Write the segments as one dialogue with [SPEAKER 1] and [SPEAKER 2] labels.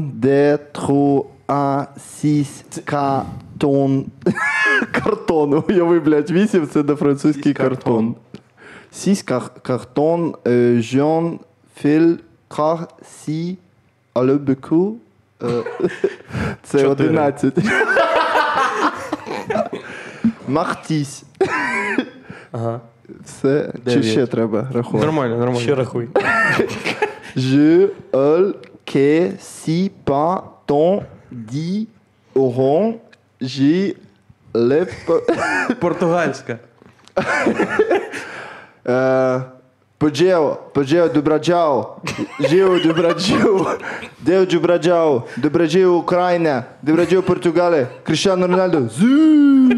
[SPEAKER 1] Де тру а сісь катон картон. Уяви, блядь, вісім це де французький картон. Сісь кар- картон е, Жон Філь Кар Сі Алебеку. äh, Це
[SPEAKER 2] Чотири.
[SPEAKER 1] 11. Мартісь.
[SPEAKER 3] Ага.
[SPEAKER 1] Все. Чи
[SPEAKER 2] Дев'ять.
[SPEAKER 1] ще треба рахувати?
[SPEAKER 2] Нормально, нормально.
[SPEAKER 3] Ще рахуй.
[SPEAKER 1] Je le que si pas ton dit oron, j'ai le
[SPEAKER 2] Португальська.
[SPEAKER 1] Eh, Поджео, поджео добраджао, жео добраджао, део добраджао, добраджао Україна, добраджао Португалія, Кріштіану Рональдо, зю!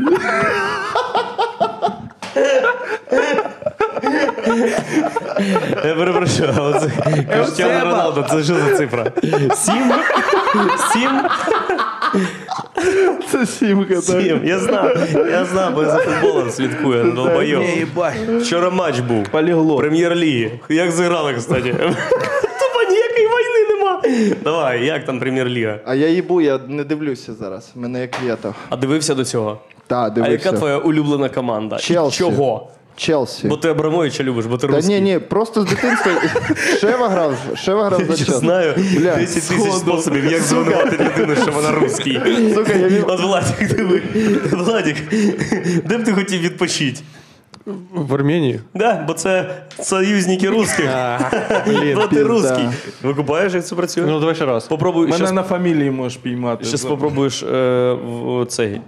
[SPEAKER 3] Я перепрошую, але це Криштиану
[SPEAKER 2] Евсеба.
[SPEAKER 3] Роналду, це що за цифра? Сім? Сім?
[SPEAKER 1] Це сімка,
[SPEAKER 3] Сім. Я знав, я знав, бо я за футболом слідкую, долбойов.
[SPEAKER 2] Не, їбать.
[SPEAKER 3] Вчора матч був.
[SPEAKER 2] Полігло.
[SPEAKER 3] Прем'єр-ліги. Як зіграли, кстати. Тупо ніякої війни нема. Давай, як там прем'єр-ліга?
[SPEAKER 1] А я їбу, я не дивлюся зараз, мене як літо.
[SPEAKER 3] А дивився до цього?
[SPEAKER 1] Та,
[SPEAKER 3] А яка
[SPEAKER 1] дивився.
[SPEAKER 3] твоя улюблена команда? І
[SPEAKER 1] Челсі.
[SPEAKER 3] Чого?
[SPEAKER 1] Челсі.
[SPEAKER 3] Бо ти Абрамовича любиш, бо ти
[SPEAKER 1] Та
[SPEAKER 3] русський.
[SPEAKER 1] ні, ні, просто з дитинства Шева грав, Шева грав за
[SPEAKER 3] Я
[SPEAKER 1] Челсі.
[SPEAKER 3] знаю
[SPEAKER 1] Бля,
[SPEAKER 3] 10 тисяч способів, як звинувати людину, що вона русський.
[SPEAKER 1] Сука, я вів-
[SPEAKER 3] От Владик, диви. Владик, де б ти хотів відпочити?
[SPEAKER 2] В Арменії?
[SPEAKER 3] Да, бо це союзники русських
[SPEAKER 2] Блін.
[SPEAKER 3] проти
[SPEAKER 1] пізда.
[SPEAKER 3] русських. Викупаєш, як це працює?
[SPEAKER 2] Ну, давай ще раз.
[SPEAKER 3] Попробуй,
[SPEAKER 2] Мене
[SPEAKER 3] щас,
[SPEAKER 2] на фамілії можеш піймати.
[SPEAKER 3] щас
[SPEAKER 2] За-
[SPEAKER 3] попробуєш е, в- цей,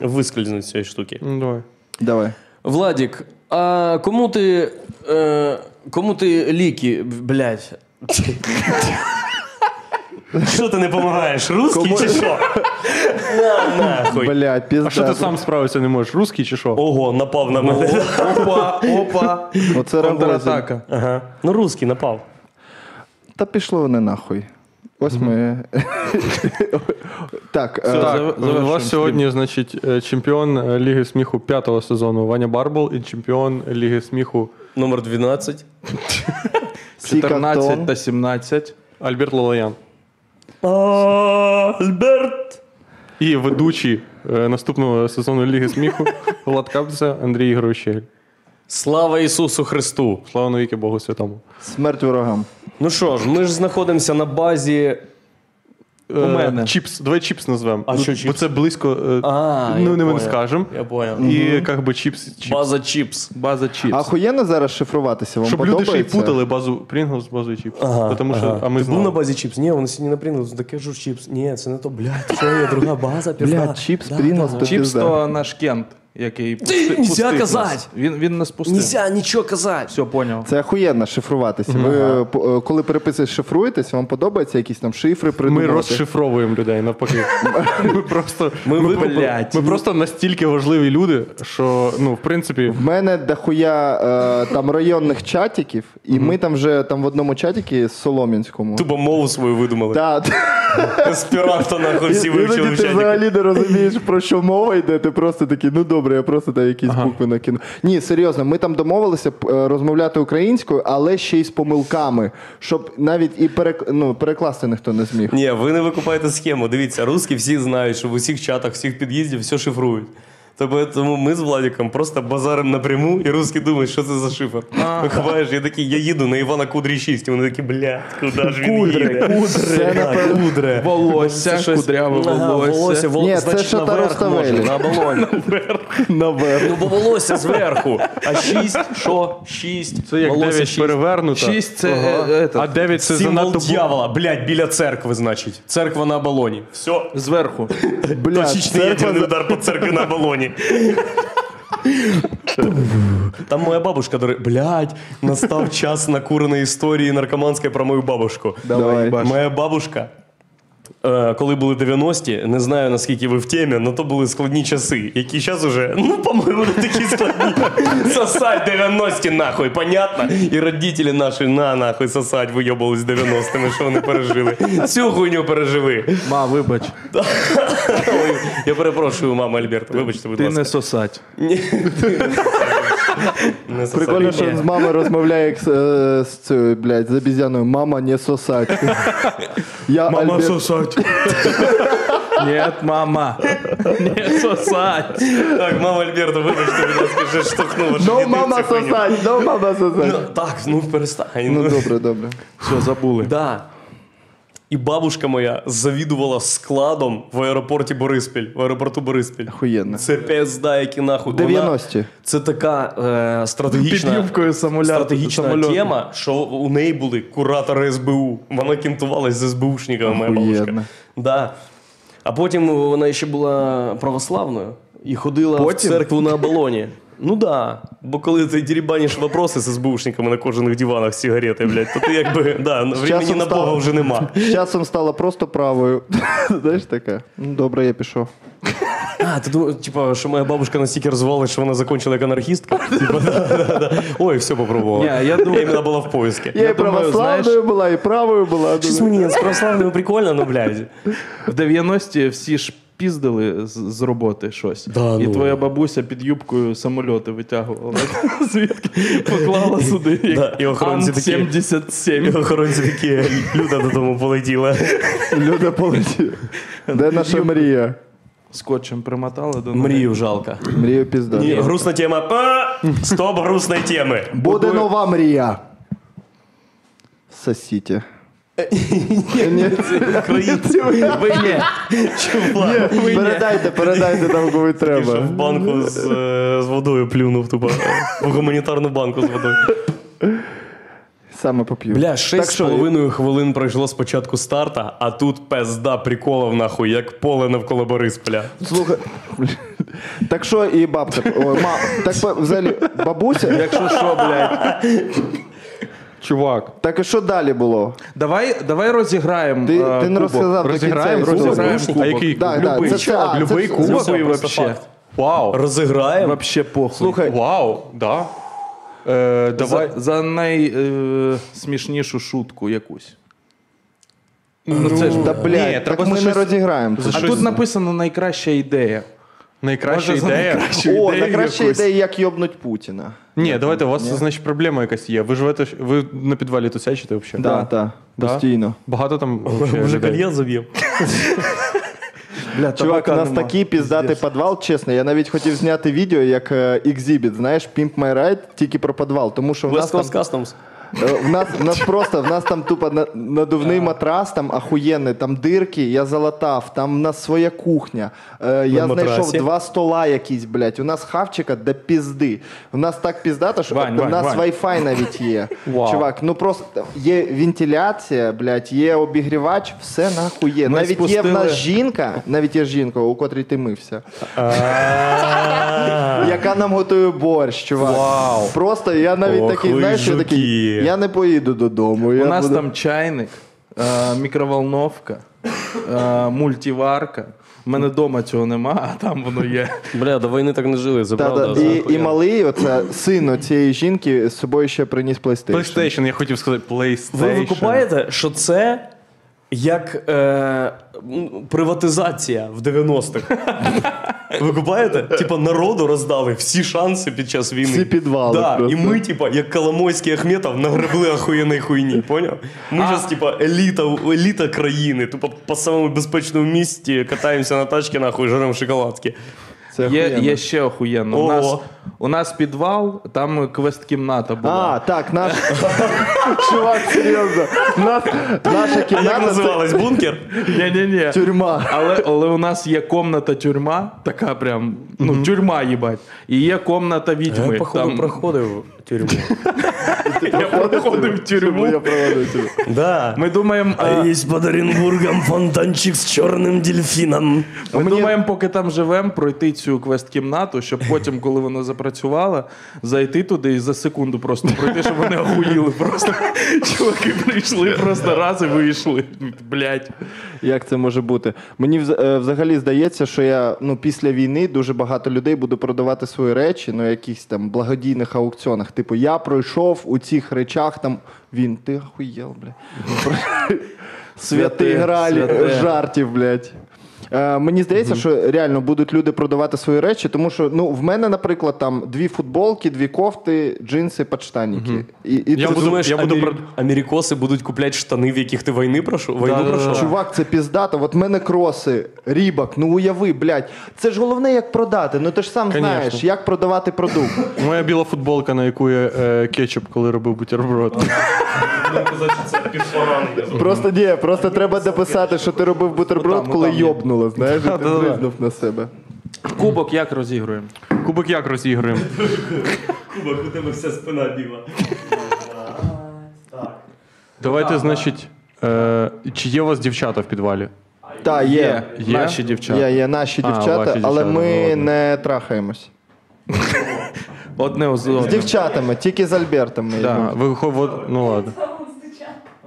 [SPEAKER 3] вискользнути з цієї штуки.
[SPEAKER 2] Ну, давай.
[SPEAKER 1] Давай.
[SPEAKER 4] Владік, а кому ти. Е, кому ти ліки, блядь?
[SPEAKER 3] Що ти не допомагаєш? Русський чи що? На, нахуй.
[SPEAKER 1] Бля, пізда.
[SPEAKER 2] А що ти сам справитися не можеш? Русський чи що?
[SPEAKER 3] Ого, напав на
[SPEAKER 1] Ну.
[SPEAKER 3] мене.
[SPEAKER 2] Опа, опа.
[SPEAKER 1] Оце рогозин.
[SPEAKER 2] Контратака.
[SPEAKER 3] Ага. Ну, русський напав.
[SPEAKER 1] Та пішло вони нахуй. Ось ми. Так, е,
[SPEAKER 2] Так, у вас сьогодні, значить, е, чемпіон е, Ліги сміху п'ятого сезону Ваня Барбул і чемпіон Ліги сміху
[SPEAKER 3] Номер 12.
[SPEAKER 1] всі картон.
[SPEAKER 5] 14 та 17.
[SPEAKER 2] Альберт Лалаян.
[SPEAKER 3] Альберт.
[SPEAKER 2] І ведучий е, наступного сезону Ліги сміху Влад Капця Андрій Грошель.
[SPEAKER 3] Слава Ісусу Христу!
[SPEAKER 2] Слава навіки Богу Святому.
[SPEAKER 1] Смерть ворогам.
[SPEAKER 3] Ну що ж, ми ж знаходимося на базі.
[SPEAKER 2] У
[SPEAKER 5] мене.
[SPEAKER 2] Е, Чіпс, давай чіпс назвемо.
[SPEAKER 3] А
[SPEAKER 2] Ну,
[SPEAKER 3] що
[SPEAKER 2] Бо
[SPEAKER 3] чіпс?
[SPEAKER 2] це близько. е,
[SPEAKER 3] А, я
[SPEAKER 2] ну, не ми
[SPEAKER 3] понял.
[SPEAKER 2] не скажемо.
[SPEAKER 3] Я понял.
[SPEAKER 2] І як би чіпс. чіпс.
[SPEAKER 3] База Чіпс.
[SPEAKER 5] База чіпс.
[SPEAKER 1] Ахуєнно зараз шифруватися, вам
[SPEAKER 2] Щоб люди
[SPEAKER 1] подобається?
[SPEAKER 2] ще й путали базу Прінгл з базою чіпс. Тому що,
[SPEAKER 3] Ти
[SPEAKER 2] а ми
[SPEAKER 3] був
[SPEAKER 2] знали.
[SPEAKER 3] на базі Чіпс? Ні, вони сьогодні Ну, на Pringles. Так я кажу Чіпс. Ні, це не то, блядь, що є друга база, пізда.
[SPEAKER 1] Бля, чіпс, Pringles, то
[SPEAKER 5] Чіпс
[SPEAKER 1] пізда.
[SPEAKER 5] то наш кент, який
[SPEAKER 4] Ти
[SPEAKER 5] пусти-
[SPEAKER 4] нельзя
[SPEAKER 5] пустив нас.
[SPEAKER 4] казать!
[SPEAKER 5] Він, він нас пустив.
[SPEAKER 4] Нельзя нічого казати.
[SPEAKER 5] Все, поняв.
[SPEAKER 1] Це ахуєнно шифруватися. Ви, е, по- е, коли переписуєш, шифруєтесь, вам подобається якісь там шифри
[SPEAKER 2] Ми
[SPEAKER 1] придумувати?
[SPEAKER 2] розшифровуємо людей навпаки. Ми просто
[SPEAKER 3] Ми
[SPEAKER 2] ми,
[SPEAKER 3] випали-
[SPEAKER 2] блядь, ми просто настільки важливі люди, що ну в принципі
[SPEAKER 1] В мене дохуя е, там районних чатиків, і ми там вже там в одному чатікі з Солом'янському.
[SPEAKER 3] Тупо мову свою видумали.
[SPEAKER 1] Так,
[SPEAKER 3] З пірату нахуй всі вивчили в
[SPEAKER 1] Іноді ти
[SPEAKER 3] чаті.
[SPEAKER 1] взагалі не розумієш, про що мова йде. Ти просто такий, ну добре, я просто там якісь букви накину. Ні, серйозно, ми там домовилися п- е, розмовляти українською, але ще й з помилками, щоб навіть і перек... ну, перекласти ніхто не зміг.
[SPEAKER 3] Ні, ви не викупаєте схему. Дивіться, русські всі знають, що в усіх чатах, всіх під'їздів все шифрують. Тобто тому ми з Владиком просто базаримо напряму, і русські думають, що це за шифр. Виховаєш, я такий, я їду на Івана Кудрі 6, і вони такі, блядь, куди ж він їде?
[SPEAKER 1] Це,
[SPEAKER 3] Так,
[SPEAKER 1] напевно,
[SPEAKER 3] Кудре.
[SPEAKER 5] Волосся, кудряве
[SPEAKER 3] Ага, волосся
[SPEAKER 5] волосся.
[SPEAKER 3] вол...
[SPEAKER 1] Ні, це
[SPEAKER 3] значить,
[SPEAKER 1] що та
[SPEAKER 3] наверх
[SPEAKER 1] Руставелі.
[SPEAKER 3] може, на оболонь.
[SPEAKER 1] наверх.
[SPEAKER 3] Ну, бо волосся зверху. А шість, що? Шість.
[SPEAKER 2] це як
[SPEAKER 3] волосся
[SPEAKER 2] 9
[SPEAKER 3] шість.
[SPEAKER 2] перевернуто.
[SPEAKER 5] 6 це, е, е,
[SPEAKER 2] а 9 це
[SPEAKER 3] Символ
[SPEAKER 2] занадто бу-
[SPEAKER 3] дьявола, блядь, біля церкви, значить. Церква на оболоні. Все.
[SPEAKER 5] зверху.
[SPEAKER 1] Бля,
[SPEAKER 3] Точечний ядерний удар по церкві на оболоні. Там моя бабушка, дори... блядь, настав час накуреної історії наркоманської про мою бабушку.
[SPEAKER 1] Давай.
[SPEAKER 3] Моя бабушка, е, коли були 90-ті, не знаю наскільки ви в темі, але то були складні часи, які зараз уже, ну, по-моєму, не такі складні. Сосать 90-ті, нахуй, понятно? І родителі наші на нахуй сосать вийобувались 90-ми, що вони пережили. Цю хуйню пережили.
[SPEAKER 5] Ма, вибач,
[SPEAKER 3] Ой, Я перепрошую, мама Альберт, вибачте, будь
[SPEAKER 5] ти
[SPEAKER 3] ласка.
[SPEAKER 5] не сосать.
[SPEAKER 3] Не сосать.
[SPEAKER 1] Прикольно, що він з мамою розмовляє як з, е, з цією, блядь, з обізяною. Мама, не сосак. Я Альберт-
[SPEAKER 5] сосать. Нет, мама. Не сосать.
[SPEAKER 3] Так, мама Альберта, вибачте, будь ласка, вже штовхнула. що
[SPEAKER 1] No
[SPEAKER 3] діти
[SPEAKER 1] «Ну, мама
[SPEAKER 3] цю хуйню.
[SPEAKER 1] сосать, no мама
[SPEAKER 3] Ну,
[SPEAKER 1] сосать.
[SPEAKER 3] Так, ну перестань.
[SPEAKER 1] Ну
[SPEAKER 3] ну.
[SPEAKER 1] добре, добре.
[SPEAKER 5] Все, забули.
[SPEAKER 3] Да. І бабушка моя завідувала складом в аеропорті Бориспіль. В аеропорту Бориспіль.
[SPEAKER 1] Охуєнно.
[SPEAKER 3] Це пизда, які нахуй. Вона-
[SPEAKER 1] 90-ті.
[SPEAKER 3] Це така е, стратегічна,
[SPEAKER 5] Під юбкою самоля-
[SPEAKER 3] стратегічна
[SPEAKER 5] самольоти.
[SPEAKER 3] тема, що у неї були куратори СБУ. Вона кінтувалась з СБУшниками, моя
[SPEAKER 1] Охуєнно.
[SPEAKER 3] бабушка. Да. А потім вона ще була православною і ходила
[SPEAKER 5] Потім?
[SPEAKER 3] в церкву на оболоні. Ну да. Бо коли ти дерібаниш вопроси з СБУшниками на кожаних диванах з сигарети, блядь, то ти якби да, времени
[SPEAKER 1] часом
[SPEAKER 3] на Бога
[SPEAKER 1] стало.
[SPEAKER 3] вже нема.
[SPEAKER 1] З часом стала просто правою. Знаєш таке? Ну добре, я пішов.
[SPEAKER 3] А, ти думаєш, типа, що моя бабушка настільки розвивалася, що вона закончила як анархістка? Типа, да, да, да. Ой, все попробувала.
[SPEAKER 5] Ні, я
[SPEAKER 3] думаю... Іменно була в поїзді.
[SPEAKER 1] Я, і
[SPEAKER 5] думаю,
[SPEAKER 1] православною
[SPEAKER 5] знаєш-
[SPEAKER 1] була, і правою була.
[SPEAKER 3] Щось мені з православною прикольно, ну блядь.
[SPEAKER 5] В 90-ті всі ж піздили з, з роботи щось.
[SPEAKER 3] Да,
[SPEAKER 5] і
[SPEAKER 3] ну.
[SPEAKER 5] твоя бабуся під юбкою самольоти витягувала. Звідки поклала сюди. як
[SPEAKER 3] Да, і охоронці такі. І
[SPEAKER 5] 77.
[SPEAKER 3] охоронці такі люта додому полетіла.
[SPEAKER 1] Люди полетіли. Де наша мрія?
[SPEAKER 5] Скотчем примотала до ноги.
[SPEAKER 3] Мрію жалко.
[SPEAKER 1] Мрію пізда.
[SPEAKER 3] Ні, грустна тема. Па! Стоп грустної теми.
[SPEAKER 1] Буде нова мрія. Сосіті. Ні,
[SPEAKER 3] Українці,
[SPEAKER 5] Ви ні.
[SPEAKER 3] чувак.
[SPEAKER 1] Передайте, передайте там, кому
[SPEAKER 3] Ти що
[SPEAKER 1] треба.
[SPEAKER 3] в банку з, е, з водою плюнув, тупо. В гуманітарну банку з водою.
[SPEAKER 1] Саме поп'ю.
[SPEAKER 3] Бля, 6
[SPEAKER 1] Так
[SPEAKER 3] з
[SPEAKER 1] що,
[SPEAKER 3] половиною хвилин пройшло з початку старта, а тут пизда приколов нахуй, як поле навколо Борисполя.
[SPEAKER 1] Слухай. Так що і бабця. Ой, ма, так по- взагалі, бабуся.
[SPEAKER 5] Якщо що, блядь.
[SPEAKER 2] Чувак,
[SPEAKER 1] Так і що далі було?
[SPEAKER 5] Давай, давай розіграємо.
[SPEAKER 1] Ти,
[SPEAKER 5] е,
[SPEAKER 1] ти не
[SPEAKER 5] кубок.
[SPEAKER 1] розказав до кінця.
[SPEAKER 2] розіграємо
[SPEAKER 5] розіграємо
[SPEAKER 2] кубок.
[SPEAKER 5] кубок.
[SPEAKER 2] А який
[SPEAKER 1] Да,
[SPEAKER 2] кубок?
[SPEAKER 1] да,
[SPEAKER 2] Любий.
[SPEAKER 1] це все- а, це
[SPEAKER 2] Любий
[SPEAKER 1] все-
[SPEAKER 2] кубок?
[SPEAKER 1] це
[SPEAKER 3] просто
[SPEAKER 5] Хуй вообще.
[SPEAKER 3] факт.
[SPEAKER 2] Вау.
[SPEAKER 3] Розіграємо.
[SPEAKER 5] Вообще похуй.
[SPEAKER 1] Слухай,
[SPEAKER 2] Вау, да. Е, давай.
[SPEAKER 5] За, за найсмішнішу шутку якусь. Ну, це ж
[SPEAKER 1] Та блядь,
[SPEAKER 5] Ні,
[SPEAKER 1] так
[SPEAKER 5] треба
[SPEAKER 1] ми
[SPEAKER 5] за
[SPEAKER 1] не
[SPEAKER 5] щось-
[SPEAKER 1] розіграємо.
[SPEAKER 5] А тут написано найкраща ідея.
[SPEAKER 2] Найкраща
[SPEAKER 5] Може, за
[SPEAKER 2] ідея.
[SPEAKER 1] О,
[SPEAKER 5] ідею
[SPEAKER 1] найкраща
[SPEAKER 5] якусь.
[SPEAKER 1] ідея, як йобнуть Путіна.
[SPEAKER 2] Ні, давайте, у вас, значить, проблема якась є. Ви живете, ж- ви на підвалі тусячите взагалі?
[SPEAKER 1] Да, так. Постійно.
[SPEAKER 2] Багато там вообще
[SPEAKER 3] Вже
[SPEAKER 2] людей?
[SPEAKER 3] кальян зав'єм.
[SPEAKER 5] Бля,
[SPEAKER 1] Чувак, у
[SPEAKER 5] табака
[SPEAKER 1] нас
[SPEAKER 5] нема.
[SPEAKER 1] такий піздатий підвал, чесно. Я навіть хотів зняти відео як е, екзибіт, знаєш, Pimp My Ride, тільки про підвал. Тому що в нас,
[SPEAKER 3] West
[SPEAKER 1] там,
[SPEAKER 3] Coast Customs.
[SPEAKER 1] е, в, нас, в нас просто, в нас там тупо на- надувний матрас, там ахуєнний, там дирки, я залатав, там в нас своя кухня. Е, Я
[SPEAKER 3] матрасі?
[SPEAKER 1] знайшов два стола якісь, блядь. У нас хавчика до пізди. У нас так піздато, що
[SPEAKER 5] Вань,
[SPEAKER 1] у
[SPEAKER 5] Вань,
[SPEAKER 1] нас
[SPEAKER 5] Вань.
[SPEAKER 1] Wi-Fi навіть є.
[SPEAKER 2] Вау.
[SPEAKER 1] Чувак, ну просто є вентиляція, блядь, є обігрівач, все нахуй є.
[SPEAKER 5] Ми
[SPEAKER 1] навіть є в нас
[SPEAKER 5] спустили-
[SPEAKER 1] жінка, навіть є жінка, у котрій ти мився. Ну, Яка нам готує борщ, чувак.
[SPEAKER 2] Вау.
[SPEAKER 1] Просто я навіть
[SPEAKER 3] Ох,
[SPEAKER 1] такий,
[SPEAKER 3] ви
[SPEAKER 1] знаєш, я такий,
[SPEAKER 3] жуки.
[SPEAKER 1] я не поїду додому.
[SPEAKER 5] У
[SPEAKER 1] я
[SPEAKER 5] нас
[SPEAKER 1] буду-
[SPEAKER 5] там чайник, е, мікроволновка, е, мультиварка. У мене вдома цього нема, а там воно є.
[SPEAKER 3] Бля, до війни так не жили, це
[SPEAKER 1] Та-та,
[SPEAKER 3] правда.
[SPEAKER 1] і, і малий, оце син цієї жінки з собою ще приніс PlayStation.
[SPEAKER 2] PlayStation, я хотів сказати, PlayStation.
[SPEAKER 3] Ви викупаєте, що це як е, м, приватизація в 90-х. Ви купаєте? Типа народу роздали всі шанси під час війни.
[SPEAKER 1] Всі підвали
[SPEAKER 3] Да,
[SPEAKER 1] просто.
[SPEAKER 3] І ми, типа, як Коломойський Ахметов, нагребли ахуєнної хуйні, поняв? Ми зараз, типа, еліта, еліта країни, тупо по самому безпечному місті катаємося на тачки, нахуй, жремо шоколадки.
[SPEAKER 1] Це
[SPEAKER 5] Є,
[SPEAKER 1] охуєнно.
[SPEAKER 5] є ще охуєнно. У
[SPEAKER 3] Ого.
[SPEAKER 5] нас, у нас підвал, там квест-кімната була.
[SPEAKER 1] А, так, наш. Чувак, серйозно. Нас, наша
[SPEAKER 3] А як
[SPEAKER 1] кімната ну, це
[SPEAKER 3] називалась бункер?
[SPEAKER 5] Ні-ні-ні.
[SPEAKER 1] тюрма.
[SPEAKER 5] Але, але у нас є комната тюрма, така прям, ну, тюрма, їбать. І є комната відьми.
[SPEAKER 3] Е,
[SPEAKER 5] там,
[SPEAKER 3] проходив тюрму.
[SPEAKER 5] я проходив в тюрму.
[SPEAKER 1] Я проводив тебе.
[SPEAKER 3] Да.
[SPEAKER 5] Ми думаємо,
[SPEAKER 3] А
[SPEAKER 5] е,
[SPEAKER 3] есть под Оренбургом фонтанчик с черным дельфином.
[SPEAKER 5] ми думаємо, поки там живемо, пройти цю квест-кімнату, щоб потім, коли вона запрацювала, зайти туди і за секунду просто пройти, щоб вони охуїли. Просто чуваки прийшли просто раз і вийшли. Блять.
[SPEAKER 1] Як це може бути? Мені вз- е, взагалі здається, що я ну після війни дуже багато людей буду продавати свої речі на якихось там благодійних аукціонах. Типу, я пройшов у цих речах там. Він ти ахуєл, бля. Святий
[SPEAKER 5] Святе,
[SPEAKER 1] граль
[SPEAKER 5] святе.
[SPEAKER 1] жартів, блядь. Е, мені здається, що реально будуть люди продавати свої речі, тому що ну в мене, наприклад, там дві футболки, дві кофти, джинси, подштаніки. І, і
[SPEAKER 2] Я
[SPEAKER 1] ти
[SPEAKER 2] буду-
[SPEAKER 1] думаєш,
[SPEAKER 2] я буду
[SPEAKER 3] амері-
[SPEAKER 2] прод-
[SPEAKER 3] америкоси будуть купляти штани, в яких ти війни пройшов? Війну
[SPEAKER 2] Да-да-да.
[SPEAKER 3] пройшов?
[SPEAKER 1] Чувак, це піздато. От мене кроси, рібак, ну уяви, блядь. Це ж головне, як продати. Ну ти ж сам
[SPEAKER 2] Конечно.
[SPEAKER 1] знаєш, як продавати продукт.
[SPEAKER 2] Моя біла футболка, на яку я е, кетчуп, коли робив бутерброд.
[SPEAKER 1] Просто ні, просто треба дописати, що ти робив бутерброд,
[SPEAKER 5] Отам,
[SPEAKER 1] коли
[SPEAKER 5] отам є.
[SPEAKER 1] йобнуло, знаєш, і ти
[SPEAKER 2] Да-да-да.
[SPEAKER 1] близнув на себе.
[SPEAKER 5] Кубок як розігруємо?
[SPEAKER 2] Кубик як розігруємо?
[SPEAKER 3] Кубок, у тебе вся спина біла.
[SPEAKER 2] Давайте, значить, е, чи є у вас дівчата в підвалі?
[SPEAKER 1] Та, є.
[SPEAKER 2] Є?
[SPEAKER 5] Наші дівчата.
[SPEAKER 1] Є, є наші
[SPEAKER 2] А,
[SPEAKER 1] дівчата,
[SPEAKER 2] ваші
[SPEAKER 1] але
[SPEAKER 2] дівчата, ну,
[SPEAKER 1] ми
[SPEAKER 2] ладно.
[SPEAKER 1] не трахаємось.
[SPEAKER 5] Одне з
[SPEAKER 1] З
[SPEAKER 5] одним.
[SPEAKER 1] дівчатами, тільки з Альбертом. ми
[SPEAKER 2] Да.
[SPEAKER 1] йдемо.
[SPEAKER 2] Ви хов... Ну ладно.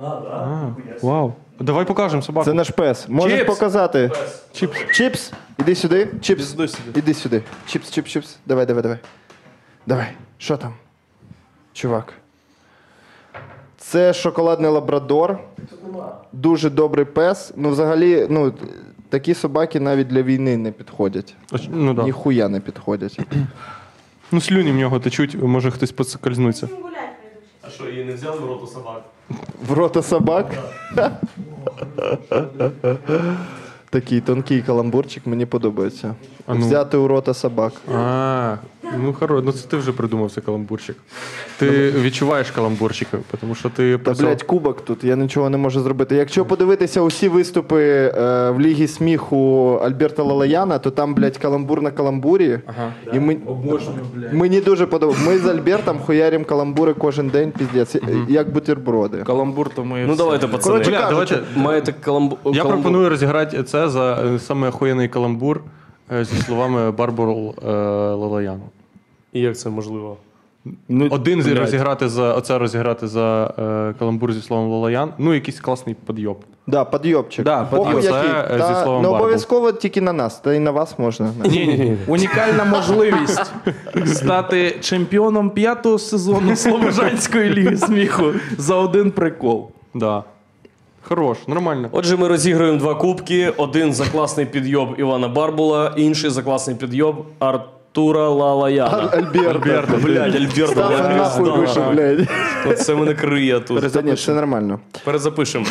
[SPEAKER 2] А, Вау. Давай покажемо собаку.
[SPEAKER 1] Це наш пес. Можеш
[SPEAKER 5] Чіпс!
[SPEAKER 1] показати?
[SPEAKER 2] Чіпс.
[SPEAKER 1] Чіпс, іди сюди. Чіпс.
[SPEAKER 5] Іди сюди.
[SPEAKER 1] Іди сюди. Чіпс, чіпс, чіпс. Давай, давай, давай. Давай. Що там? Чувак. Це шоколадний лабрадор. Дуже добрий пес. Ну, взагалі, ну, такі собаки навіть для війни не підходять.
[SPEAKER 2] Ну, да.
[SPEAKER 1] Ніхуя не підходять.
[SPEAKER 2] ну слюні в нього течуть, може хтось поскользнуться.
[SPEAKER 3] А що, її не взяли в роту собак?
[SPEAKER 1] В рота собак. Такий тонкий каламбурчик мені подобається.
[SPEAKER 2] А ну.
[SPEAKER 1] Взяти у рота собак.
[SPEAKER 2] А, ну хоро, ну це ти вже придумав цей каламбурчик. Ти відчуваєш каламбурчика, тому що ти
[SPEAKER 1] Та блядь, кубок тут, я нічого не можу зробити. Якщо подивитися усі виступи е, в Лігі сміху Альберта Лалаяна, то там, блядь, каламбур на каламбурі. Ага, і ми... Мені дуже подобається. Ми з Альбертом хуярим каламбури кожен день, піздець, як бутерброди.
[SPEAKER 5] Каламбур то ми.
[SPEAKER 3] Ну
[SPEAKER 5] всі.
[SPEAKER 3] давайте, пацани.
[SPEAKER 1] Коротше
[SPEAKER 2] Бля,
[SPEAKER 1] кажучи,
[SPEAKER 2] давайте.
[SPEAKER 3] Маєте каламбу...
[SPEAKER 2] Я
[SPEAKER 3] каламбу-
[SPEAKER 2] пропоную розіграти це за е, саме охуєнний каламбур е, зі словами Барбару е, Лалаяну.
[SPEAKER 3] І Як це можливо?
[SPEAKER 5] Ну,
[SPEAKER 2] Один з-
[SPEAKER 5] блядь.
[SPEAKER 2] розіграти за оце розіграти за е, каламбур зі словом Лалаян. Ну, якийсь класний підйоб.
[SPEAKER 1] Да, підйобчик.
[SPEAKER 5] Да,
[SPEAKER 1] Похуй
[SPEAKER 5] підйоб.
[SPEAKER 2] Це,
[SPEAKER 1] який.
[SPEAKER 2] е, зі
[SPEAKER 1] Та,
[SPEAKER 2] словом
[SPEAKER 1] не
[SPEAKER 2] Барбу.
[SPEAKER 1] обов'язково тільки на нас, та й на вас можна.
[SPEAKER 2] Ні-ні-ні.
[SPEAKER 5] Унікальна можливість стати чемпіоном п'ятого сезону Слобожанської ліги сміху за один прикол.
[SPEAKER 2] Да. Хорош, нормально.
[SPEAKER 3] Отже, ми розігруємо два кубки: один за класний підйоб Івана Барбула, інший за класний підйоб Артура Лалаяна.
[SPEAKER 1] Альберта.
[SPEAKER 3] Блядь, Альберто,
[SPEAKER 1] Став
[SPEAKER 3] блядь,
[SPEAKER 1] нахуй
[SPEAKER 3] пізда.
[SPEAKER 1] вийшов, блядь.
[SPEAKER 3] Оце мене криє тут.
[SPEAKER 1] Та ні, все нормально.
[SPEAKER 3] Перезапишемо.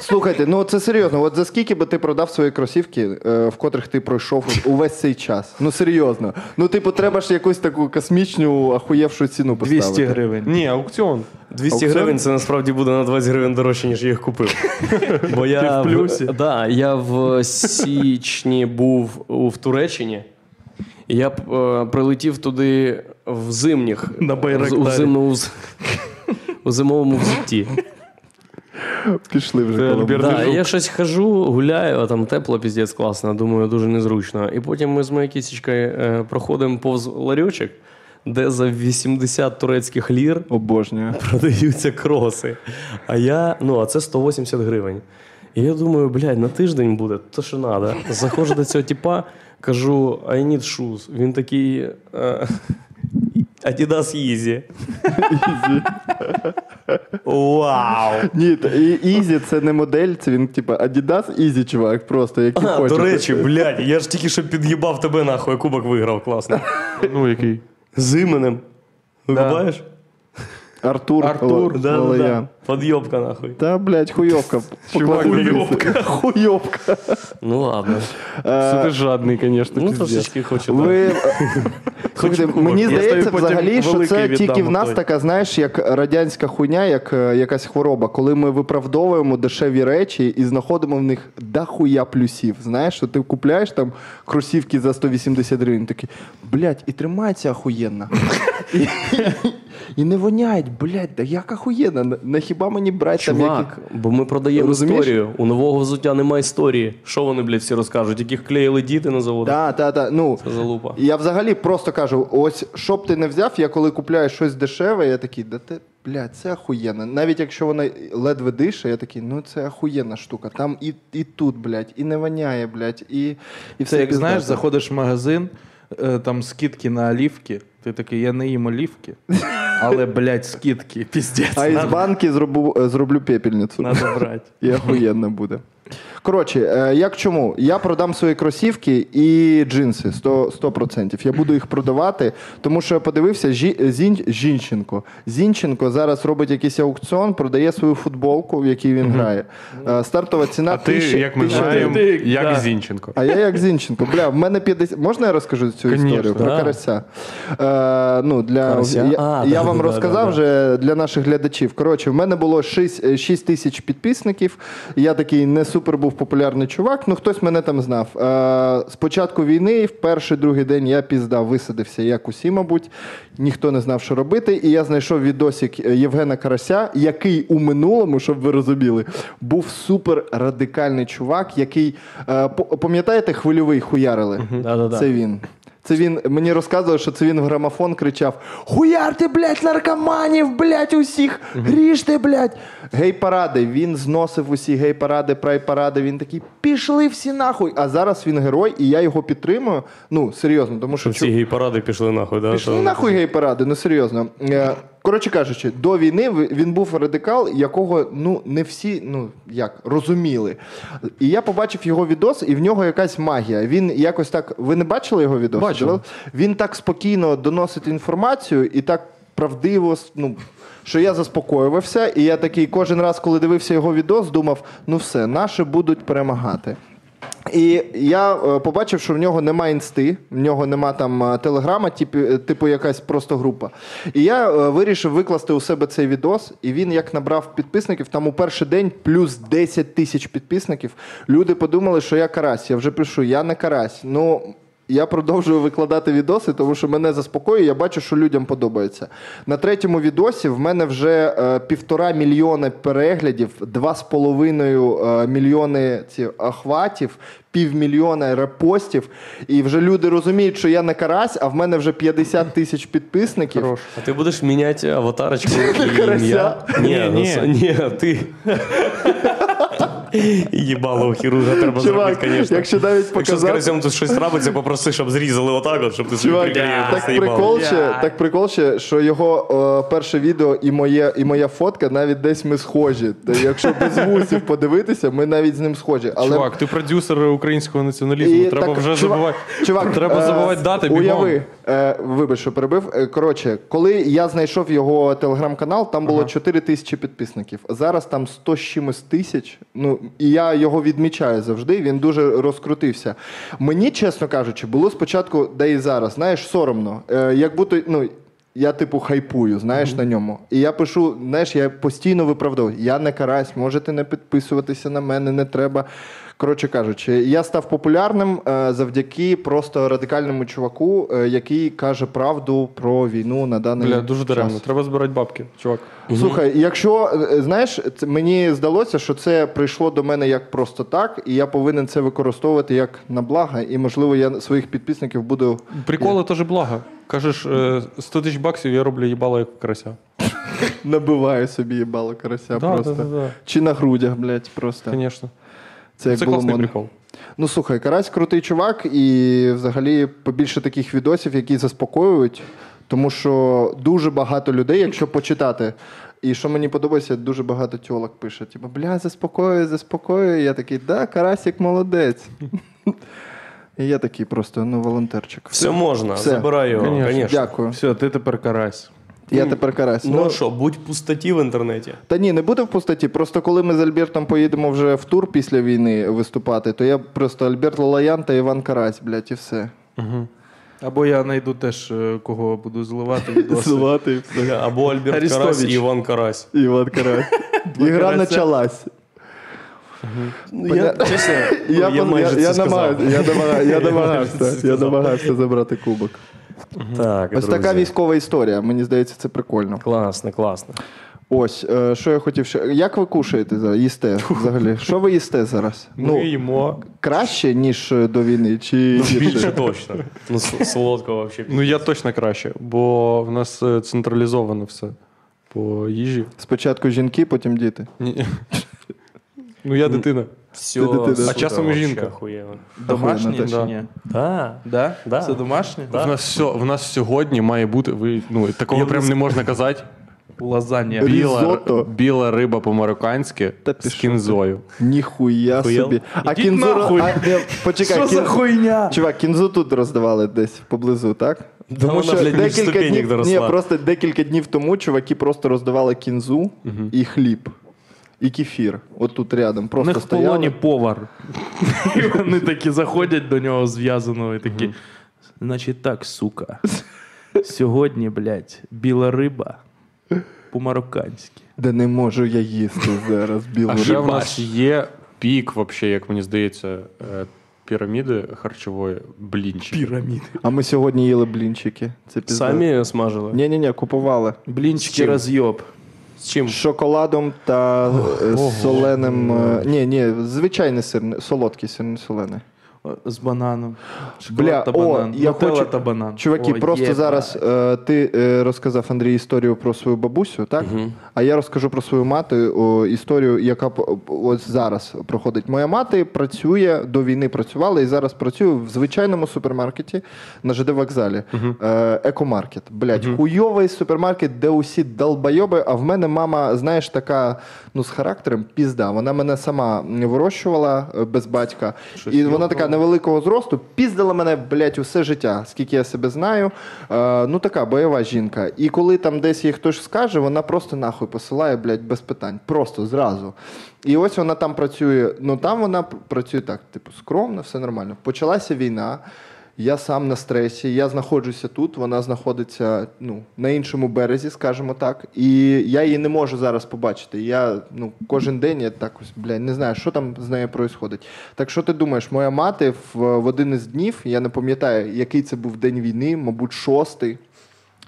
[SPEAKER 1] Слухайте, ну це серйозно. От за скільки би ти продав свої кросівки, е, в котрих ти пройшов увесь цей час? Ну серйозно. Ну, типу, треба ж якусь таку космічну ахуєвшу ціну
[SPEAKER 5] 200
[SPEAKER 1] поставити.
[SPEAKER 5] гривень.
[SPEAKER 2] Ні, аукціон.
[SPEAKER 3] 200
[SPEAKER 1] Аукціон?
[SPEAKER 3] гривень це насправді буде на 20 гривень дорожче, ніж я їх купив. Бо я
[SPEAKER 5] Ти в плюсі?
[SPEAKER 3] Да, я в січні був у в Туреччині. І Я е, прилетів туди в зимніх
[SPEAKER 5] На Байрактарі.
[SPEAKER 3] у, зимному, вз- у зимовому взутті.
[SPEAKER 1] Пішли вже. коло.
[SPEAKER 3] Да, я щось хожу, гуляю, а там тепло, піздець класно, думаю, дуже незручно. І потім ми з моєю кісічкою е, проходимо повз ларьочок, де за 80 турецьких лір
[SPEAKER 1] Обожнюю.
[SPEAKER 3] продаються кроси. А я, ну, а це 180 гривень. І я думаю, блядь, на тиждень буде, то що треба. Заходжу до цього типа, кажу, I need shoes. Він такий. е, Adidas Yeezy. Вау!
[SPEAKER 1] Ні, та- і- Ізі це не модель, це він типу Adidas Ізі, чувак, просто як ти
[SPEAKER 3] А,
[SPEAKER 1] хочеш.
[SPEAKER 3] до речі, блядь, я ж тільки що під'їбав тебе нахуй, кубок виграв, класно.
[SPEAKER 2] Ну, який.
[SPEAKER 3] З іменем. Викупаєш?
[SPEAKER 1] Артур, Артур
[SPEAKER 3] Да, да, да. Подйобка нахуй.
[SPEAKER 1] Та, блядь, хуйовка. Хуйовка. Хуйовка.
[SPEAKER 3] Ну ладно.
[SPEAKER 2] Це ти жадний, звісно,
[SPEAKER 3] Ну
[SPEAKER 2] піздець.
[SPEAKER 3] трошечки хочу. да.
[SPEAKER 1] Ви е, слухайте,
[SPEAKER 3] кубок.
[SPEAKER 1] мені
[SPEAKER 3] Я
[SPEAKER 1] здається,
[SPEAKER 5] тобі потім
[SPEAKER 1] взагалі, що
[SPEAKER 5] великий
[SPEAKER 1] це
[SPEAKER 5] віддам
[SPEAKER 1] тільки в нас
[SPEAKER 5] отой.
[SPEAKER 1] така, знаєш, як радянська хуйня, як е, якась хвороба, коли ми виправдовуємо дешеві речі і знаходимо в них дохуя плюсів. Знаєш, що ти купляєш там кросівки за 180 гривень, такий, блядь, і тримається ахуєнна. І- І не воняють, блядь, да як ахуєнна, на- на хіба мені брати там які...
[SPEAKER 3] Чувак, бо ми продаємо
[SPEAKER 1] Розумієш?
[SPEAKER 3] історію. У нового взуття немає історії. Що вони, блядь, всі розкажуть? Яких клеїли діти на заводах?
[SPEAKER 1] Да, да, да, ну,
[SPEAKER 3] Це залупа.
[SPEAKER 1] Я взагалі просто кажу: ось що б ти не взяв, я коли купляю щось дешеве, я такий, да ти, бля, це ахуєнно. Навіть якщо вона ледве дише, я такий, ну це ахуєнна штука. Там і, і тут, блядь, і не воняє, блядь, і, і все.
[SPEAKER 5] Це як
[SPEAKER 1] пиздато.
[SPEAKER 5] знаєш, заходиш в магазин, е, там скидки на олівки. Ти такий, я не їм олівки, але, блядь, скидки, піздець.
[SPEAKER 1] А із
[SPEAKER 5] надо,
[SPEAKER 1] банки зроблю, зроблю пепельницю.
[SPEAKER 5] надо брати.
[SPEAKER 1] І ахуєнно буде. Коротше, е, я к чому? Я продам свої кросівки і джинси 100%. 100%. Я буду їх продавати, тому що я подивився, Жі, Зін, Зінченко. Зінченко зараз робить якийсь аукціон, продає свою футболку, в якій він грає. Е, Стартова ціна
[SPEAKER 2] А ти,
[SPEAKER 1] тисяча-
[SPEAKER 2] як ми
[SPEAKER 1] тисяча
[SPEAKER 2] знаємо,
[SPEAKER 5] ти-
[SPEAKER 2] як
[SPEAKER 5] да.
[SPEAKER 2] Зінченко.
[SPEAKER 1] а я як Зінченко. Бля, в мене 50... Можна я розкажу цю
[SPEAKER 2] Конечно,
[SPEAKER 1] історію про
[SPEAKER 3] да.
[SPEAKER 1] карася? Е, ну, для...
[SPEAKER 3] Карася?
[SPEAKER 1] Я,
[SPEAKER 3] А,
[SPEAKER 1] я
[SPEAKER 3] да,
[SPEAKER 1] вам
[SPEAKER 3] да,
[SPEAKER 1] розказав
[SPEAKER 3] да, да.
[SPEAKER 1] вже для наших глядачів. Коротше, в мене було 6, 6 тисяч підписників. Я такий не супер був популярний чувак, ну хтось мене там знав. Е, з початку війни, в перший другий день я піздав, висадився, як усі, мабуть. Ніхто не знав, що робити. І я знайшов відосик е, Євгена Карася, який у минулому, щоб ви розуміли, був супер радикальний чувак, який е, по- пам'ятаєте, хвильовий хуярили.
[SPEAKER 3] Да-да-да.
[SPEAKER 1] Це він. Це він мені розказував, що це він в грамофон кричав: Хуярте, блядь, наркоманів, блядь, усіх! Гріште, блядь! Гей-паради. Він зносив усі гей-паради, прай-паради. Він такий, пішли всі нахуй. А зараз він герой, і я його підтримую. Ну, серйозно, тому що.
[SPEAKER 3] Всі
[SPEAKER 1] чу-
[SPEAKER 3] гей-паради пішли нахуй, да?
[SPEAKER 1] Пішли
[SPEAKER 3] то-
[SPEAKER 1] нахуй гей-паради, ну серйозно. Е, Коротше кажучи, до війни ви- він був радикал, якого ну не всі ну як розуміли. І я побачив його відос, і в нього якась магія. Він якось так. Ви не бачили його відос? Бачили. Він так спокійно доносить інформацію і так правдиво. Ну, що я заспокоювався, і я такий кожен раз, коли дивився його відос, думав: ну все, наші будуть перемагати. І я е, побачив, що в нього нема інсти, в нього нема там е, телеграма, типу, е, типу якась просто група. І я е, вирішив викласти у себе цей відос, і він як набрав підписників, там у перший день плюс 10 тисяч підписників. Люди подумали, що я карась. Я вже пишу, я не карась. Ну. Я продовжую викладати відоси, тому що мене заспокоює, я бачу, що людям подобається. На третьому відосі в мене вже е, півтора мільйона переглядів, два з половиною е, мільйони ці охватів, півмільйона репостів. І вже люди розуміють, що я не карась, а в мене вже 50 тисяч підписників.
[SPEAKER 3] А ти будеш міняти аватарочку і
[SPEAKER 1] карася.
[SPEAKER 3] ім'я? Ні, ну, с- ні, ти. Їбало у хірурга треба
[SPEAKER 1] Чувак,
[SPEAKER 3] зробити, звісно.
[SPEAKER 1] якщо навіть
[SPEAKER 3] Якщо з
[SPEAKER 1] показати-
[SPEAKER 3] карасем тут щось трапиться, попроси, щоб зрізали отак, от, щоб ти собі
[SPEAKER 1] Чувак,
[SPEAKER 3] приклеїв
[SPEAKER 1] так
[SPEAKER 3] просто їбало.
[SPEAKER 1] прикол, ще, так прикол ще, що його е, перше відео і моє і моя фотка навіть десь ми схожі. Та Якщо без вусів подивитися, ми навіть з ним схожі. Але
[SPEAKER 2] Чувак, ти продюсер українського націоналізму.
[SPEAKER 1] І
[SPEAKER 2] треба
[SPEAKER 1] так,
[SPEAKER 2] вже
[SPEAKER 1] чувак-
[SPEAKER 2] забувати.
[SPEAKER 1] Чувак,
[SPEAKER 2] треба
[SPEAKER 1] е,
[SPEAKER 2] забувати дати бігом.
[SPEAKER 1] Уяви, е, вибач, що перебив. Е, Коротше, коли я знайшов його телеграм-канал, там було 4 тисячі підписників. Зараз там 100 з чимось тисяч. Ну і я його відмічаю завжди. Він дуже розкрутився. Мені, чесно кажучи, було спочатку, да і зараз, знаєш, соромно. Е, як будто, ну. Я типу хайпую, знаєш, на ньому. І я пишу, знаєш, я постійно виправдовую. Я не карась, можете не підписуватися на мене, не треба. Коротше кажучи, я став популярним е, завдяки просто радикальному чуваку, е, який каже правду про війну на даний
[SPEAKER 2] Бля, дуже
[SPEAKER 1] час.
[SPEAKER 2] даремно. Треба збирати бабки, чувак.
[SPEAKER 1] Слухай, якщо е, знаєш, це мені здалося, що це прийшло до мене як просто так, і я повинен це використовувати як на благо, і можливо я своїх підписників буду.
[SPEAKER 2] Приколи теж благо. Кажеш, е, 100 тисяч баксів я роблю їбало як карася.
[SPEAKER 1] Набиваю собі їбало карася
[SPEAKER 2] Да,
[SPEAKER 1] просто.
[SPEAKER 2] да, да, да.
[SPEAKER 1] Чи на грудях, блядь, просто.
[SPEAKER 2] Звісно.
[SPEAKER 1] Це як
[SPEAKER 2] Це
[SPEAKER 1] було
[SPEAKER 2] класний
[SPEAKER 1] модно.
[SPEAKER 2] прикол.
[SPEAKER 1] Ну слухай, карась крутий чувак, і взагалі побільше таких відосів, які заспокоюють, тому що дуже багато людей, якщо почитати. І що мені подобається, дуже багато тьолок пише: типу, бля, заспокоює, заспокоює. Я такий, да, карасик молодець. І я такий просто, ну, волонтерчик.
[SPEAKER 3] Все можна,
[SPEAKER 1] Все.
[SPEAKER 3] забирай його,
[SPEAKER 2] Конечно.
[SPEAKER 3] звісно.
[SPEAKER 1] Дякую.
[SPEAKER 5] Все, ти тепер карась.
[SPEAKER 1] Я тепер карась.
[SPEAKER 3] Ну а що, будь в пустоті в інтернеті.
[SPEAKER 1] Та ні, не буде в пустоті. Просто коли ми з Альбертом поїдемо вже в тур після війни виступати, то я просто Альберт Лалаян та Іван Карась, блядь, і все.
[SPEAKER 5] Або я знайду теж, е, кого буду зливати відоси.
[SPEAKER 1] Звати
[SPEAKER 3] Або Альберт
[SPEAKER 5] Арестович.
[SPEAKER 3] Карась і Іван Карась.
[SPEAKER 1] Іван Карась. Ігра началась.
[SPEAKER 3] Я, чесно, ну,
[SPEAKER 1] Я
[SPEAKER 3] я,
[SPEAKER 1] пон- я-
[SPEAKER 3] майже
[SPEAKER 1] я
[SPEAKER 3] це сказав.
[SPEAKER 1] намагався- я намага- я
[SPEAKER 3] майже
[SPEAKER 1] намагався
[SPEAKER 3] це
[SPEAKER 1] я
[SPEAKER 3] сказав.
[SPEAKER 1] намагався забрати кубок.
[SPEAKER 3] Так,
[SPEAKER 1] Ось така
[SPEAKER 3] друзі.
[SPEAKER 1] військова історія. Мені здається, це прикольно.
[SPEAKER 3] Класно, класно.
[SPEAKER 1] Ось е, що я хотів ще. Як ви кушаєте зараз? Їсте взагалі? Що ви їсте зараз?
[SPEAKER 2] Ми
[SPEAKER 1] Ну
[SPEAKER 2] їмо. краще,
[SPEAKER 1] краще ніж е, до війни, чи
[SPEAKER 3] Ну, Більше
[SPEAKER 1] гірше?
[SPEAKER 3] точно. Ну, с- солодко вообще.
[SPEAKER 2] Ну я точно краще, бо в нас е, централізовано все по їжі.
[SPEAKER 1] спочатку жінки, потім діти.
[SPEAKER 2] Ні. Ну я дитина.
[SPEAKER 3] Все,
[SPEAKER 1] Ти- ти- ти-
[SPEAKER 3] супер,
[SPEAKER 1] А
[SPEAKER 2] часом і
[SPEAKER 3] вообще
[SPEAKER 2] жінка.
[SPEAKER 3] охуєнно.
[SPEAKER 5] Домашні
[SPEAKER 1] Охуєнно,
[SPEAKER 5] чи
[SPEAKER 2] да.
[SPEAKER 5] ні?
[SPEAKER 3] Да.
[SPEAKER 5] Да?
[SPEAKER 3] Да.
[SPEAKER 5] Це домашні?
[SPEAKER 2] В нас все, в нас сьогодні має бути. Ви ну такого
[SPEAKER 3] Я
[SPEAKER 2] прям
[SPEAKER 3] не
[SPEAKER 2] не можна казати.
[SPEAKER 5] Лазанья.
[SPEAKER 2] Біла,
[SPEAKER 1] Різотто.
[SPEAKER 2] біла риба по-марокканськи
[SPEAKER 1] ти
[SPEAKER 2] з кінзою.
[SPEAKER 1] Ніхуя
[SPEAKER 2] Хуєл?
[SPEAKER 1] собі. А
[SPEAKER 5] Ідіть
[SPEAKER 1] кінзу...
[SPEAKER 5] нахуй.
[SPEAKER 1] А, ні, почекай,
[SPEAKER 5] Що за
[SPEAKER 1] кін-
[SPEAKER 5] хуйня?
[SPEAKER 1] Чувак, кінзу тут роздавали десь поблизу, так?
[SPEAKER 3] Да вона, блядь, між ступенек
[SPEAKER 1] днів,
[SPEAKER 3] доросла.
[SPEAKER 1] Ні, просто декілька днів тому чуваки просто роздавали кінзу і хліб. І кефір. От тут рядом.
[SPEAKER 5] У
[SPEAKER 1] Просто
[SPEAKER 5] них в
[SPEAKER 1] стояли.
[SPEAKER 5] полоні повар. І вони такі заходять до нього зв'язаного і такі. Значить так, сука. Сьогодні, блядь, біла риба по-марокканськи.
[SPEAKER 1] Де не можу я їсти зараз білу
[SPEAKER 2] А ще
[SPEAKER 1] рибу.
[SPEAKER 2] в нас є пік, вообще, як мені здається, е, піраміди харчової блінчі.
[SPEAKER 5] Піраміди.
[SPEAKER 1] А ми сьогодні їли блінчики. Це пізда.
[SPEAKER 3] Самі смажили?
[SPEAKER 1] Ні-ні-ні, купували.
[SPEAKER 5] Блінчики роз'єб.
[SPEAKER 3] З чим?
[SPEAKER 1] З шоколадом та е, з соленим. е, Ні, ні, звичайний сир, не- солодкий сир, не солений.
[SPEAKER 5] О, З бананом. Шоколад
[SPEAKER 1] Бля,
[SPEAKER 5] та
[SPEAKER 1] о,
[SPEAKER 5] банан.
[SPEAKER 1] я
[SPEAKER 5] Нутелла
[SPEAKER 1] хочу,
[SPEAKER 5] та банан.
[SPEAKER 1] чуваки,
[SPEAKER 5] О,
[SPEAKER 1] просто
[SPEAKER 5] є,
[SPEAKER 1] зараз
[SPEAKER 5] блядь.
[SPEAKER 1] е, ти е, розказав Андрій історію про свою бабусю, так? А я розкажу про свою мати о, історію, яка п- ось зараз проходить. Моя мати працює до війни, працювала і зараз працює в звичайному супермаркеті на ЖД вокзалі. Е, екомаркет. Блять, хуйовий супермаркет, де усі долбойоби. А в мене мама, знаєш, така ну з характером пізда. Вона мене сама вирощувала е, без батька, і вона така невеликого зросту. Піздила мене, блять, усе життя, скільки я себе знаю. Е, ну така бойова жінка. І коли там десь їй хтось скаже, вона просто нахуй посилає, блять, без питань. Просто зразу. І ось вона там працює. Ну там вона пр- працює так, типу, скромно, все нормально. Почалася війна. Я сам на стресі, я знаходжуся тут, вона знаходиться ну, на іншому березі, скажімо так. І я її не можу зараз побачити. Я ну, кожен день я так ось, бля, не знаю, що там з нею відбувається. Так що ти думаєш, моя мати в, в один із днів, я не пам'ятаю, який це був день війни, мабуть, шостий.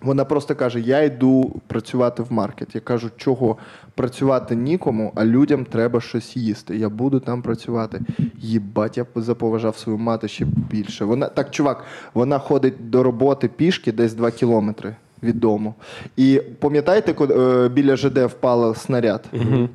[SPEAKER 1] Вона просто каже: Я йду працювати в маркет. Я кажу, чого працювати нікому, а людям треба щось їсти. Я буду там працювати. Їбать, я заповажав свою мати ще більше. Вона так, чувак, вона ходить до роботи пішки десь 2 кілометри. Від дому. І пам'ятаєте, коли е, біля ЖД впала снаряд?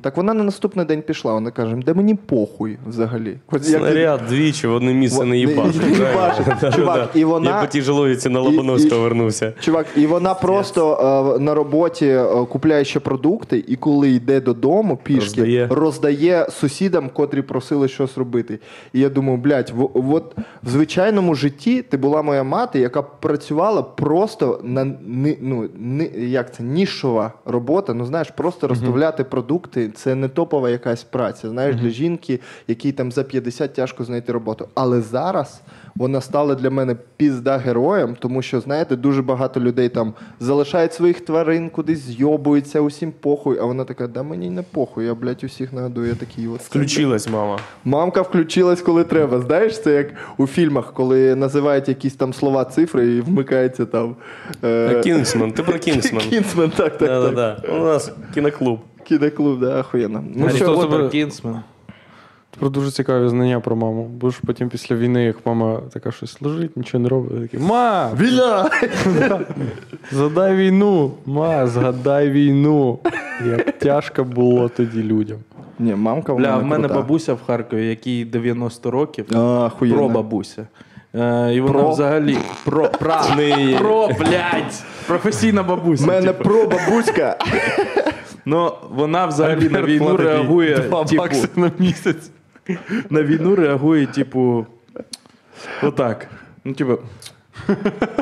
[SPEAKER 1] Так вона на наступний день пішла. Вона каже: де мені похуй взагалі. От як-
[SPEAKER 3] Снаряд двічі в одне місце
[SPEAKER 1] Во-
[SPEAKER 3] не їбаш.
[SPEAKER 1] не їбаш. Чувак, і вона-
[SPEAKER 3] Я по тяжеловіці на
[SPEAKER 1] і-
[SPEAKER 3] Лобановського
[SPEAKER 1] і-
[SPEAKER 3] вернувся.
[SPEAKER 1] Чувак, і вона просто е, на роботі е, купляє ще продукти, і коли йде додому пішки,
[SPEAKER 3] Роздає.
[SPEAKER 1] роздає, сусідам, котрі просили щось робити. І я думаю, блядь, в, от в звичайному житті ти була моя мати, яка працювала просто на ни- ну, ни- як це, нішова робота. Ну знаєш, просто розставляти продукти це не топова якась праця. Знаєш, для жінки, якій там за 50 тяжко знайти роботу. Але зараз вона стала для мене пізда героєм, тому що, знаєте, дуже багато людей там залишають своїх тварин, кудись зйобуються, усім похуй. А вона така, да мені не похуй, я, блядь, усіх нагадую, я такий от.
[SPEAKER 3] Включилась мама.
[SPEAKER 1] Мамка включилась, коли треба. Знаєш, це як у фільмах, коли називають якісь там слова, цифри і вмикається там. е,
[SPEAKER 3] Кінгсман, ти про Кінгсман.
[SPEAKER 1] Кінсмен, Э, так, так, так.
[SPEAKER 3] Да-да-да. У нас кіноклуб.
[SPEAKER 1] Кіноклуб, да, ахуєнно. Ну,
[SPEAKER 5] Гаррі
[SPEAKER 1] що,
[SPEAKER 2] хто
[SPEAKER 5] Поттер,
[SPEAKER 2] тебе-
[SPEAKER 5] Кінсмен.
[SPEAKER 2] Про дуже цікаві знання про маму. Бо ж потім після війни, як мама така щось лежить, нічого не робить. Такі, ма! Війна! Задай війну! Ма, згадай війну! Як тяжко було тоді людям.
[SPEAKER 1] Ні, мамка
[SPEAKER 5] Бля, в
[SPEAKER 1] в
[SPEAKER 5] мене
[SPEAKER 1] крута.
[SPEAKER 5] бабуся в Харкові, якій 90 років.
[SPEAKER 1] А, Ахуєнно.
[SPEAKER 5] Про бабуся. Е, і вона
[SPEAKER 1] Про?
[SPEAKER 5] взагалі про, про,
[SPEAKER 3] неї.
[SPEAKER 5] про, блядь, професійна бабуся.
[SPEAKER 1] В мене
[SPEAKER 5] типу.
[SPEAKER 1] про бабуська.
[SPEAKER 5] Ну, вона взагалі на
[SPEAKER 2] Альберт
[SPEAKER 5] війну
[SPEAKER 2] платить їй
[SPEAKER 5] реагує.
[SPEAKER 2] Два
[SPEAKER 5] типу,
[SPEAKER 2] бакси на місяць.
[SPEAKER 5] на війну реагує, типу. Отак. Ну, типу,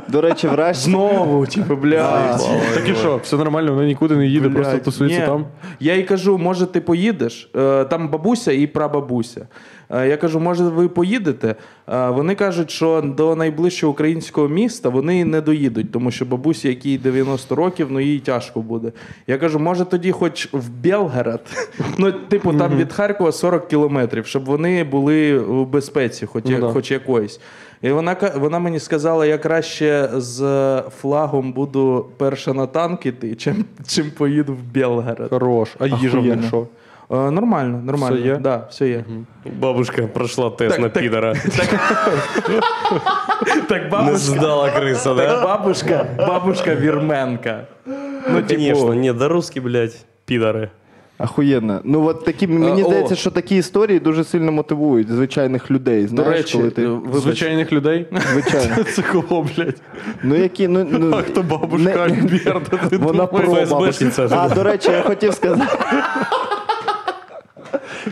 [SPEAKER 1] До речі, врешті.
[SPEAKER 5] знову, типу, блядь.
[SPEAKER 2] Так і що, все нормально, вона нікуди не їде, просто
[SPEAKER 5] Блядь,
[SPEAKER 2] тусується
[SPEAKER 5] ні.
[SPEAKER 2] там.
[SPEAKER 5] Я їй кажу, може, ти поїдеш? Е, Там бабуся і прабабуся. Е, Я кажу, може, ви поїдете? Е, Вони кажуть, що до найближчого українського міста вони не доїдуть, тому що бабусі, якій 90 років, ну їй тяжко буде. Я кажу, може, тоді хоч в Белгород, ну, типу, там від Харкова 40 кілометрів, щоб вони були в безпеці, хоч,
[SPEAKER 2] Ну да.
[SPEAKER 5] хоч якоїсь. І вона, ка- вона мені сказала, я краще з е, флагом буду перша на танк іти, чим, чим поїду в Белгород.
[SPEAKER 2] Хорош. А їжа в них
[SPEAKER 1] Ахуєнно.
[SPEAKER 2] що?
[SPEAKER 5] Е, нормально, нормально.
[SPEAKER 2] Все є?
[SPEAKER 5] Да, все є.
[SPEAKER 3] Бабушка пройшла тест на підара.
[SPEAKER 5] Так
[SPEAKER 3] Не
[SPEAKER 5] бабушка,
[SPEAKER 3] здала криса, да?
[SPEAKER 5] бабушка, бабушка вірменка. типу.
[SPEAKER 3] Ну, конечно, ні, да русські, блядь, підари.
[SPEAKER 1] Ахуєнно. Ну от такі мені
[SPEAKER 2] Е, о.
[SPEAKER 1] здається, що такі історії дуже сильно мотивують звичайних людей. Знаєш,
[SPEAKER 5] До речі,
[SPEAKER 1] коли ти
[SPEAKER 5] е, вибач.
[SPEAKER 2] Звичайних людей.
[SPEAKER 1] звичайно.
[SPEAKER 2] ну, Це кого, блядь?
[SPEAKER 1] Ну які ну, ну
[SPEAKER 2] А хто бабушка
[SPEAKER 1] не-
[SPEAKER 2] Альберта? Ти
[SPEAKER 1] Вона
[SPEAKER 2] думаєш?
[SPEAKER 1] про бабусі.
[SPEAKER 3] ФСБшниця це
[SPEAKER 1] А, до речі, я хотів сказати.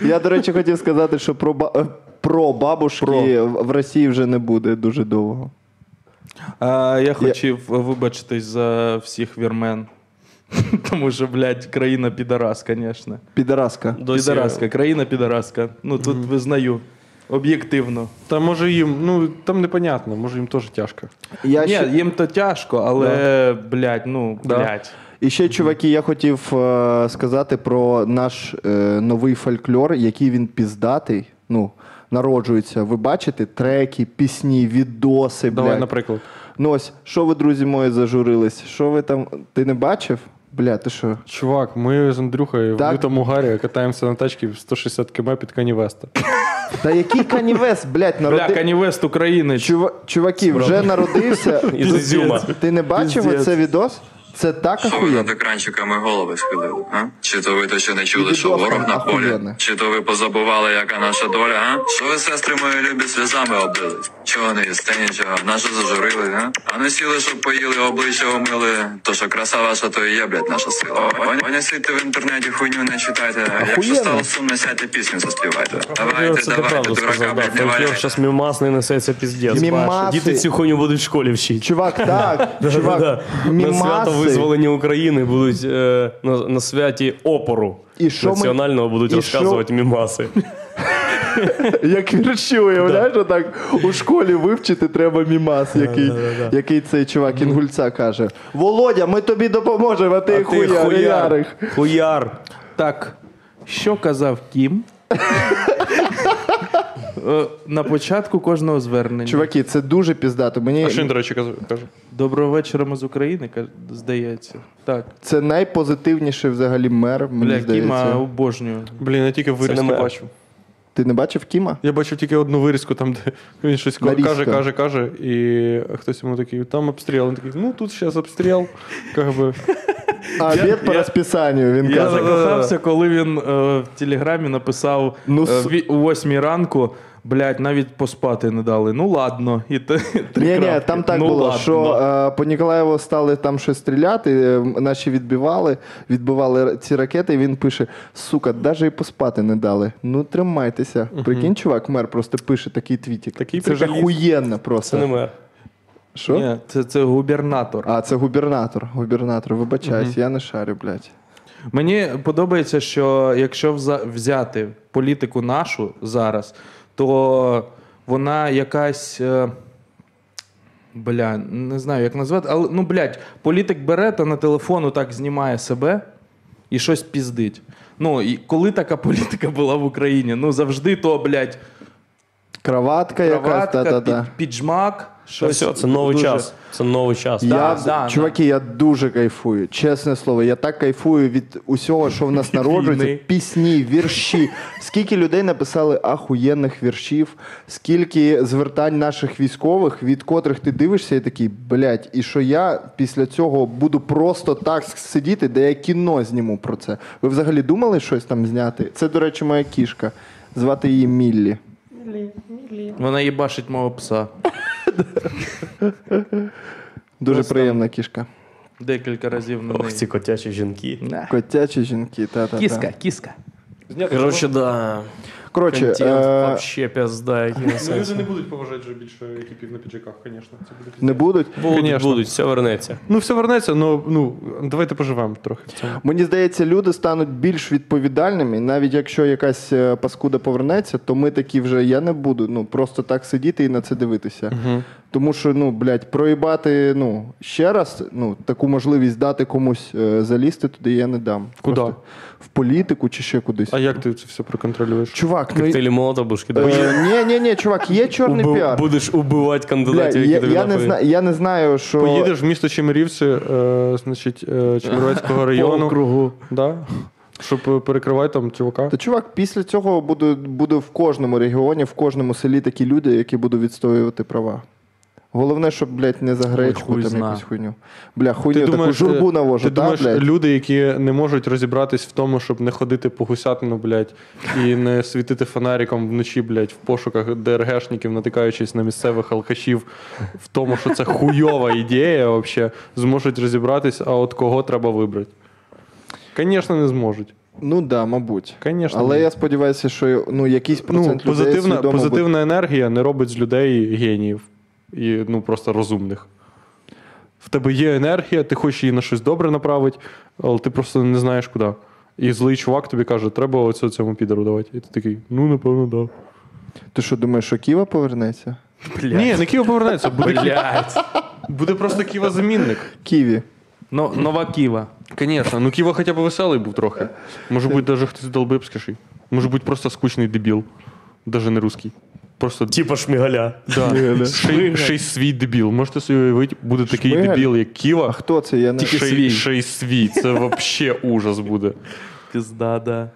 [SPEAKER 1] Я, до речі, хотів сказати, що про, ба- е, про бабушки в- в Росії вже не буде дуже довго.
[SPEAKER 5] А, я хотів вибачитись за всіх вірмен. Тому що, блядь, країна підарас, звісно.
[SPEAKER 1] Підараска.
[SPEAKER 3] Досі-
[SPEAKER 5] Підараска, країна підараска. Ну тут визнаю. Об'єктивно.
[SPEAKER 2] Та може їм, ну там непонятно, може їм теж тяжко.
[SPEAKER 1] Я
[SPEAKER 5] Ні,
[SPEAKER 1] ще...
[SPEAKER 5] їм то тяжко, але, блядь, ну,
[SPEAKER 2] Да.
[SPEAKER 5] блядь.
[SPEAKER 1] І ще, чуваки, я хотів е, сказати про наш е, новий фольклор, який він піздатий. Ну, народжується. Ви бачите треки, пісні, відоси.
[SPEAKER 2] Давай,
[SPEAKER 1] блядь.
[SPEAKER 2] наприклад.
[SPEAKER 1] Ну ось, що ви, друзі мої, зажурились? Що ви там. Ти не бачив? Бля, ти що?
[SPEAKER 2] Чувак, ми з Андрюхою в
[SPEAKER 1] Так.
[SPEAKER 2] лютому гарі катаємося на тачці в 160 км під Канівеста.
[SPEAKER 1] Та який канівес, блядь,
[SPEAKER 5] Бля,
[SPEAKER 1] народи...
[SPEAKER 5] Канівест України.
[SPEAKER 1] Чува... Чуваки, вже народився.
[SPEAKER 3] Із Ізюма.
[SPEAKER 1] Ти не бачив
[SPEAKER 2] Піздець.
[SPEAKER 1] оце відос? Це так
[SPEAKER 6] Ви над
[SPEAKER 1] ахуєнно.
[SPEAKER 6] екранчиками голови схилили, а? Чи то ви то ще не чули, що
[SPEAKER 1] Відосно,
[SPEAKER 6] ворог на полі?
[SPEAKER 1] ахуєнно.
[SPEAKER 6] Чи то ви позабували, яка наша доля, а? Що ви, сестри мої любі, сльозами облились? Чого не їсте нічого, наше зажурили, а? А не сіли, щоб поїли, обличчя умили. То що краса ваша, то і є, блядь, наша сила. Вони сидьте в інтернеті, хуйню не читайте. Якщо стало сумно, сядьте пісню заспівайте. Давайте,
[SPEAKER 3] Це
[SPEAKER 6] давайте,
[SPEAKER 3] правду
[SPEAKER 6] дурака,
[SPEAKER 3] сказав, да.
[SPEAKER 6] блядь, не
[SPEAKER 3] Фольклор
[SPEAKER 6] валяйте.
[SPEAKER 3] зараз мімасний несеться піздець.
[SPEAKER 1] Мімаси.
[SPEAKER 3] Діти цю хуйню будуть в школі вчити.
[SPEAKER 1] Чувак, так,
[SPEAKER 3] Да-да-да.
[SPEAKER 1] чувак,
[SPEAKER 3] На свято
[SPEAKER 1] мімаси.
[SPEAKER 3] визволення України будуть е, на, на святі опору
[SPEAKER 1] І що ми-
[SPEAKER 3] національного будуть
[SPEAKER 1] і
[SPEAKER 3] розказувати мімаси.
[SPEAKER 1] Як вірші, уявляєш, отак у школі вивчити треба мімас, який, який цей чувак інгульця каже. Володя, ми тобі допоможемо, а ти,
[SPEAKER 3] А ти
[SPEAKER 1] хуя, ярих.
[SPEAKER 3] Хуяр.
[SPEAKER 5] Так, що казав Кім? Е, На початку кожного звернення.
[SPEAKER 1] Чуваки, це дуже піздато. Мені
[SPEAKER 2] Що він, до речі, каже?
[SPEAKER 5] Доброго вечора, ми з України, каже- здається. Так.
[SPEAKER 1] це найпозитивніший взагалі мер, мені
[SPEAKER 5] Бля, Кіма
[SPEAKER 1] здається.
[SPEAKER 5] обожнюю.
[SPEAKER 2] Блін, я тільки вирізку
[SPEAKER 3] не мене.
[SPEAKER 2] бачив.
[SPEAKER 1] Ти не бачив Кіма?
[SPEAKER 2] Я бачив тільки одну вирізку, там, де він щось ка-
[SPEAKER 1] Нарізка.
[SPEAKER 2] каже, каже, каже, і хтось йому такий, там обстріл. Він такий, ну тут зараз обстріл. Как би.
[SPEAKER 1] А обід по розписанню, він
[SPEAKER 5] Я
[SPEAKER 1] каже.
[SPEAKER 5] закохався, коли він е, в Телеграмі написав
[SPEAKER 1] Ну,
[SPEAKER 5] ну,
[SPEAKER 1] с-
[SPEAKER 5] о 8 ранку. Блять, навіть поспати не дали. Ну ладно. І те- три
[SPEAKER 1] Ні, ні,
[SPEAKER 5] крапки.
[SPEAKER 1] там так
[SPEAKER 5] ну,
[SPEAKER 1] було,
[SPEAKER 5] ладно.
[SPEAKER 1] що е, по Ніколаєву стали там щось стріляти, е, наші відбивали, відбивали ці ракети, і він пише: сука, навіть і поспати не дали. Ну тримайтеся. Прикинь, чувак, мер просто пише такий твітік.
[SPEAKER 2] Такий
[SPEAKER 1] це ж
[SPEAKER 2] приколіст.
[SPEAKER 1] охуєнно просто.
[SPEAKER 3] Це не мер.
[SPEAKER 1] Що?
[SPEAKER 5] Ні, це, це губернатор.
[SPEAKER 1] А, це губернатор. Губернатор, вибачаюсь, я не шарю, блядь.
[SPEAKER 5] Мені подобається, що якщо вза- взяти політику нашу зараз, то вона якась. е, Бля, не знаю, як назвати, але ну, блядь, політик бере та на телефону так знімає себе і щось піздить. Ну, і коли така політика була в Україні? Ну завжди то, блядь,
[SPEAKER 1] Краватка, якась,
[SPEAKER 5] краватка,
[SPEAKER 1] та-та-та.
[SPEAKER 5] під- піджмак,
[SPEAKER 3] Та
[SPEAKER 5] щось.
[SPEAKER 3] все, це новий
[SPEAKER 5] дуже-
[SPEAKER 3] час. Це новий час.
[SPEAKER 1] Я,
[SPEAKER 5] Да, да,
[SPEAKER 1] чуваки, я дуже кайфую. Чесне слово, я так кайфую від усього, що в нас народжується.
[SPEAKER 5] війни.
[SPEAKER 1] Пісні, вірші. Скільки людей написали ахуєнних віршів, скільки звертань наших військових, від котрих ти дивишся, і такий, блядь, і що я після цього буду просто так сидіти, де я кіно зніму про це. Ви взагалі думали щось там зняти? Це, до речі, моя кішка. Звати її Міллі.
[SPEAKER 5] Вона їбашить мого пса.
[SPEAKER 1] Дуже приємна кішка.
[SPEAKER 5] Декілька разів на
[SPEAKER 3] Ох,
[SPEAKER 5] неї.
[SPEAKER 3] ці котячі жінки.
[SPEAKER 5] Не.
[SPEAKER 1] Котячі жінки, та-та-та.
[SPEAKER 5] Кіска, кіска.
[SPEAKER 3] Коротше, да.
[SPEAKER 1] Коротше,
[SPEAKER 3] Ну, Контент
[SPEAKER 1] е,
[SPEAKER 3] вообще пізда, який несеться.
[SPEAKER 2] Ну, не будуть поважати вже більше екіпів на піджаках, звісно. Це буде
[SPEAKER 1] не будуть.
[SPEAKER 3] Будуть,
[SPEAKER 2] Конечно.
[SPEAKER 3] будуть, все вернеться.
[SPEAKER 2] Ну, все вернеться, ну, ну давайте поживемо трохи в цьому.
[SPEAKER 1] Мені здається, люди стануть більш відповідальними. І Навіть якщо якась е, паскуда повернеться, то ми такі вже я не буду. Ну просто так сидіти і на це дивитися. Тому що, ну блядь, проїбати ну ще раз, ну таку можливість дати комусь е, залізти туди, я не дам.
[SPEAKER 2] Куди?
[SPEAKER 1] Просто в політику чи ще кудись.
[SPEAKER 2] А як ти це все проконтролюєш?
[SPEAKER 1] Чувак, ну
[SPEAKER 3] Коктейлі молотова будеш кидати.
[SPEAKER 1] ні, ні, ні, чувак, є чорний
[SPEAKER 3] Убив-
[SPEAKER 1] піар.
[SPEAKER 3] Будеш убивати
[SPEAKER 1] Бля,
[SPEAKER 3] кандидатів,
[SPEAKER 1] я,
[SPEAKER 3] які тобі
[SPEAKER 1] я, не
[SPEAKER 3] напоїть.
[SPEAKER 1] знаю, я не знаю, що
[SPEAKER 2] Поїдеш в місто Чемерівці, е, значить, е, Чемеровецького району.
[SPEAKER 5] округу.
[SPEAKER 2] Да? Щоб е, перекривати там чувака.
[SPEAKER 1] Та чувак, після цього буде, буде в кожному регіоні, в кожному селі такі люди, які будуть відстоювати права. Головне, щоб, блядь, не за гречку
[SPEAKER 2] хуй
[SPEAKER 1] там
[SPEAKER 2] зна.
[SPEAKER 1] якусь хуйню. Бля, хуйню, таку
[SPEAKER 2] думаєш,
[SPEAKER 1] журбу
[SPEAKER 2] е,
[SPEAKER 1] навожу,
[SPEAKER 2] Ти
[SPEAKER 1] та,
[SPEAKER 2] думаєш,
[SPEAKER 1] блядь?
[SPEAKER 2] люди, які не можуть розібратись в тому, щоб не ходити по гусятину, блядь, і не світити фонариком вночі, блядь, в пошуках ДРГшників, натикаючись на місцевих алкашів, в тому, що це хуйова ідея, вообще, зможуть розібратись, а от кого треба вибрати. Звісно, не зможуть.
[SPEAKER 1] Ну да, мабуть.
[SPEAKER 2] Конечно,
[SPEAKER 1] Але
[SPEAKER 2] ні.
[SPEAKER 1] я сподіваюся, що ну, якийсь
[SPEAKER 2] Ну,
[SPEAKER 1] процент людей
[SPEAKER 2] позитивна,
[SPEAKER 1] свідомо буде.
[SPEAKER 2] позитивна енергія не робить з людей геніїв і ну, просто розумних. В тебе є енергія, ти хочеш її на щось добре направити, але ти просто не знаєш куди. І злий чувак тобі каже, треба оце цьому підеру давати. І ти такий, ну напевно, да.
[SPEAKER 1] Ти що думаєш, що Ківа повернеться?
[SPEAKER 2] Ні, не Ківа повернеться, буде, Ківа- буде просто Ківа замінник.
[SPEAKER 1] Ківі.
[SPEAKER 5] Но, нова Ківа.
[SPEAKER 2] Звісно, ну Ківа хоча б веселий був трохи. Може бути, навіть хтось долбипськіший. Може бути, просто скучний дебіл, навіть не русський. Просто
[SPEAKER 3] Типа шмигаля.
[SPEAKER 2] Да. Ще, ще й свій дебіл. Можете собі уявити, буде такий
[SPEAKER 1] Шмигаль?
[SPEAKER 2] дебіл, як Ківа.
[SPEAKER 1] Хто це? Я не...
[SPEAKER 2] Ще,
[SPEAKER 5] свій.
[SPEAKER 2] й- ще й свій. Це вообще ужас буде.
[SPEAKER 5] Пізда, да.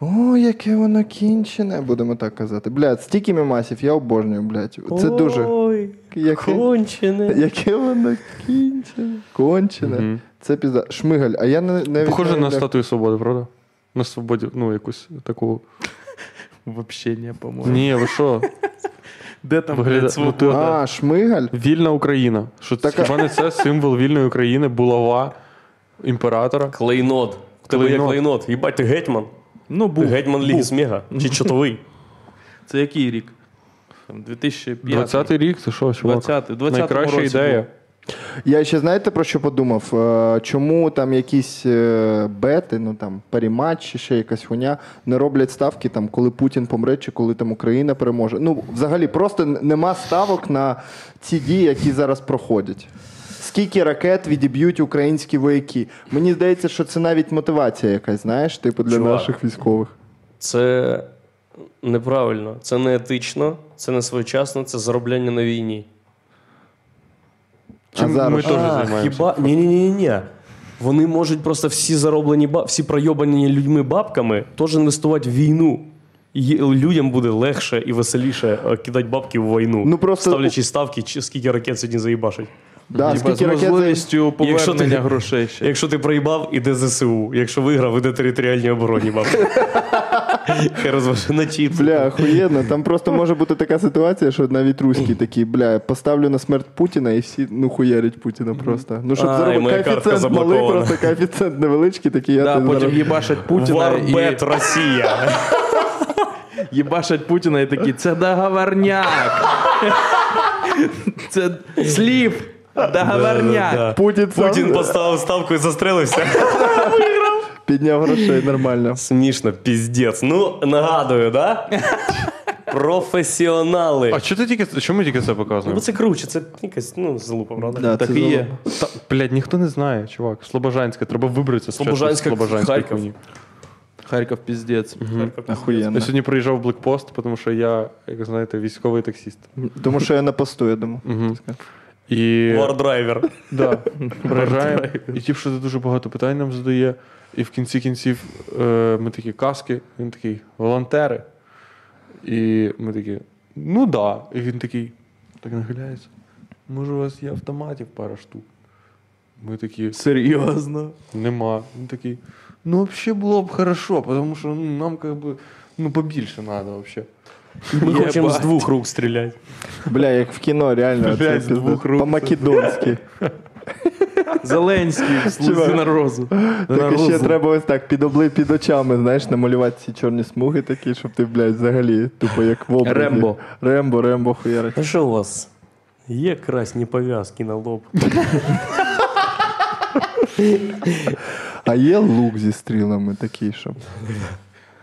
[SPEAKER 1] О, яке воно кінчене, будемо так казати. Блядь, стільки мемасів, я обожнюю, блядь. Це дуже.
[SPEAKER 3] Ой,
[SPEAKER 1] Яке,
[SPEAKER 3] кончене.
[SPEAKER 1] яке воно кінчене. Кончене. Це пізда. Шмигаль, а я не, навіть
[SPEAKER 2] Похоже
[SPEAKER 1] не
[SPEAKER 2] на
[SPEAKER 1] уявляю.
[SPEAKER 2] статую свободи, правда? На свободі, ну, якусь таку.
[SPEAKER 5] Вообще не, по-моєму.
[SPEAKER 2] Ні, ви що?
[SPEAKER 5] Де там
[SPEAKER 2] Вигляда-
[SPEAKER 5] блядь,
[SPEAKER 2] ну,
[SPEAKER 5] свобода?
[SPEAKER 1] А, шмигаль?
[SPEAKER 2] Вільна Україна. Що це
[SPEAKER 1] Так, а-
[SPEAKER 2] хіба не це символ вільної України, булава імператора?
[SPEAKER 3] Клейнот. В тебе є
[SPEAKER 2] Клейнот.
[SPEAKER 3] клейнот. Їбать, ти гетьман.
[SPEAKER 5] Ну,
[SPEAKER 3] Ти
[SPEAKER 5] був.
[SPEAKER 3] гетьман Ліги Сміга. Чи чотовий.
[SPEAKER 5] Це який рік? Там 2005.
[SPEAKER 2] 20-й рік, це що, чувак?
[SPEAKER 5] 20-й, 20-му
[SPEAKER 2] Найкраща
[SPEAKER 5] році
[SPEAKER 2] ідея.
[SPEAKER 5] був.
[SPEAKER 1] Я ще знаєте про що подумав? Е, Чому там якісь е, бети, ну там паріматч чи ще якась хуйня, не роблять ставки там, коли Путін помре, чи коли там Україна переможе. Ну, взагалі, просто н- нема ставок на ці дії, які зараз проходять. Скільки ракет відіб'ють українські вояки? Мені здається, що це навіть мотивація якась, знаєш, типу для
[SPEAKER 3] Чувак.
[SPEAKER 1] наших військових.
[SPEAKER 3] Це неправильно, це не етично, це не своєчасно, це заробляння на війні.
[SPEAKER 1] А зараз
[SPEAKER 2] ми
[SPEAKER 1] що?
[SPEAKER 2] теж займаємося.
[SPEAKER 3] хіба? Ні, ні, ні, ні. Вони можуть просто всі зароблені ба- всі пройобані людьми бабками теж інвестувати в війну. І людям буде легше і веселіше е, кидати бабки в війну,
[SPEAKER 1] Ну, просто-
[SPEAKER 3] ставлячи ставки, чи скільки ракет сьогодні заїбашить.
[SPEAKER 1] Да,
[SPEAKER 5] Типа, з
[SPEAKER 1] скільки ракет за-
[SPEAKER 5] можливістю
[SPEAKER 3] Якщо ти-
[SPEAKER 5] повернення грошей ще.
[SPEAKER 3] Якщо ти проїбав, іде ЗСУ. Якщо виграв, іде територіальній обороні бабки. Хай розважи на чіп.
[SPEAKER 1] Бля, охуєнно. Там просто може бути така ситуація, що навіть руські такі, бля, поставлю на смерть Путіна і всі ну хуярять Путіна просто. Ну щоб
[SPEAKER 3] Ай, моя
[SPEAKER 1] заробити
[SPEAKER 3] картка
[SPEAKER 1] коефіцієнт малий,
[SPEAKER 3] заблокована.
[SPEAKER 1] просто коефіцієнт невеличкий, такий я
[SPEAKER 5] Да,
[SPEAKER 1] тобі
[SPEAKER 5] потім
[SPEAKER 1] зараз-
[SPEAKER 5] їбашать Путіна і,
[SPEAKER 3] Варбет Росія.
[SPEAKER 5] їбашать Путіна і такі, це договорняк. це слів. Договорняк.
[SPEAKER 1] Путін, сам
[SPEAKER 3] Путін поставив ставку і застрелився.
[SPEAKER 1] підняв грошей нормально.
[SPEAKER 3] Смішно, піздець. Ну, нагадую, да? Професіонали.
[SPEAKER 2] А що ти тільки що ми тільки це
[SPEAKER 3] Ну,
[SPEAKER 2] показуємо?
[SPEAKER 3] це круче, це якась ну, залупа, правда?
[SPEAKER 1] Да,
[SPEAKER 5] Так
[SPEAKER 1] це
[SPEAKER 5] і є.
[SPEAKER 1] залом.
[SPEAKER 2] Та, блядь, ніхто не знає, чувак. Слобожанське, треба вибратися. спочатку з
[SPEAKER 3] Слобожанська,
[SPEAKER 2] Слобожанської
[SPEAKER 3] Харків.
[SPEAKER 2] хуйні.
[SPEAKER 5] Харків піздець.
[SPEAKER 1] Охуєнно.
[SPEAKER 2] Я сьогодні приїжджав в блокпост, тому що я, як знаєте, військовий таксіст.
[SPEAKER 1] Тому що я на посту, я думаю.
[SPEAKER 2] І
[SPEAKER 3] Вардрайвер.
[SPEAKER 2] да, приїжджаємо, і ті, що дуже багато питань нам задає. І в кінці кінців е, ми такі каски, він такий, волонтери. І ми такі, ну да. І він такий, так нахиляється. Може, у вас є автоматів пара штук. Ми такі.
[SPEAKER 5] Серйозно.
[SPEAKER 2] Нема. Він такий. Ну, вообще було б хорошо, потому що ну, нам как бы ну, побільше надо вообще.
[SPEAKER 3] Ми
[SPEAKER 5] Єбать.
[SPEAKER 3] хочемо з двух рук стріляти.
[SPEAKER 1] Бля, як в кіно, реально. це
[SPEAKER 2] з
[SPEAKER 1] пізда.
[SPEAKER 2] двох рук.
[SPEAKER 1] По-македонськи.
[SPEAKER 5] Зеленський, слуги
[SPEAKER 1] Чувак.
[SPEAKER 5] народу.
[SPEAKER 1] Так і ще
[SPEAKER 5] Народу.
[SPEAKER 1] треба ось так під обли під очами, знаєш, намалювати ці чорні смуги такі, щоб ти, блядь, взагалі, тупо як в образі.
[SPEAKER 5] Рембо.
[SPEAKER 1] Рембо, Рембо хуярить.
[SPEAKER 3] А що у вас? Є красні пов'язки на лоб.
[SPEAKER 1] А є лук зі стрілами такий, щоб.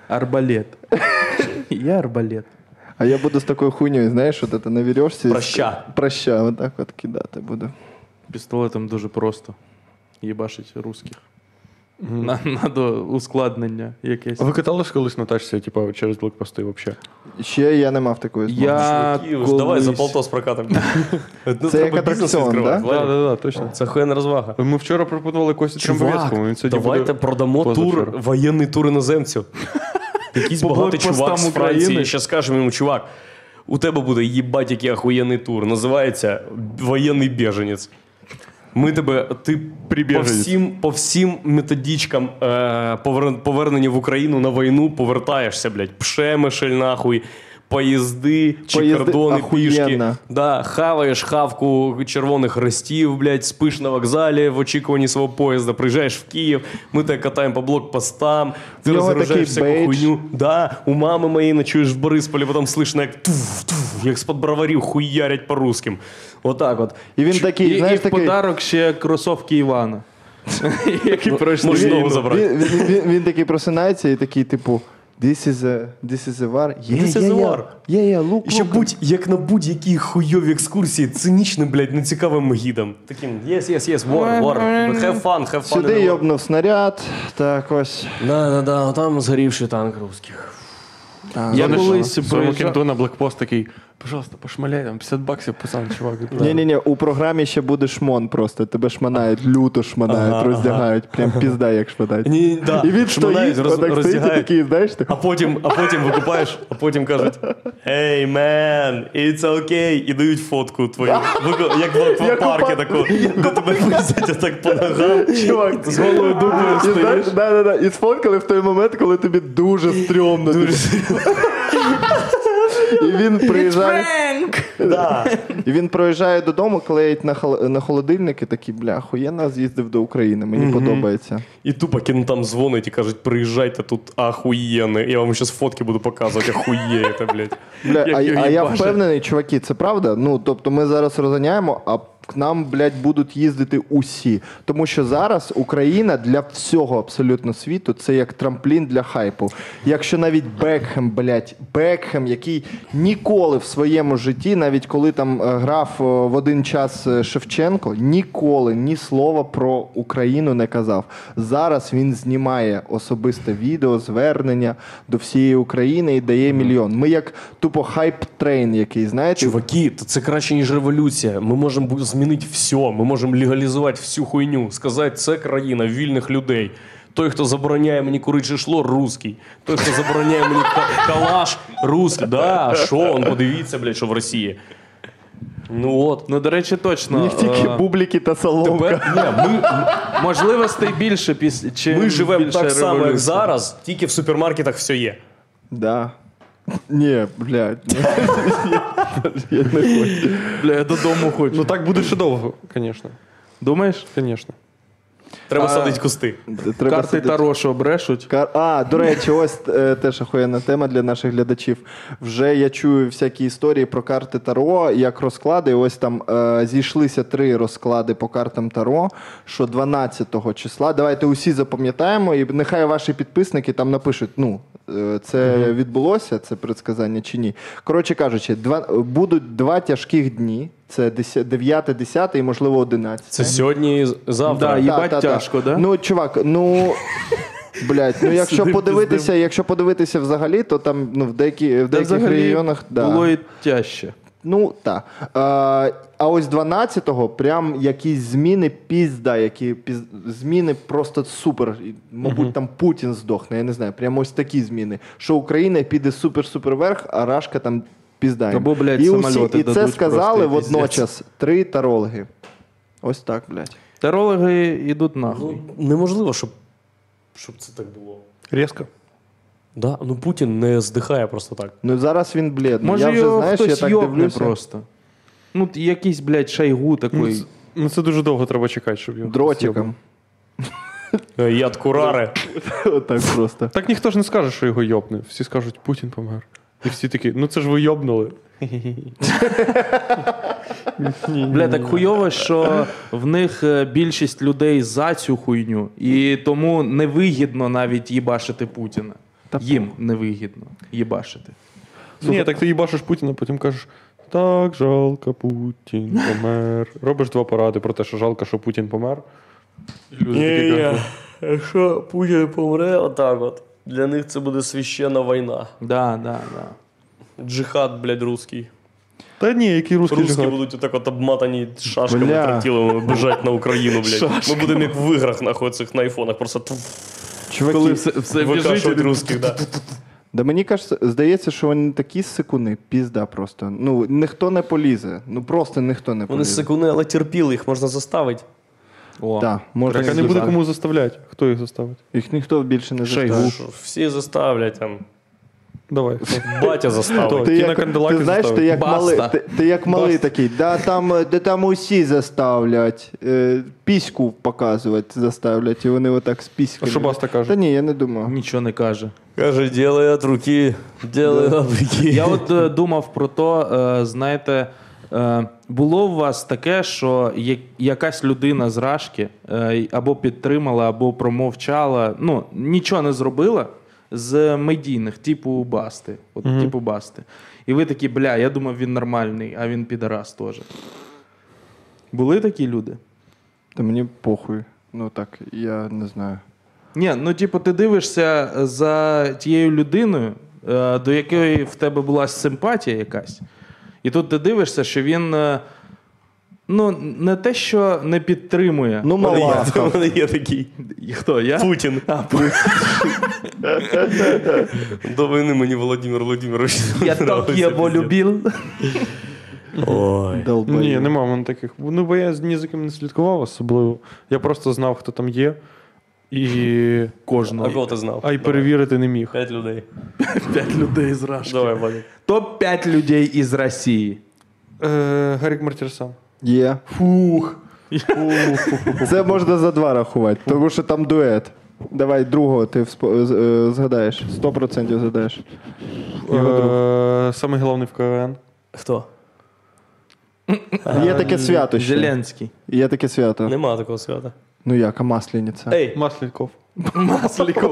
[SPEAKER 5] Арбалет. Я арбалет.
[SPEAKER 1] А я буду з такою хуйнею, знаєш, от это на веревці.
[SPEAKER 3] Проща.
[SPEAKER 1] Проща, отак от кидати буду.
[SPEAKER 5] Пістолетом дуже просто. Їбашить русських. На- Надо ускладнення якесь.
[SPEAKER 2] Ви катались колись на тачці, типа, через блокпости вообще?
[SPEAKER 1] Ще я не мав такої змоги.
[SPEAKER 5] Я
[SPEAKER 3] Київ,
[SPEAKER 5] колись-
[SPEAKER 3] давай за полтос прокатом. Ну,
[SPEAKER 1] Це як
[SPEAKER 3] треба бізнес
[SPEAKER 1] атракціон,
[SPEAKER 3] відкривати,
[SPEAKER 1] да?
[SPEAKER 2] Да,
[SPEAKER 3] ладно?
[SPEAKER 2] да, да, точно.
[SPEAKER 3] Це хуєна розвага.
[SPEAKER 2] Ми вчора пропонували Кості Трембовецькому, він сьогодні
[SPEAKER 3] давайте
[SPEAKER 2] буде...
[SPEAKER 3] продамо
[SPEAKER 2] позавчора.
[SPEAKER 3] тур, воєнний тур іноземцю. Якийсь
[SPEAKER 5] По
[SPEAKER 3] багатий
[SPEAKER 5] блокпостам
[SPEAKER 3] чувак з
[SPEAKER 5] України.
[SPEAKER 3] Франції. Ще скажемо йому, чувак, у тебе буде їбать, який ахуєнний тур. Називається Воєнний біженець. Ми тебе, ти по всім, по всім методичкам е, повер- повернення в Україну на війну повертаєшся, блядь. Пшемишель нахуй, поїзди, чи
[SPEAKER 1] Поїзди
[SPEAKER 3] кордони пішки.
[SPEAKER 1] ахуєнно.
[SPEAKER 3] Да, хаваєш хавку червоних хрестів, блядь, спиш на вокзалі в очікуванні свого поїзда, приїжджаєш в Київ, ми тебе катаємо по блокпостам, ти
[SPEAKER 1] В нього такий
[SPEAKER 3] розгружаєш всяку
[SPEAKER 1] бейдж.
[SPEAKER 3] хуйню. Да, у мами моєї ночуєш в Борисполі, потім слышно, як туф-туф, як з-под броварів хуярять по русским. Отак от.
[SPEAKER 1] І він такий,
[SPEAKER 5] І, і
[SPEAKER 1] знаєш,
[SPEAKER 5] в
[SPEAKER 1] такий.
[SPEAKER 5] подарок ще кросовки Івана. Які пройшли.
[SPEAKER 3] Можна
[SPEAKER 5] війну.
[SPEAKER 3] знову забрати.
[SPEAKER 1] Він, він, він, він такий просинається і такий, типу, this is a, this is a war. Yeah,
[SPEAKER 3] This is
[SPEAKER 1] yeah,
[SPEAKER 3] a
[SPEAKER 1] yeah.
[SPEAKER 3] war.
[SPEAKER 1] Yeah, yeah, look,
[SPEAKER 3] І ще
[SPEAKER 1] look.
[SPEAKER 3] будь як на будь-якій хуйовій екскурсії, цинічним, блядь, нецікавим гідом. Таким yes, yes, yes, war, war. Have fun, have fun.
[SPEAKER 1] Сюди йобнув снаряд, так ось.
[SPEAKER 4] Да, да, да, там згорівший танк русських.
[SPEAKER 5] Я
[SPEAKER 2] Знаєш,
[SPEAKER 5] колись
[SPEAKER 2] в своєму
[SPEAKER 5] приїжджав-
[SPEAKER 2] кінту на блокпост такий, пожалуйста, пошмаляй, там 50 баксів пацан, чувак.
[SPEAKER 1] Ні, ні, ні, у програмі ще буде шмон просто. Тебе шманають, люто шманають, роздягають, прям пізда, як шманають.
[SPEAKER 3] Ні, да.
[SPEAKER 1] І він
[SPEAKER 3] Шмонають,
[SPEAKER 1] стоїть,
[SPEAKER 3] роз-
[SPEAKER 1] отак стоїть і
[SPEAKER 3] роздягають.
[SPEAKER 1] такий, знаєш, так.
[SPEAKER 3] А потім, а потім викупаєш, а потім кажуть: Hey man, it's okay. І дають фотку твою. Вик- Як в аквапарку
[SPEAKER 1] аква-
[SPEAKER 3] таку. Де тебе висять так по ногам.
[SPEAKER 1] Чувак,
[SPEAKER 3] З голою дупою
[SPEAKER 1] І, знаєш,
[SPEAKER 3] стоїш.
[SPEAKER 1] да, да, да, і сфоткали в той момент, коли тобі дуже стрьомно. І він приїжджає.
[SPEAKER 3] Да.
[SPEAKER 1] І він проїжджає додому, клеїть на, хол- на холодильник і такий, бля, хуєнно з'їздив до України, мені подобається.
[SPEAKER 3] І тупо кінтам дзвонить і кажуть, приїжджайте тут ахуєнно. Я вам зараз фотки буду показувати, ахуєєте, блядь.
[SPEAKER 1] Бля, а,
[SPEAKER 3] його
[SPEAKER 1] а я
[SPEAKER 3] їбашать.
[SPEAKER 1] впевнений, чуваки, це правда. Ну, тобто ми зараз розганяємо, а к нам, блядь, будуть їздити усі. Тому що зараз Україна для всього абсолютно світу це як трамплін для хайпу. Якщо навіть Бекхем, блядь, Бекхем, який ніколи в своєму житті, навіть коли там е, грав е, в один час е, Шевченко, ніколи ні слова про Україну не казав. Зараз він знімає особисте відео, звернення до всієї України і дає мільйон. Ми як тупо хайп-трейн, який, знаєте,
[SPEAKER 3] Чуваки, то це краще, ніж революція. Ми можемо бу- змінити все, ми можемо легалізувати всю хуйню, сказати, це країна вільних людей. Той, хто забороняє мені курити шишло, русський. Той, хто забороняє мені ка- калаш, русський. Да, а що, он подивіться, блядь, що в Росії. Ну от.
[SPEAKER 5] Ну, до речі, точно.
[SPEAKER 1] їх тільки
[SPEAKER 5] е,
[SPEAKER 1] бубліки та соломка.
[SPEAKER 3] Тепер ні, ми,
[SPEAKER 5] Можливостей більше після чи
[SPEAKER 3] ми живемо
[SPEAKER 5] більше
[SPEAKER 3] так само, як
[SPEAKER 5] революцій.
[SPEAKER 3] зараз, тільки в супермаркетах все є.
[SPEAKER 1] Да. Ні, блядь. Я не хочу.
[SPEAKER 5] Бля, я додому хочу.
[SPEAKER 2] Ну так буде ще довго, звісно.
[SPEAKER 5] Думаєш?
[SPEAKER 2] Звісно.
[SPEAKER 3] Треба
[SPEAKER 5] А, ну,
[SPEAKER 3] садити кусти.
[SPEAKER 1] Треба
[SPEAKER 5] Карти
[SPEAKER 1] сидіти.
[SPEAKER 5] Таро що брешуть.
[SPEAKER 1] Кар- А, до речі, ось е, теж охуєнна тема для наших глядачів. Вже я чую всякі історії про карти Таро, як розклади. Ось там е, зійшлися три розклади по картам Таро, що 12 числа. Давайте усі запам'ятаємо, і нехай ваші підписники там напишуть, ну, е, це відбулося, це предсказання чи ні. Коротше кажучи, два, будуть два тяжких дні. Це 9, 10 і, можливо, 11.
[SPEAKER 3] Це сьогодні і з- завтра.
[SPEAKER 5] Да,
[SPEAKER 3] Да,
[SPEAKER 5] і- Їбать тяжко, да?
[SPEAKER 1] Ну, чувак, ну. Блять, ну якщо
[SPEAKER 5] Сидим,
[SPEAKER 1] подивитися, якщо подивитися взагалі, то там ну в деякі в
[SPEAKER 5] Та
[SPEAKER 1] деяких
[SPEAKER 5] взагалі
[SPEAKER 1] регіонах да.
[SPEAKER 5] було і тяжче.
[SPEAKER 1] Ну так. А, а ось 12-го прям якісь зміни пізда, які піз... зміни просто супер. І, Мабуть, там Путін здохне, я не знаю. Прямо ось такі зміни. Що Україна піде супер-супер вверх, а Рашка там пізда. їм.
[SPEAKER 5] Або, блядь,
[SPEAKER 1] і, усі,
[SPEAKER 5] самоліти
[SPEAKER 1] і це
[SPEAKER 5] дадуть
[SPEAKER 1] сказали
[SPEAKER 5] просто, піздець.
[SPEAKER 1] водночас три тарологи. Ось так, блядь.
[SPEAKER 5] Тарологи йдуть нахуй.
[SPEAKER 3] ну, неможливо, щоб, щоб це так було.
[SPEAKER 2] Різко.
[SPEAKER 3] Да, ну Путін не здихає просто так.
[SPEAKER 1] Ну зараз він бледний.
[SPEAKER 5] Може,
[SPEAKER 1] я вже
[SPEAKER 5] його
[SPEAKER 1] знаєш, я
[SPEAKER 5] хтось
[SPEAKER 1] так
[SPEAKER 5] йобне
[SPEAKER 1] дивлюся.
[SPEAKER 5] просто. Ну, т- якийсь, блядь, шайгу
[SPEAKER 2] Ну,
[SPEAKER 5] такий.
[SPEAKER 2] це- ну це дуже довго треба чекати, щоб його.
[SPEAKER 1] Дротиком.
[SPEAKER 3] Е, Яд курари.
[SPEAKER 1] Отак просто.
[SPEAKER 2] Так ніхто ж не скаже, що його йобне. Всі скажуть, Путін помер. І всі такі, ну це ж ви йобнули.
[SPEAKER 5] Бля, так хуйово, що в них е, більшість людей за цю хуйню, і тому невигідно навіть їбашити Путіна. Їм невигідно їбашити.
[SPEAKER 2] Ні, так ти їбашиш Путіна, потім кажеш, так, жалко, Путін помер. Робиш два паради про те, що жалко, що Путін помер. І люди такі кажуть,
[SPEAKER 3] Якщо Путін помре, отак от. Для них це буде священна війна.
[SPEAKER 5] Да, да, да.
[SPEAKER 3] Джихад, блядь, русський.
[SPEAKER 2] Та ні, який русський
[SPEAKER 3] Русські
[SPEAKER 2] жгат.
[SPEAKER 3] будуть отак от обматані шашками
[SPEAKER 1] Бля.
[SPEAKER 3] тротілами бежать на Україну, блядь. Ми будемо як в іграх нахуй цих на айфонах. Просто тф,
[SPEAKER 1] Чуваки,
[SPEAKER 5] Коли все, все біжить,
[SPEAKER 3] викашують
[SPEAKER 5] і-
[SPEAKER 3] русських, да.
[SPEAKER 1] Да мені кажеться, здається, що вони такі сикуни, пізда просто. Ну, ніхто не полізе. Ну просто ніхто не
[SPEAKER 3] Вони
[SPEAKER 1] полізе.
[SPEAKER 3] сикуни, але терпіли, їх можна заставити.
[SPEAKER 5] О.
[SPEAKER 1] Да, можна
[SPEAKER 2] Так, а
[SPEAKER 1] їх
[SPEAKER 2] не буде
[SPEAKER 1] заставити.
[SPEAKER 2] кому заставляти. Хто їх заставить?
[SPEAKER 1] Їх ніхто більше не заставить.
[SPEAKER 3] Що, Всі заставлять там.
[SPEAKER 2] Давай.
[SPEAKER 3] Батя заставить.
[SPEAKER 2] Ті
[SPEAKER 1] Ти,
[SPEAKER 2] на
[SPEAKER 1] як,
[SPEAKER 2] канделаки
[SPEAKER 1] ти знаєш, ти
[SPEAKER 2] заставить.
[SPEAKER 1] як,
[SPEAKER 5] Баста.
[SPEAKER 1] малий, ти, ти як малий
[SPEAKER 2] Баста.
[SPEAKER 1] такий, да там, е, де там усі заставлять, е, піську показувати заставлять, і вони отак з піськами.
[SPEAKER 2] А що Баста каже?
[SPEAKER 1] Та ні, я не думаю.
[SPEAKER 5] Нічого не каже.
[SPEAKER 3] Каже, ділай от руки, ділай от руки.
[SPEAKER 5] Я от е, думав про то, е, знаєте, е, було у вас таке, що я- якась людина з рашки е, й- або підтримала, або промовчала, ну, нічого не зробила з медійних, типу басти. От, типу басти. І ви такі, бля, я думав, він нормальний, а він підарас теж. Були такі люди?
[SPEAKER 1] Та мені похуй. Ну так, я не знаю.
[SPEAKER 5] Ні, ну типу, ти дивишся за тією людиною, е, до якої в тебе була симпатія якась. І тут ти дивишся, що він. е, Ну, не те, що не підтримує.
[SPEAKER 1] Ну, мала.
[SPEAKER 3] У мене є такий
[SPEAKER 5] І Хто я?
[SPEAKER 3] Путін. До війни мені Володимир Володимирович.
[SPEAKER 5] Я так
[SPEAKER 3] нравився,
[SPEAKER 5] його
[SPEAKER 3] пиздец.
[SPEAKER 5] любив.
[SPEAKER 3] Ой.
[SPEAKER 1] Долбоєб.
[SPEAKER 2] Ні, нема в мене таких. Ну, бо я ні за ким не слідкував особливо. Я просто знав, хто там є. І...
[SPEAKER 3] А
[SPEAKER 5] Кожного.
[SPEAKER 3] кого ти знав?
[SPEAKER 2] А й перевірити не міг.
[SPEAKER 3] П'ять людей.
[SPEAKER 5] П'ять людей з Рашки.
[SPEAKER 3] Давай, Владик.
[SPEAKER 5] Топ-5 людей із Росії.
[SPEAKER 2] Е, Гарік Мартірсан.
[SPEAKER 1] Є. Фух. Це можна за два рахувати, тому що там дует. Давай другого ти вспо- з- е, згадаєш. 100% згадаєш.
[SPEAKER 2] Е, Самий головний в КВН.
[SPEAKER 3] Хто?
[SPEAKER 1] Є таке свято ще.
[SPEAKER 5] Зеленський.
[SPEAKER 1] Є таке свято.
[SPEAKER 3] Нема такого свята.
[SPEAKER 1] Ну як, а масляниця?
[SPEAKER 3] Ей,
[SPEAKER 2] Масліков.
[SPEAKER 5] Масліков.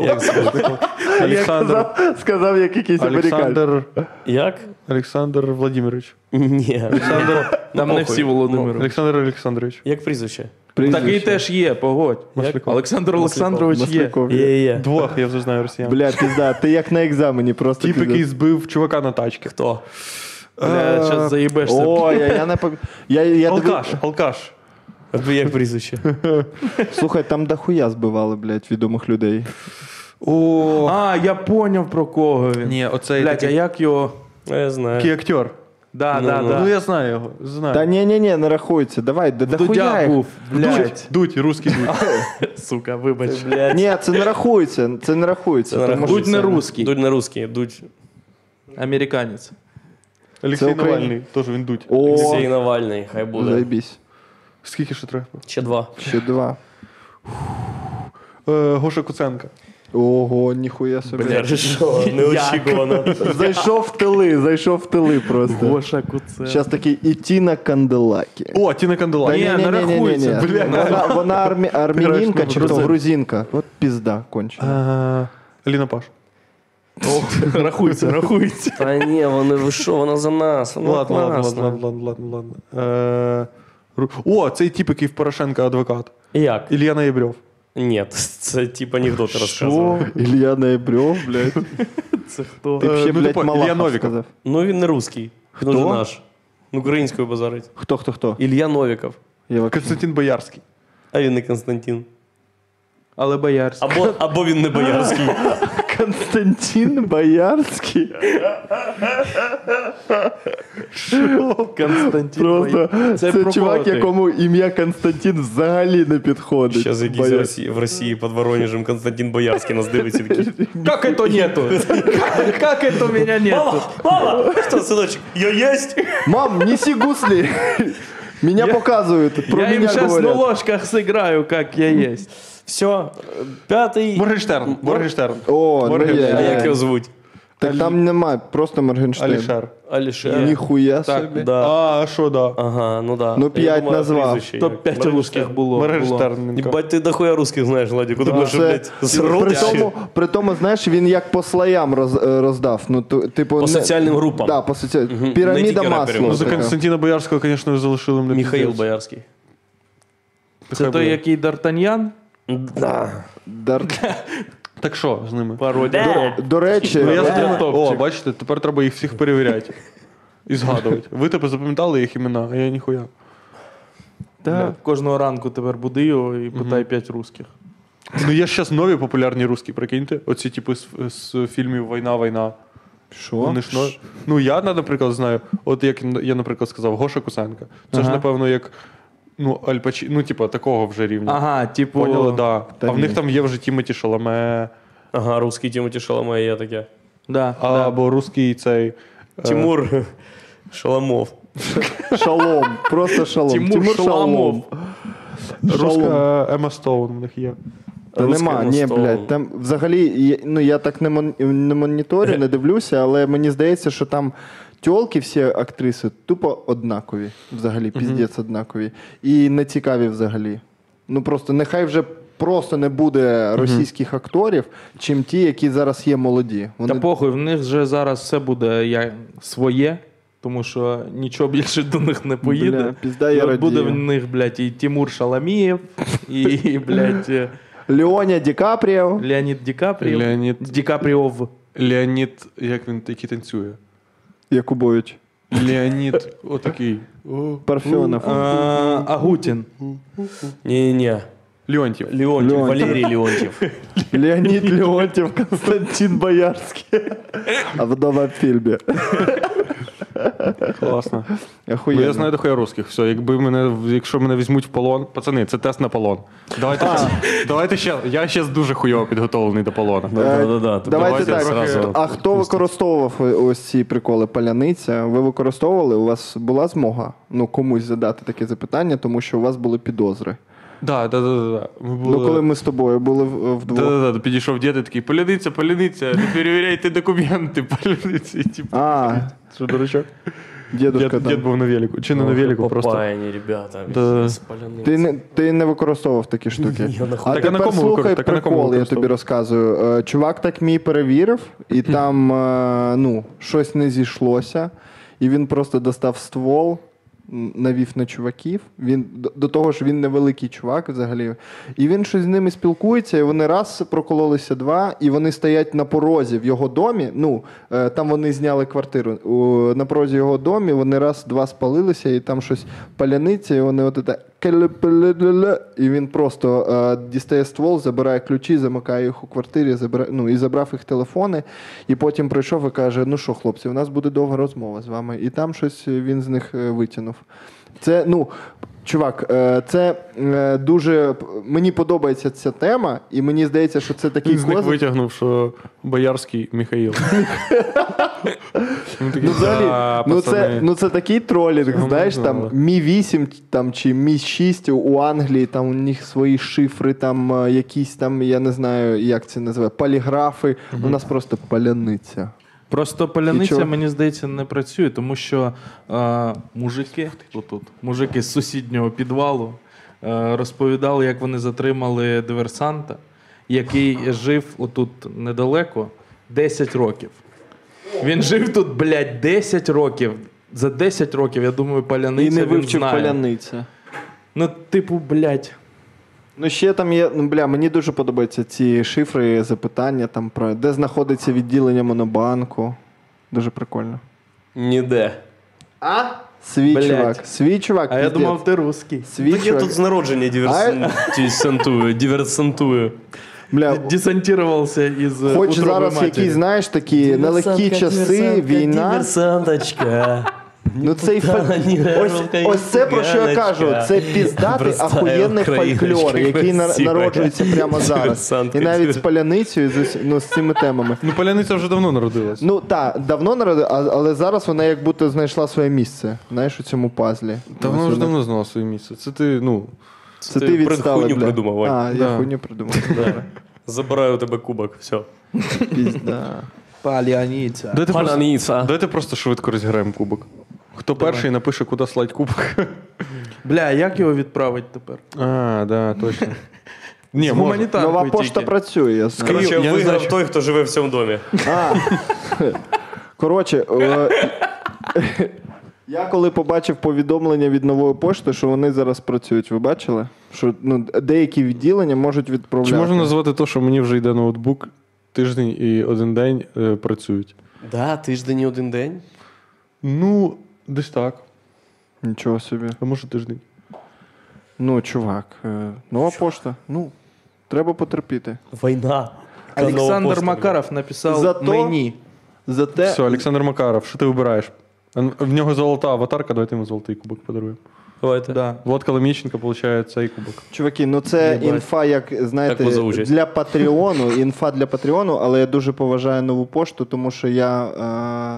[SPEAKER 2] Олександр.
[SPEAKER 1] Сказав, як якийсь американець.
[SPEAKER 2] Олександр.
[SPEAKER 3] як?
[SPEAKER 2] Олександр Владимирович.
[SPEAKER 3] Ні.
[SPEAKER 5] Там не
[SPEAKER 3] Похуй.
[SPEAKER 5] всі Володимири.
[SPEAKER 2] Олександр Олександрович.
[SPEAKER 3] Як прізвище?
[SPEAKER 5] Такий теж є, погодь.
[SPEAKER 2] Масляков.
[SPEAKER 5] Олександр Олександрович є.
[SPEAKER 1] Масляков.
[SPEAKER 3] Є, є.
[SPEAKER 2] Двох, я вже знаю росіян.
[SPEAKER 1] Бля, пізда, ти як на екзамені просто.
[SPEAKER 2] Тіп,
[SPEAKER 1] пізда.
[SPEAKER 2] який збив чувака на тачки.
[SPEAKER 3] Хто?
[SPEAKER 5] Бля, зараз заїбешся.
[SPEAKER 1] Ой, я, я не пок... я, я дивив-
[SPEAKER 2] Алкаш, алкаш.
[SPEAKER 3] Як прізвище?
[SPEAKER 1] Слухай, там дохуя збивали, блядь, відомих людей.
[SPEAKER 2] О,
[SPEAKER 5] А, я поняв про кого він.
[SPEAKER 2] ні, оцей
[SPEAKER 5] Блять, а
[SPEAKER 2] такий
[SPEAKER 5] як його?
[SPEAKER 3] Ну, Я
[SPEAKER 2] такий
[SPEAKER 3] знаю.
[SPEAKER 2] актер.
[SPEAKER 5] Да, да,
[SPEAKER 3] ну.
[SPEAKER 5] да.
[SPEAKER 2] Ну я знаю його. Знаю.
[SPEAKER 1] Та ні, ні, ні, не рахується. Давай, да, дохуя
[SPEAKER 5] Дудя
[SPEAKER 1] їх.
[SPEAKER 5] був, блять.
[SPEAKER 2] Дудь, Дудь, русський дудь.
[SPEAKER 5] Сука, вибач.
[SPEAKER 3] Блядь.
[SPEAKER 1] Ні, це не рахується. Це не рахується. тому що-
[SPEAKER 5] Дудь не русський.
[SPEAKER 3] Дудь не русський. Дудь
[SPEAKER 5] Американець.
[SPEAKER 2] Олексій
[SPEAKER 1] Україна.
[SPEAKER 2] Навальний, теж він дудь.
[SPEAKER 3] Олексій
[SPEAKER 1] О,
[SPEAKER 3] Навальний, хай буде.
[SPEAKER 1] заєбісь.
[SPEAKER 2] Скільки ще треба?
[SPEAKER 3] Ще два.
[SPEAKER 1] Ще два.
[SPEAKER 2] Е, Гоша Куценка.
[SPEAKER 1] Ого, ніхуя собі.
[SPEAKER 3] що, неочікувано.
[SPEAKER 1] Зайшов в тили, зайшов в тили просто.
[SPEAKER 5] Гоша Куце.
[SPEAKER 1] Зараз такий і Тіна Канделакі.
[SPEAKER 2] О, Тіна Ну, Кандела.
[SPEAKER 5] Ні, не рахується,
[SPEAKER 1] Ні, ні.
[SPEAKER 5] блядь.
[SPEAKER 1] Вона, вона армі, армінінка чи то
[SPEAKER 2] Грузин.
[SPEAKER 1] грузинка. От пізда
[SPEAKER 2] А.
[SPEAKER 1] кончена.
[SPEAKER 2] Е, Ліна Паш.
[SPEAKER 5] Рахується, рахується.
[SPEAKER 3] Та ні, вони ви що, вона за нас. Ну, Вона
[SPEAKER 2] Ладно, ладно,
[SPEAKER 3] класна.
[SPEAKER 2] ладно, ладно, ладно, ладно. Е, Ру- О, цей тип, який в Порошенка адвокат.
[SPEAKER 3] Як?
[SPEAKER 2] Ілья Ноєбрьов.
[SPEAKER 3] Ні, це типу, типа анекдот розказував.
[SPEAKER 1] Ілья Небрьов, блядь.
[SPEAKER 5] Це хто?
[SPEAKER 1] Ти б ще,
[SPEAKER 2] ну,
[SPEAKER 1] блядь,
[SPEAKER 2] типа, Ілля
[SPEAKER 1] Малахов
[SPEAKER 2] Новіков.
[SPEAKER 1] сказав.
[SPEAKER 3] Ну він не русський. Хто? Ну,
[SPEAKER 1] Хто?
[SPEAKER 3] же наш. Українською базарить.
[SPEAKER 1] Хто, хто, хто?
[SPEAKER 3] Ілья Новіков.
[SPEAKER 1] Я вообще-
[SPEAKER 2] Константин Боярський.
[SPEAKER 3] А він не Константин.
[SPEAKER 5] Але боярський.
[SPEAKER 3] Або, або він не боярський.
[SPEAKER 1] Константин Боярський.
[SPEAKER 5] Константин.
[SPEAKER 1] Просто це,
[SPEAKER 5] про кого
[SPEAKER 1] чувак,
[SPEAKER 5] ти?
[SPEAKER 1] якому ім'я Константин взагалі не підходить.
[SPEAKER 3] Зараз якийсь
[SPEAKER 1] Бояр-
[SPEAKER 3] Росії, в Росії під Воронежем Константин Боярський нас дивиться такий.
[SPEAKER 5] Как это нету? Как это меня нету?
[SPEAKER 3] Мама, мама, що, синочок, я єсть?
[SPEAKER 1] Мам, неси гусли. Меня показывают, про
[SPEAKER 5] Я им
[SPEAKER 1] меня
[SPEAKER 5] сейчас на
[SPEAKER 1] говорят.
[SPEAKER 5] ложках сыграю, как я есть.
[SPEAKER 3] Все, п'ятий.
[SPEAKER 2] Моргенштерн. Моргенштерн.
[SPEAKER 1] О, ну
[SPEAKER 2] Морген.
[SPEAKER 1] є,
[SPEAKER 3] А
[SPEAKER 1] є.
[SPEAKER 3] як його звуть?
[SPEAKER 1] Так там нема, просто Моргенштерн.
[SPEAKER 2] Алішер.
[SPEAKER 3] Алішер.
[SPEAKER 1] Ніхуя собі.
[SPEAKER 3] Да.
[SPEAKER 2] А, що да?
[SPEAKER 3] Ага, ну да.
[SPEAKER 1] Ну,
[SPEAKER 3] Я
[SPEAKER 1] п'ять
[SPEAKER 3] думаю,
[SPEAKER 1] назвав.
[SPEAKER 3] прізвище як.
[SPEAKER 5] Топ-5 русских було. було.
[SPEAKER 2] Моргенштерн.
[SPEAKER 3] Їбать, ти дохуя русських знаєш, Владик. Куди може, блядь, з
[SPEAKER 1] при,
[SPEAKER 3] родичів?
[SPEAKER 1] тому, при тому, знаєш, він як по слоям роз, е, роздав. Ну, ту- типу,
[SPEAKER 3] По соціальним групам.
[SPEAKER 1] Да, по соці... Піраміда
[SPEAKER 3] тільки
[SPEAKER 1] масла.
[SPEAKER 3] раперів.
[SPEAKER 2] Ну, за
[SPEAKER 1] така.
[SPEAKER 2] Константина Боярського, звісно, залишили мене.
[SPEAKER 3] Міхаїл
[SPEAKER 2] піздець.
[SPEAKER 3] Боярський.
[SPEAKER 5] Це
[SPEAKER 2] Хай
[SPEAKER 5] той,
[SPEAKER 2] буде.
[SPEAKER 5] який Д'Артаньян?
[SPEAKER 3] Да.
[SPEAKER 1] Дар-
[SPEAKER 2] Так що з ними?
[SPEAKER 5] Пародія.
[SPEAKER 1] До речі, е,
[SPEAKER 2] Ну, я
[SPEAKER 1] Ро-
[SPEAKER 2] задумав-
[SPEAKER 5] топчик.
[SPEAKER 2] О, бачите, тепер треба їх всіх перевіряти. І згадувати. Ви тепер запам'ятали їх імена, а я ніхуя.
[SPEAKER 5] Да. Кожного ранку тепер буди його і питай 5 русських.
[SPEAKER 2] Ну є ж зараз нові популярні русські, прикиньте. Оці типи з, з фільмів Війна, війна. Що? Вони ж нові. Ну я, на- наприклад, знаю, от як я, наприклад, сказав, Гоша Кусенка. Це ж,
[SPEAKER 5] Ага.
[SPEAKER 2] напевно, як ну, Альпачі, ну, типа, такого вже рівня.
[SPEAKER 5] Ага, типу.
[SPEAKER 2] Поняли, да. а в них там є вже Тімоті Шаламе,
[SPEAKER 3] Ага, русський Тімоті Шаламай, я таке.
[SPEAKER 5] Да, да.
[SPEAKER 2] або русський цей. е,
[SPEAKER 3] Тимур Шаламов.
[SPEAKER 1] Шалом. Просто шалом.
[SPEAKER 5] Тимур Шаламов.
[SPEAKER 2] Руська Ема Стоун в них є.
[SPEAKER 1] Та нема,
[SPEAKER 3] Русським
[SPEAKER 1] ні,
[SPEAKER 3] мостом.
[SPEAKER 1] блядь. Там взагалі, є- ну я так не, мон, не моніторю, не дивлюся, але мені здається, що там тьолки всі актриси тупо однакові. Взагалі, піздець однакові. І не цікаві взагалі. Ну просто нехай вже просто не буде російських акторів, чим ті, які зараз є молоді. Вони
[SPEAKER 5] Та похуй, в них вже зараз все буде я, своє, тому що нічого більше до них не поїде.
[SPEAKER 1] Бля, пізда,
[SPEAKER 5] І
[SPEAKER 1] я
[SPEAKER 5] от буде в
[SPEAKER 1] радію.
[SPEAKER 5] них, блядь, і Тимур Шаламієв, і, блядь, е,
[SPEAKER 1] Леоня Ді Капріо.
[SPEAKER 5] Леонід Ді Капріо.
[SPEAKER 2] Леонід.
[SPEAKER 5] Ді Капріов.
[SPEAKER 2] Леонід, як він який танцює?
[SPEAKER 1] Якубович.
[SPEAKER 2] Леонід, отакий.
[SPEAKER 1] Парфьонов.
[SPEAKER 5] Е, Агутін.
[SPEAKER 3] Ні-ні-ні.
[SPEAKER 2] Леонтів.
[SPEAKER 3] Леонтів, Валерій Леонтів.
[SPEAKER 1] Леонід Леонтьєв, Константин Боярський. А в новому фільмі.
[SPEAKER 2] Класно. Ну,
[SPEAKER 1] Охуєнно.
[SPEAKER 2] я знаю дохуя русських. Все, якби мене, якщо мене візьмуть в полон, пацани, це тест на полон. Давайте, давайте ще. Я ще дуже хуйово підготовлений до полона.
[SPEAKER 3] Да-да-да.
[SPEAKER 2] тобто
[SPEAKER 1] Е, Давайте так.
[SPEAKER 3] зразу.
[SPEAKER 1] А хто використовував ось ці приколи паляниця? Ви використовували? У вас була змога ну комусь задати таке запитання, тому що у вас були підозри.
[SPEAKER 2] Да, да, да, да, да. Ми були...
[SPEAKER 1] Ну коли ми з тобою були в-
[SPEAKER 2] да,
[SPEAKER 1] вдвох.
[SPEAKER 2] да, да, підійшов дід і такий, поляниця, поляниця, не перевіряйте документи, поляниця. І, типу,
[SPEAKER 1] А,
[SPEAKER 2] що, дурачок?
[SPEAKER 1] дідусь
[SPEAKER 2] Дід, дід
[SPEAKER 1] там.
[SPEAKER 2] був на велику. Чи не на велику, просто.
[SPEAKER 3] Попаяні, ребята.
[SPEAKER 2] Да.
[SPEAKER 3] спаляни.
[SPEAKER 1] Ти не, ти не використовував такі штуки.
[SPEAKER 3] я нахуй.
[SPEAKER 1] а
[SPEAKER 2] Так а на
[SPEAKER 1] тепер
[SPEAKER 2] кому
[SPEAKER 1] слухай
[SPEAKER 2] викор- так а на кому
[SPEAKER 1] прикол, я тобі
[SPEAKER 2] використовував?
[SPEAKER 1] розказую. Е, Чувак так мій перевірив, і там е, ну, щось не зійшлося. І він просто достав ствол, м, навів на чуваків. Він до- до того ж він невеликий чувак взагалі. І він щось з ними спілкується, і вони раз прокололися два, і вони стоять на порозі в його домі. Ну е, там вони зняли квартиру. У- На порозі його домі вони раз-два спалилися, і там щось паляниця, і вони от це «келе-пеле-ле-ле», і він просто е, дістає ствол, забирає ключі, замикає їх у квартирі, забира- ну, і забрав їх телефони. І потім прийшов і каже: Ну що, хлопці, у нас буде довга розмова з вами. І там щось він з них е, витягнув. Це, ну, чувак, е, це е, дуже. Мені подобається ця тема, і мені здається, що це такий
[SPEAKER 2] Він з них
[SPEAKER 1] козир.
[SPEAKER 2] витягнув, що Боярський Михаїл. Він такий,
[SPEAKER 1] Ну, взагалі,
[SPEAKER 2] «Да,
[SPEAKER 1] ну,
[SPEAKER 2] пацани».
[SPEAKER 1] це, ну це такий тролінг,
[SPEAKER 2] Цього
[SPEAKER 1] знаєш,
[SPEAKER 2] не
[SPEAKER 1] там
[SPEAKER 2] знали.
[SPEAKER 1] Мі 8 там, чи Мі 6 у Англії, там у них свої шифри, там е, якісь там, я не знаю, як це називає, поліграфи. У нас просто паляниця.
[SPEAKER 5] Просто
[SPEAKER 1] І чого?
[SPEAKER 5] паляниця, мені здається, не працює, тому що е, мужики отут, мужики з сусіднього підвалу е, розповідали, як вони затримали диверсанта, який жив отут недалеко 10 років. Він жив тут, блядь, 10 років. За 10 років, я думаю, паляниця. він знає.
[SPEAKER 1] паляниця.
[SPEAKER 5] Ну, типу, блядь.
[SPEAKER 1] Ну, ще там є, ну бля, мені дуже подобаються ці шифри, запитання там про де знаходиться відділення монобанку. Дуже прикольно.
[SPEAKER 3] Ніде.
[SPEAKER 1] А? Свій
[SPEAKER 5] Блядь.
[SPEAKER 1] чувак. Свій чувак.
[SPEAKER 5] А я
[SPEAKER 1] піздець.
[SPEAKER 5] думав, ти русський.
[SPEAKER 1] Свій
[SPEAKER 3] Так я
[SPEAKER 1] чувак.
[SPEAKER 3] тут з
[SPEAKER 2] А
[SPEAKER 3] народження диверсантую, диверсантую.
[SPEAKER 1] Бля,
[SPEAKER 5] Десантувався із е,
[SPEAKER 1] Хоч
[SPEAKER 5] утробої
[SPEAKER 1] зараз
[SPEAKER 5] матері.
[SPEAKER 1] якісь, знаєш, такі нелегкі часи, війна.
[SPEAKER 3] Диверсанточка.
[SPEAKER 1] Ну цей фа... ось, ось це про що я кажу. Це піздатий
[SPEAKER 3] Бросаю
[SPEAKER 1] ахуєнний
[SPEAKER 3] країночки
[SPEAKER 1] фольклор, який на-
[SPEAKER 3] красивої.
[SPEAKER 1] народжується прямо зараз. І
[SPEAKER 3] Диверсантки.
[SPEAKER 1] навіть з паляницею, з, ус- ну, з цими темами.
[SPEAKER 2] Ну, Поляниця вже давно народилась.
[SPEAKER 1] Ну так, давно народила, але зараз вона як будто знайшла своє місце. Знаєш, у цьому пазлі.
[SPEAKER 2] Та вона вже давно знала своє місце. Це ти, ну.
[SPEAKER 1] Це
[SPEAKER 3] Ти
[SPEAKER 1] ти
[SPEAKER 3] про
[SPEAKER 1] відстала.
[SPEAKER 3] хуйню
[SPEAKER 1] бля.
[SPEAKER 3] придумав, Вань.
[SPEAKER 1] А, я
[SPEAKER 2] Да.
[SPEAKER 1] хуйню придумав.
[SPEAKER 3] Забираю у тебе кубок, все.
[SPEAKER 1] Пізда.
[SPEAKER 5] Паляниця.
[SPEAKER 2] Дайте просто,
[SPEAKER 3] Паляниця.
[SPEAKER 2] дайте просто швидко розіграємо кубок. Хто перший напише, куди слать кубок.
[SPEAKER 5] Бля, як його відправить тепер?
[SPEAKER 2] А, да, точно. Ні,
[SPEAKER 5] З
[SPEAKER 2] можна.
[SPEAKER 5] гуманітаркою
[SPEAKER 1] Нова
[SPEAKER 5] тільки.
[SPEAKER 1] пошта працює, я знаю.
[SPEAKER 3] Короче,
[SPEAKER 2] Я не знаю,
[SPEAKER 3] виграв
[SPEAKER 2] що-
[SPEAKER 3] той, хто живе в цьому домі.
[SPEAKER 1] А. Коротше, е, я коли побачив повідомлення від нової пошти, що вони зараз працюють, ви бачили? Що ну, деякі відділення можуть відправляти.
[SPEAKER 2] Чи можна назвати те, що мені вже йде ноутбук тиждень і один день е, працюють?
[SPEAKER 7] Да, тиждень і один день.
[SPEAKER 2] Ну, десь так.
[SPEAKER 1] Нічого собі.
[SPEAKER 2] А може тиждень.
[SPEAKER 1] Ну, чувак, е, нова пошта. Ну, Треба потерпіти.
[SPEAKER 3] Війна.
[SPEAKER 5] Олександр Макаров написав
[SPEAKER 1] Зато-
[SPEAKER 5] мені.
[SPEAKER 1] Зате
[SPEAKER 8] Все, Олександр Макаров, що ти вибираєш? В нього золота аватарка, давайте йому золотий кубок подаруємо.
[SPEAKER 3] Давайте.
[SPEAKER 5] Да.
[SPEAKER 8] Влад Коломійченко получає цей кубок.
[SPEAKER 1] Чуваки, ну це інфа, як знаєте,
[SPEAKER 3] Так ви за участь.
[SPEAKER 1] для Патреону, інфа для Патреону, але я дуже поважаю нову пошту, тому що я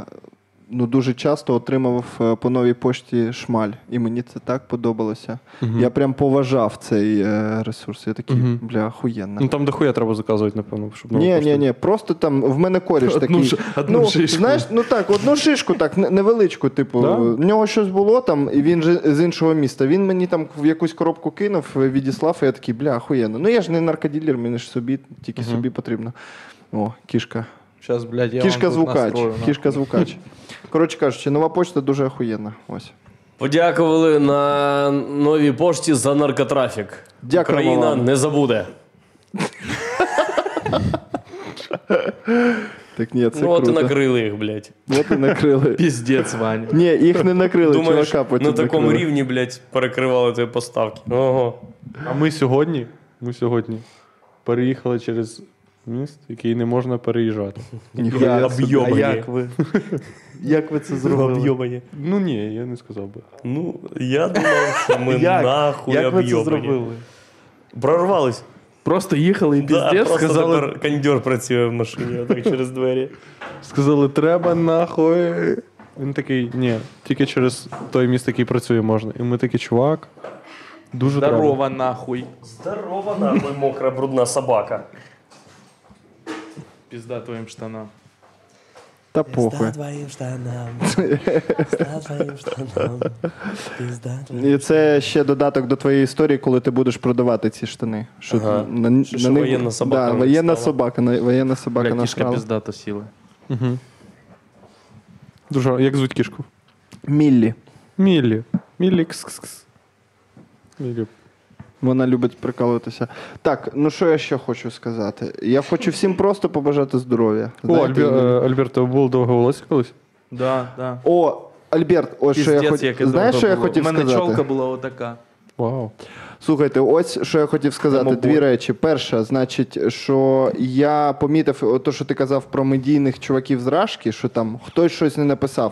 [SPEAKER 1] е, ну, дуже часто отримував е, по новій пошті шмаль. І мені це так подобалося. Я прям поважав цей е, ресурс. Я такий, бля, охуєнно.
[SPEAKER 8] Ну там дохуя треба заказувати, напевно, щоб нова
[SPEAKER 1] Ні,
[SPEAKER 8] пошта-
[SPEAKER 1] ні, ні, просто там в мене коріш
[SPEAKER 5] Ну, Одну
[SPEAKER 1] такий.
[SPEAKER 5] ш- одну
[SPEAKER 1] ну,
[SPEAKER 5] шишку.
[SPEAKER 1] Знаєш, ну так, одну шишку, так, не- невеличку, типу.
[SPEAKER 8] Да?
[SPEAKER 1] В нього щось було там, і він же з іншого міста. Він мені там в якусь коробку кинув, відіслав, і я такий, бля, охуєнно. Ну я ж не наркоділер, мені ж собі, тільки собі потрібно. О, кішка.
[SPEAKER 5] Щас, блядь, я
[SPEAKER 1] кішка
[SPEAKER 5] вам тут
[SPEAKER 1] звукач.
[SPEAKER 5] настрою, нахуй.
[SPEAKER 1] Кішка звукач. Коротше кажучи, нова почта дуже охуєнна. Ось.
[SPEAKER 4] Подякували на новій пошті за наркотрафік.
[SPEAKER 1] Дякуємо
[SPEAKER 4] Україна
[SPEAKER 1] вам.
[SPEAKER 4] не забуде.
[SPEAKER 1] Так ні, це
[SPEAKER 4] ну от і
[SPEAKER 1] круто.
[SPEAKER 4] накрили їх, блядь.
[SPEAKER 1] От і накрили.
[SPEAKER 5] Піздець, Ваня.
[SPEAKER 1] Ні, їх не накрили,
[SPEAKER 3] Думаєш,
[SPEAKER 1] чувака потім
[SPEAKER 3] на такому
[SPEAKER 1] накрили.
[SPEAKER 3] рівні, блядь, перекривали твої поставки. Ого.
[SPEAKER 8] А ми сьогодні, ми сьогодні переїхали через міст, який не можна переїжджати.
[SPEAKER 1] Ніхуя собі.
[SPEAKER 5] А
[SPEAKER 3] Об'єбані.
[SPEAKER 5] як ви? Як ви це зробили?
[SPEAKER 3] Об'єбані.
[SPEAKER 8] Ну ні, я не сказав би.
[SPEAKER 3] Ну, я думав, що ми
[SPEAKER 5] Як?
[SPEAKER 3] нахуй
[SPEAKER 5] Як ви це
[SPEAKER 3] об'єбані.
[SPEAKER 5] зробили?
[SPEAKER 3] Прорвались.
[SPEAKER 5] Просто їхали і
[SPEAKER 3] Да,
[SPEAKER 5] піздець
[SPEAKER 3] просто
[SPEAKER 5] сказали.
[SPEAKER 3] тепер кондьор працює в машині, отак через двері.
[SPEAKER 8] Сказали, треба нахуй. Він такий, ні, тільки через той міст, який працює, можна. І ми такі, чувак, дуже треба.
[SPEAKER 5] Здорова нахуй.
[SPEAKER 3] Здорова нахуй, мокра брудна собака.
[SPEAKER 5] Пізда твоїм штанам.
[SPEAKER 1] Та похуй. І це ще додаток до твоєї історії, коли ти будеш продавати ці штани. Що
[SPEAKER 3] Ага.
[SPEAKER 1] на, на,
[SPEAKER 3] що
[SPEAKER 1] них-
[SPEAKER 3] воєнна собака
[SPEAKER 1] Да,
[SPEAKER 3] на них
[SPEAKER 1] воєнна
[SPEAKER 3] стала.
[SPEAKER 1] собака, на, воєнна собака
[SPEAKER 5] Бля, кішка
[SPEAKER 1] насрала.
[SPEAKER 5] піздато сіла.
[SPEAKER 8] Дуже рад. як звуть кішку?
[SPEAKER 1] Міллі.
[SPEAKER 8] Міллі. Міллі кс-кс-кс. Міллі.
[SPEAKER 1] Вона любить прикалуватися. Так, ну що я ще хочу сказати? Я хочу всім просто побажати здоров'я.
[SPEAKER 8] О,
[SPEAKER 1] Знаєте,
[SPEAKER 8] Альбер, е, Альберт, у тебе було довге волосся колись?
[SPEAKER 5] Да, да.
[SPEAKER 1] О, Альберт, ось що я
[SPEAKER 5] Піздець, яке
[SPEAKER 1] хотів. Знаєш, що я
[SPEAKER 5] довго було.
[SPEAKER 1] хотів
[SPEAKER 5] У мене
[SPEAKER 1] сказати?
[SPEAKER 5] чолка була отака.
[SPEAKER 8] Вау.
[SPEAKER 1] Слухайте, ось що я хотів сказати.
[SPEAKER 5] Прямо
[SPEAKER 1] Дві
[SPEAKER 5] бой.
[SPEAKER 1] речі. Перша, значить, що я помітив о, то, що ти казав про медійних чуваків з Рашки, що там хтось щось не написав.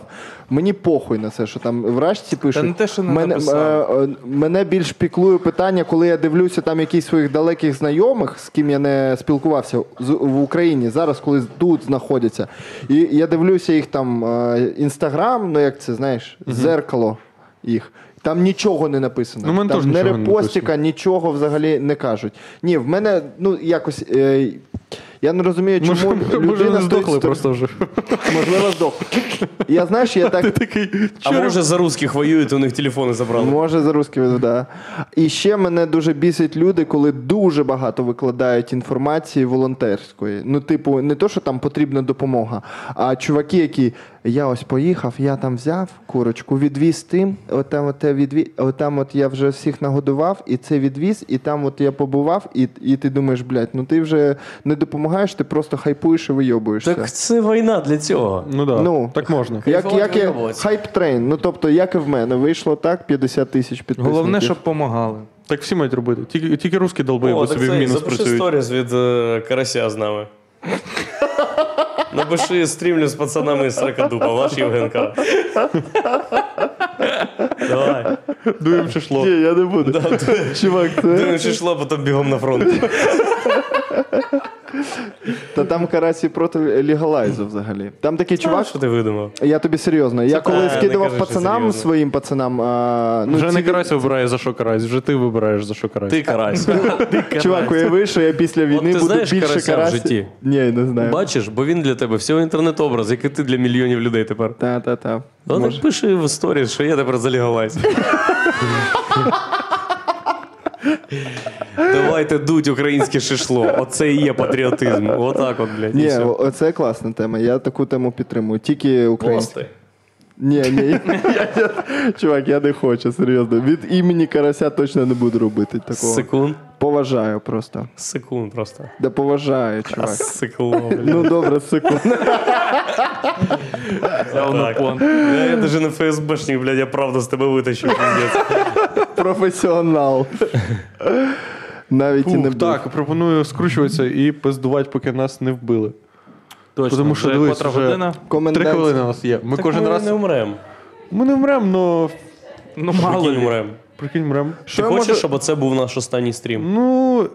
[SPEAKER 1] Мені похуй на це, що там в Рашці пишуть.
[SPEAKER 5] не те, що не
[SPEAKER 1] мене,
[SPEAKER 5] написав.
[SPEAKER 1] е, е, мене більш піклує питання, коли я дивлюся там якісь своїх далеких знайомих, з ким я не спілкувався з- в Україні, зараз, коли тут знаходяться. І я дивлюся їх там е, інстаграм, ну як це знаєш, зеркало їх. Там нічого не написано.
[SPEAKER 8] Ну, в мене
[SPEAKER 1] там
[SPEAKER 8] теж
[SPEAKER 1] не
[SPEAKER 8] нічого не
[SPEAKER 1] репостика, Та нічого взагалі не кажуть. Ні, в мене ну якось. Е, я не розумію, чому
[SPEAKER 8] Може,
[SPEAKER 1] людина
[SPEAKER 8] може не
[SPEAKER 1] стоїть
[SPEAKER 8] здохли
[SPEAKER 1] сто-
[SPEAKER 8] просто вже.
[SPEAKER 1] Можливо, здохли. Я знаєш, я так
[SPEAKER 3] А може за русських воюють, у них телефони забрали.
[SPEAKER 1] Може, за русські веду, да. І ще мене дуже бісять люди, коли дуже багато викладають інформації волонтерської. Ну, типу, не то, що там потрібна допомога, а чуваки, які я ось поїхав, я там взяв курочку, відвіз тим, отам от, я відві... отам от я вже всіх нагодував, і це відвіз, і там от я побував, і, і ти думаєш, блядь, ну ти вже не допомагаєш, ти просто хайпуєш і вийобуєшся.
[SPEAKER 3] Так це війна для цього.
[SPEAKER 8] Ну да.
[SPEAKER 1] Ну.
[SPEAKER 8] так можна.
[SPEAKER 1] Як, як і
[SPEAKER 4] вийобуватися.
[SPEAKER 1] хайп-трейн, ну тобто, як і в мене, вийшло так, 50 тисяч підписників.
[SPEAKER 5] Головне, щоб помагали.
[SPEAKER 8] Так всі мають робити. Тільки, тільки русські
[SPEAKER 3] О,
[SPEAKER 8] долбоєби
[SPEAKER 3] так
[SPEAKER 8] собі в
[SPEAKER 3] це,
[SPEAKER 8] мінус
[SPEAKER 3] запиши
[SPEAKER 8] працюють.
[SPEAKER 3] сторіс від е, карася з нами. Напиши стрімлю з пацанами з Сракадупа, ваш Євгенка. Давай.
[SPEAKER 8] Дуєм чешло.
[SPEAKER 1] Ні, я не буду. Чувак, це...
[SPEAKER 3] Думаєш, йшло, потім бігом на фронт.
[SPEAKER 1] Та там карасі проти легалайзу взагалі. Там такий чувак.
[SPEAKER 3] Що ти видумав?
[SPEAKER 1] Я тобі серйозно. Я коли
[SPEAKER 3] не
[SPEAKER 1] скидував
[SPEAKER 3] кажи, що
[SPEAKER 1] пацанам
[SPEAKER 3] серйозно.
[SPEAKER 1] своїм пацанам. А, ну,
[SPEAKER 8] Вже
[SPEAKER 1] ці-
[SPEAKER 8] не карась вибирає за що карась, вже ти вибираєш за що карась.
[SPEAKER 3] Ти карась.
[SPEAKER 1] Чувак, уяви, що я після війни
[SPEAKER 3] ти
[SPEAKER 1] буду
[SPEAKER 3] знаєш
[SPEAKER 1] більше
[SPEAKER 3] карася в
[SPEAKER 1] карасі.
[SPEAKER 3] житті?
[SPEAKER 1] Ні, не знаю.
[SPEAKER 3] Бачиш, бо він для тебе всього інтернет-образ, який ти для мільйонів людей тепер.
[SPEAKER 1] Та, та, та.
[SPEAKER 3] Ну, так пиши в сторіс, що я тепер залігалась. Давайте дуть українське шишло. Оце і є патріотизм. Отак от, блядь. і
[SPEAKER 1] Ні,
[SPEAKER 3] все.
[SPEAKER 1] о- це класна тема. Я таку тему підтримую. Тільки українські. Ні, ні. я- я- я- Чувак, я не хочу, серйозно. Від імені карася точно не буду робити такого.
[SPEAKER 3] Секунд.
[SPEAKER 1] Поважаю просто.
[SPEAKER 3] Секунд просто.
[SPEAKER 1] Да поважаю,
[SPEAKER 3] А
[SPEAKER 1] чувак.
[SPEAKER 3] Сикло, блядь.
[SPEAKER 1] Ну добре, секунду.
[SPEAKER 3] Отак. Бля, Я даже не ФСБшник, блядь, я правда з тебе витащив. пиздець.
[SPEAKER 1] Професіонал. Навіть і не був.
[SPEAKER 2] Фух, так, пропоную скручуватися і пиздувати, поки нас не вбили.
[SPEAKER 5] Точно,
[SPEAKER 2] Тому що
[SPEAKER 5] вже
[SPEAKER 2] дивись,
[SPEAKER 5] котра
[SPEAKER 2] вже
[SPEAKER 5] година.
[SPEAKER 2] три
[SPEAKER 1] Комендантська.
[SPEAKER 2] хвилини у нас є. Ми кожен
[SPEAKER 3] ми
[SPEAKER 2] раз.
[SPEAKER 3] не вмремо.
[SPEAKER 2] Ми не вмремо, але
[SPEAKER 5] Ну мало
[SPEAKER 3] Прикинь,
[SPEAKER 5] ли.
[SPEAKER 3] вмремо.
[SPEAKER 2] прикинь, вмремо.
[SPEAKER 3] Ти
[SPEAKER 1] я
[SPEAKER 3] хочеш,
[SPEAKER 1] можу-
[SPEAKER 3] щоб це був наш останній стрім?
[SPEAKER 2] Ну,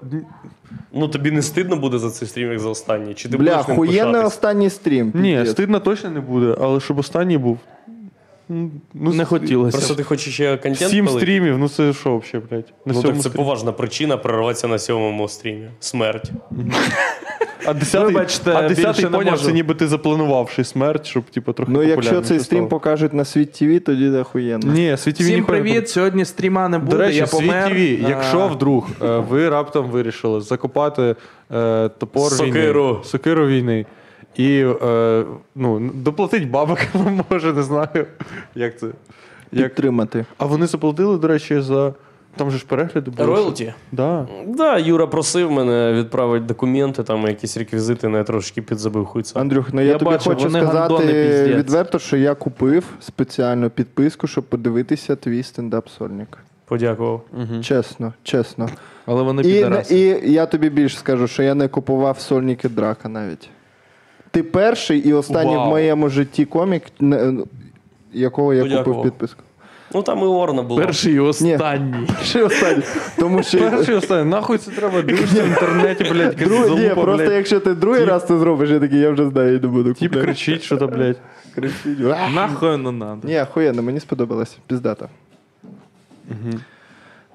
[SPEAKER 3] Ну тобі не стидно буде за цей стрім, як за останній? Чи ти
[SPEAKER 1] Бля,
[SPEAKER 3] будеш ним
[SPEAKER 1] хуєнний
[SPEAKER 3] пишатись?
[SPEAKER 1] останній стрім.
[SPEAKER 2] ні,
[SPEAKER 1] Піздець.
[SPEAKER 2] стидно точно не буде, але щоб останній був. Ну,
[SPEAKER 5] Не хотілося.
[SPEAKER 3] Просто ти хочеш ще контент
[SPEAKER 2] Сім
[SPEAKER 3] пилити?
[SPEAKER 2] стрімів, ну це що взагалі, блядь?
[SPEAKER 3] Ну
[SPEAKER 2] На сьомому
[SPEAKER 3] так це
[SPEAKER 2] стрімі.
[SPEAKER 3] поважна причина прорватися на сьомому стрімі. Смерть.
[SPEAKER 2] А десятий,
[SPEAKER 5] Вибачте,
[SPEAKER 2] а
[SPEAKER 5] більше
[SPEAKER 2] десятий
[SPEAKER 5] не
[SPEAKER 2] поняв,
[SPEAKER 5] можу.
[SPEAKER 2] це ніби ти запланувавши смерть, щоб типу, трохи
[SPEAKER 1] Ну, якщо
[SPEAKER 2] популярніше
[SPEAKER 1] цей стрім
[SPEAKER 2] стало.
[SPEAKER 1] покажуть на світ ТВ, тоді да охуєнно.
[SPEAKER 2] Ні, світі
[SPEAKER 5] Всім привіт, сьогодні стріма не буде,
[SPEAKER 2] До речі,
[SPEAKER 5] я
[SPEAKER 2] світ
[SPEAKER 5] помер.
[SPEAKER 2] TV,
[SPEAKER 5] А,
[SPEAKER 2] якщо вдруг е, ви раптом вирішили закопати е, топор
[SPEAKER 3] Сокиру.
[SPEAKER 2] війни, сокиру війни, і е, ну, доплатить бабок, вам, може, не знаю, як це. Як...
[SPEAKER 1] Підтримати.
[SPEAKER 2] А вони заплатили, до речі, за. Там же ж перегляди були.
[SPEAKER 9] Роялті?
[SPEAKER 2] Да.
[SPEAKER 3] Да, Юра просив мене відправити документи, там якісь реквізити, але я трошки підзабив хуй це.
[SPEAKER 1] Андрюх, ну я,
[SPEAKER 5] Я
[SPEAKER 1] тобі
[SPEAKER 5] бачу,
[SPEAKER 1] хочу
[SPEAKER 5] вони гандони,
[SPEAKER 1] сказати
[SPEAKER 5] піздець.
[SPEAKER 1] відверто, що я купив спеціально підписку, щоб подивитися твій стендап сольник.
[SPEAKER 3] Подякував.
[SPEAKER 1] Чесно, чесно.
[SPEAKER 5] Але вони
[SPEAKER 1] І,
[SPEAKER 5] підараси.
[SPEAKER 1] і я тобі більше скажу, що я не купував сольники драка навіть. Ти перший і останній
[SPEAKER 2] Вау.
[SPEAKER 1] в моєму житті комік, не- якого я
[SPEAKER 3] Подякував.
[SPEAKER 1] купив підписку.
[SPEAKER 3] Ну там і Орна була.
[SPEAKER 5] Перший і останній.
[SPEAKER 1] Перший і останній. Тому що
[SPEAKER 2] Перший останній, нахуй це треба дивишся в інтернеті, блядь, якась
[SPEAKER 1] Друге, ні,
[SPEAKER 2] залупа,
[SPEAKER 1] просто
[SPEAKER 2] блядь.
[SPEAKER 1] якщо ти другий раз це зробиш, я такий, я вже знаю, я не буду
[SPEAKER 2] Тіп
[SPEAKER 1] купляти.
[SPEAKER 2] кричить, що то, блядь.
[SPEAKER 1] Кричить.
[SPEAKER 5] Нахуй не надо.
[SPEAKER 1] Ні, охуєнно, мені сподобалось. Піздата.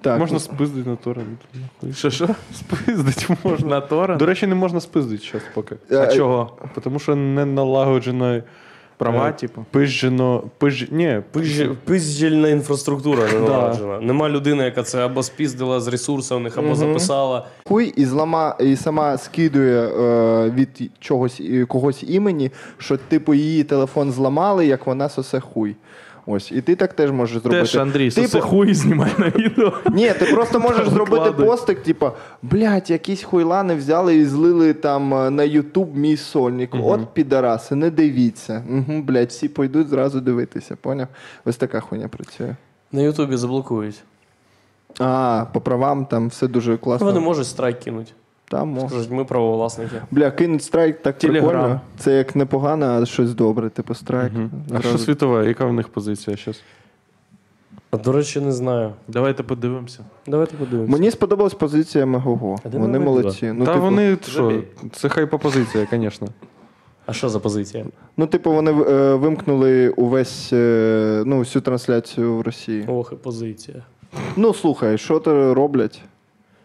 [SPEAKER 1] Так.
[SPEAKER 2] Можна спиздить на торрент. нахуй.
[SPEAKER 5] Що що?
[SPEAKER 2] Спиздить можна.
[SPEAKER 5] На торрент?
[SPEAKER 2] До речі, не можна спиздити зараз поки.
[SPEAKER 1] Е,
[SPEAKER 5] А чого?
[SPEAKER 2] Тому що не налагоджено.
[SPEAKER 5] Права,
[SPEAKER 2] е,
[SPEAKER 5] типу?
[SPEAKER 2] Пижджено. Пиж... Ні,
[SPEAKER 3] Пизж- Пиздільна інфраструктура не наладжена. Нема людини, яка це або спіздила з ресурсів, них, або записала.
[SPEAKER 1] Хуй і злама і сама скидує е, від чогось і- когось імені, що типу її телефон зламали, як вона сосе хуй. Ось, і ти так теж можеш зробити.
[SPEAKER 5] Теж Андрій,
[SPEAKER 1] Типу,
[SPEAKER 5] це хуй знімай на відео.
[SPEAKER 1] Ні, ти просто можеш зробити
[SPEAKER 5] Викладуй.
[SPEAKER 1] постик, типу, блядь, якісь хуйлани взяли і злили там е, на Ютуб мій сольник. От підараси, не дивіться. Угу, блядь, всі пойдуть зразу дивитися, поняв? Ось така хуйня працює.
[SPEAKER 9] На Ютубі заблокують.
[SPEAKER 1] А, по правам там все дуже класно.
[SPEAKER 3] Вони можуть страйк кинуть.
[SPEAKER 1] Там може.
[SPEAKER 3] Кажуть, ми правовласники.
[SPEAKER 1] Бля, кинуть страйк так
[SPEAKER 5] Телеграм.
[SPEAKER 1] прикольно. Це як непогано, а щось добре, типу страйк.
[SPEAKER 2] А що
[SPEAKER 1] Зразу.
[SPEAKER 2] світова? Яка в них позиція зараз?
[SPEAKER 3] А, До речі, не знаю.
[SPEAKER 5] Давайте подивимося.
[SPEAKER 3] Давайте подивимося.
[SPEAKER 1] Мені сподобалась позиція Мегого.
[SPEAKER 3] де
[SPEAKER 1] Вони
[SPEAKER 3] Мегого?
[SPEAKER 1] молодці. Ну,
[SPEAKER 2] Та
[SPEAKER 1] типу,
[SPEAKER 2] вони що?
[SPEAKER 3] забій.
[SPEAKER 2] Це хай по позиція, звісно.
[SPEAKER 3] А що за позиція?
[SPEAKER 1] ну, типу, вони е, вимкнули увесь е, ну, всю трансляцію в Росії.
[SPEAKER 3] Ох, і позиція.
[SPEAKER 1] Ну слухай, що то роблять?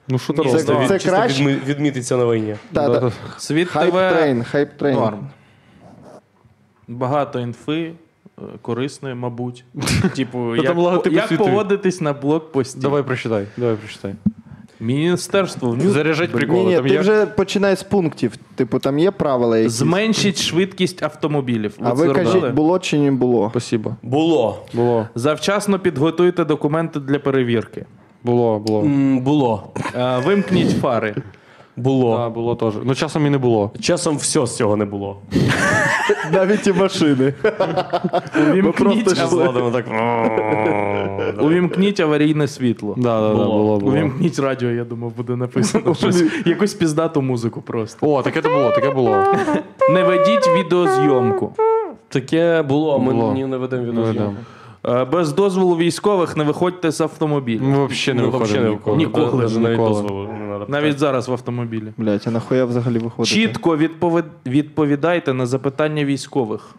[SPEAKER 2] Ну що ти
[SPEAKER 1] Це-
[SPEAKER 2] робиш?
[SPEAKER 1] це
[SPEAKER 3] Чисто
[SPEAKER 1] краще?
[SPEAKER 3] відми- відмітиться на війні.
[SPEAKER 1] Та,
[SPEAKER 2] Да,
[SPEAKER 1] та.
[SPEAKER 2] да.
[SPEAKER 5] Світ
[SPEAKER 1] Хайп
[SPEAKER 5] ТВ
[SPEAKER 1] трейн, хайп трейн.
[SPEAKER 5] норм. Багато інфи, е, корисної, мабуть. Типу,
[SPEAKER 2] Та
[SPEAKER 5] як,
[SPEAKER 2] там логотипи
[SPEAKER 5] як
[SPEAKER 2] світові.
[SPEAKER 5] поводитись на блокпості.
[SPEAKER 2] Давай прочитай, давай прочитай.
[SPEAKER 5] Міністерство внутрішніх
[SPEAKER 2] Заряжать
[SPEAKER 1] Ні,
[SPEAKER 2] приколи.
[SPEAKER 1] ні,
[SPEAKER 2] Там
[SPEAKER 1] ти
[SPEAKER 2] є...
[SPEAKER 1] вже починай з пунктів. Типу, там є правила якісь.
[SPEAKER 5] зменшить швидкість автомобілів.
[SPEAKER 1] А
[SPEAKER 5] це
[SPEAKER 1] ви
[SPEAKER 5] робили?
[SPEAKER 1] кажіть, було чи не було?
[SPEAKER 2] Спасибо.
[SPEAKER 3] Було.
[SPEAKER 2] Було,
[SPEAKER 5] Завчасно підготуйте документи для перевірки.
[SPEAKER 2] було, було.
[SPEAKER 9] М, Було.
[SPEAKER 5] Е, Вимкніть фари.
[SPEAKER 3] Було.
[SPEAKER 2] Так, було теж. Ну часом і не було.
[SPEAKER 3] Часом все з цього не було.
[SPEAKER 1] Навіть і машини.
[SPEAKER 5] Е, Увімкніть,
[SPEAKER 3] Ми з
[SPEAKER 5] ав-
[SPEAKER 3] Владом так.
[SPEAKER 5] увімкніть аварійне світло.
[SPEAKER 2] Да, да, да,
[SPEAKER 3] Було.
[SPEAKER 2] було, було.
[SPEAKER 5] Увімкніть радіо, я думав, буде написано. Щось, якусь піздату музику просто.
[SPEAKER 2] О, таке то було, таке було.
[SPEAKER 5] Не ведіть відеозйомку.
[SPEAKER 3] Таке було, а ми
[SPEAKER 2] Було.
[SPEAKER 3] ні, не ведемо
[SPEAKER 2] Ну,
[SPEAKER 3] відео.
[SPEAKER 2] да.
[SPEAKER 5] Е, Без дозволу військових не виходьте з автомобіля.
[SPEAKER 2] Ми взагалі
[SPEAKER 3] Ну,
[SPEAKER 2] не виходимо ніколи.
[SPEAKER 3] Ніколи
[SPEAKER 2] Навіть
[SPEAKER 3] навіть
[SPEAKER 2] ніколи.
[SPEAKER 3] дозволу не надо.
[SPEAKER 5] Навіть зараз в автомобілі.
[SPEAKER 1] Блять, а нахуя я взагалі виходити?
[SPEAKER 5] Чітко відпові- відповідайте на запитання військових.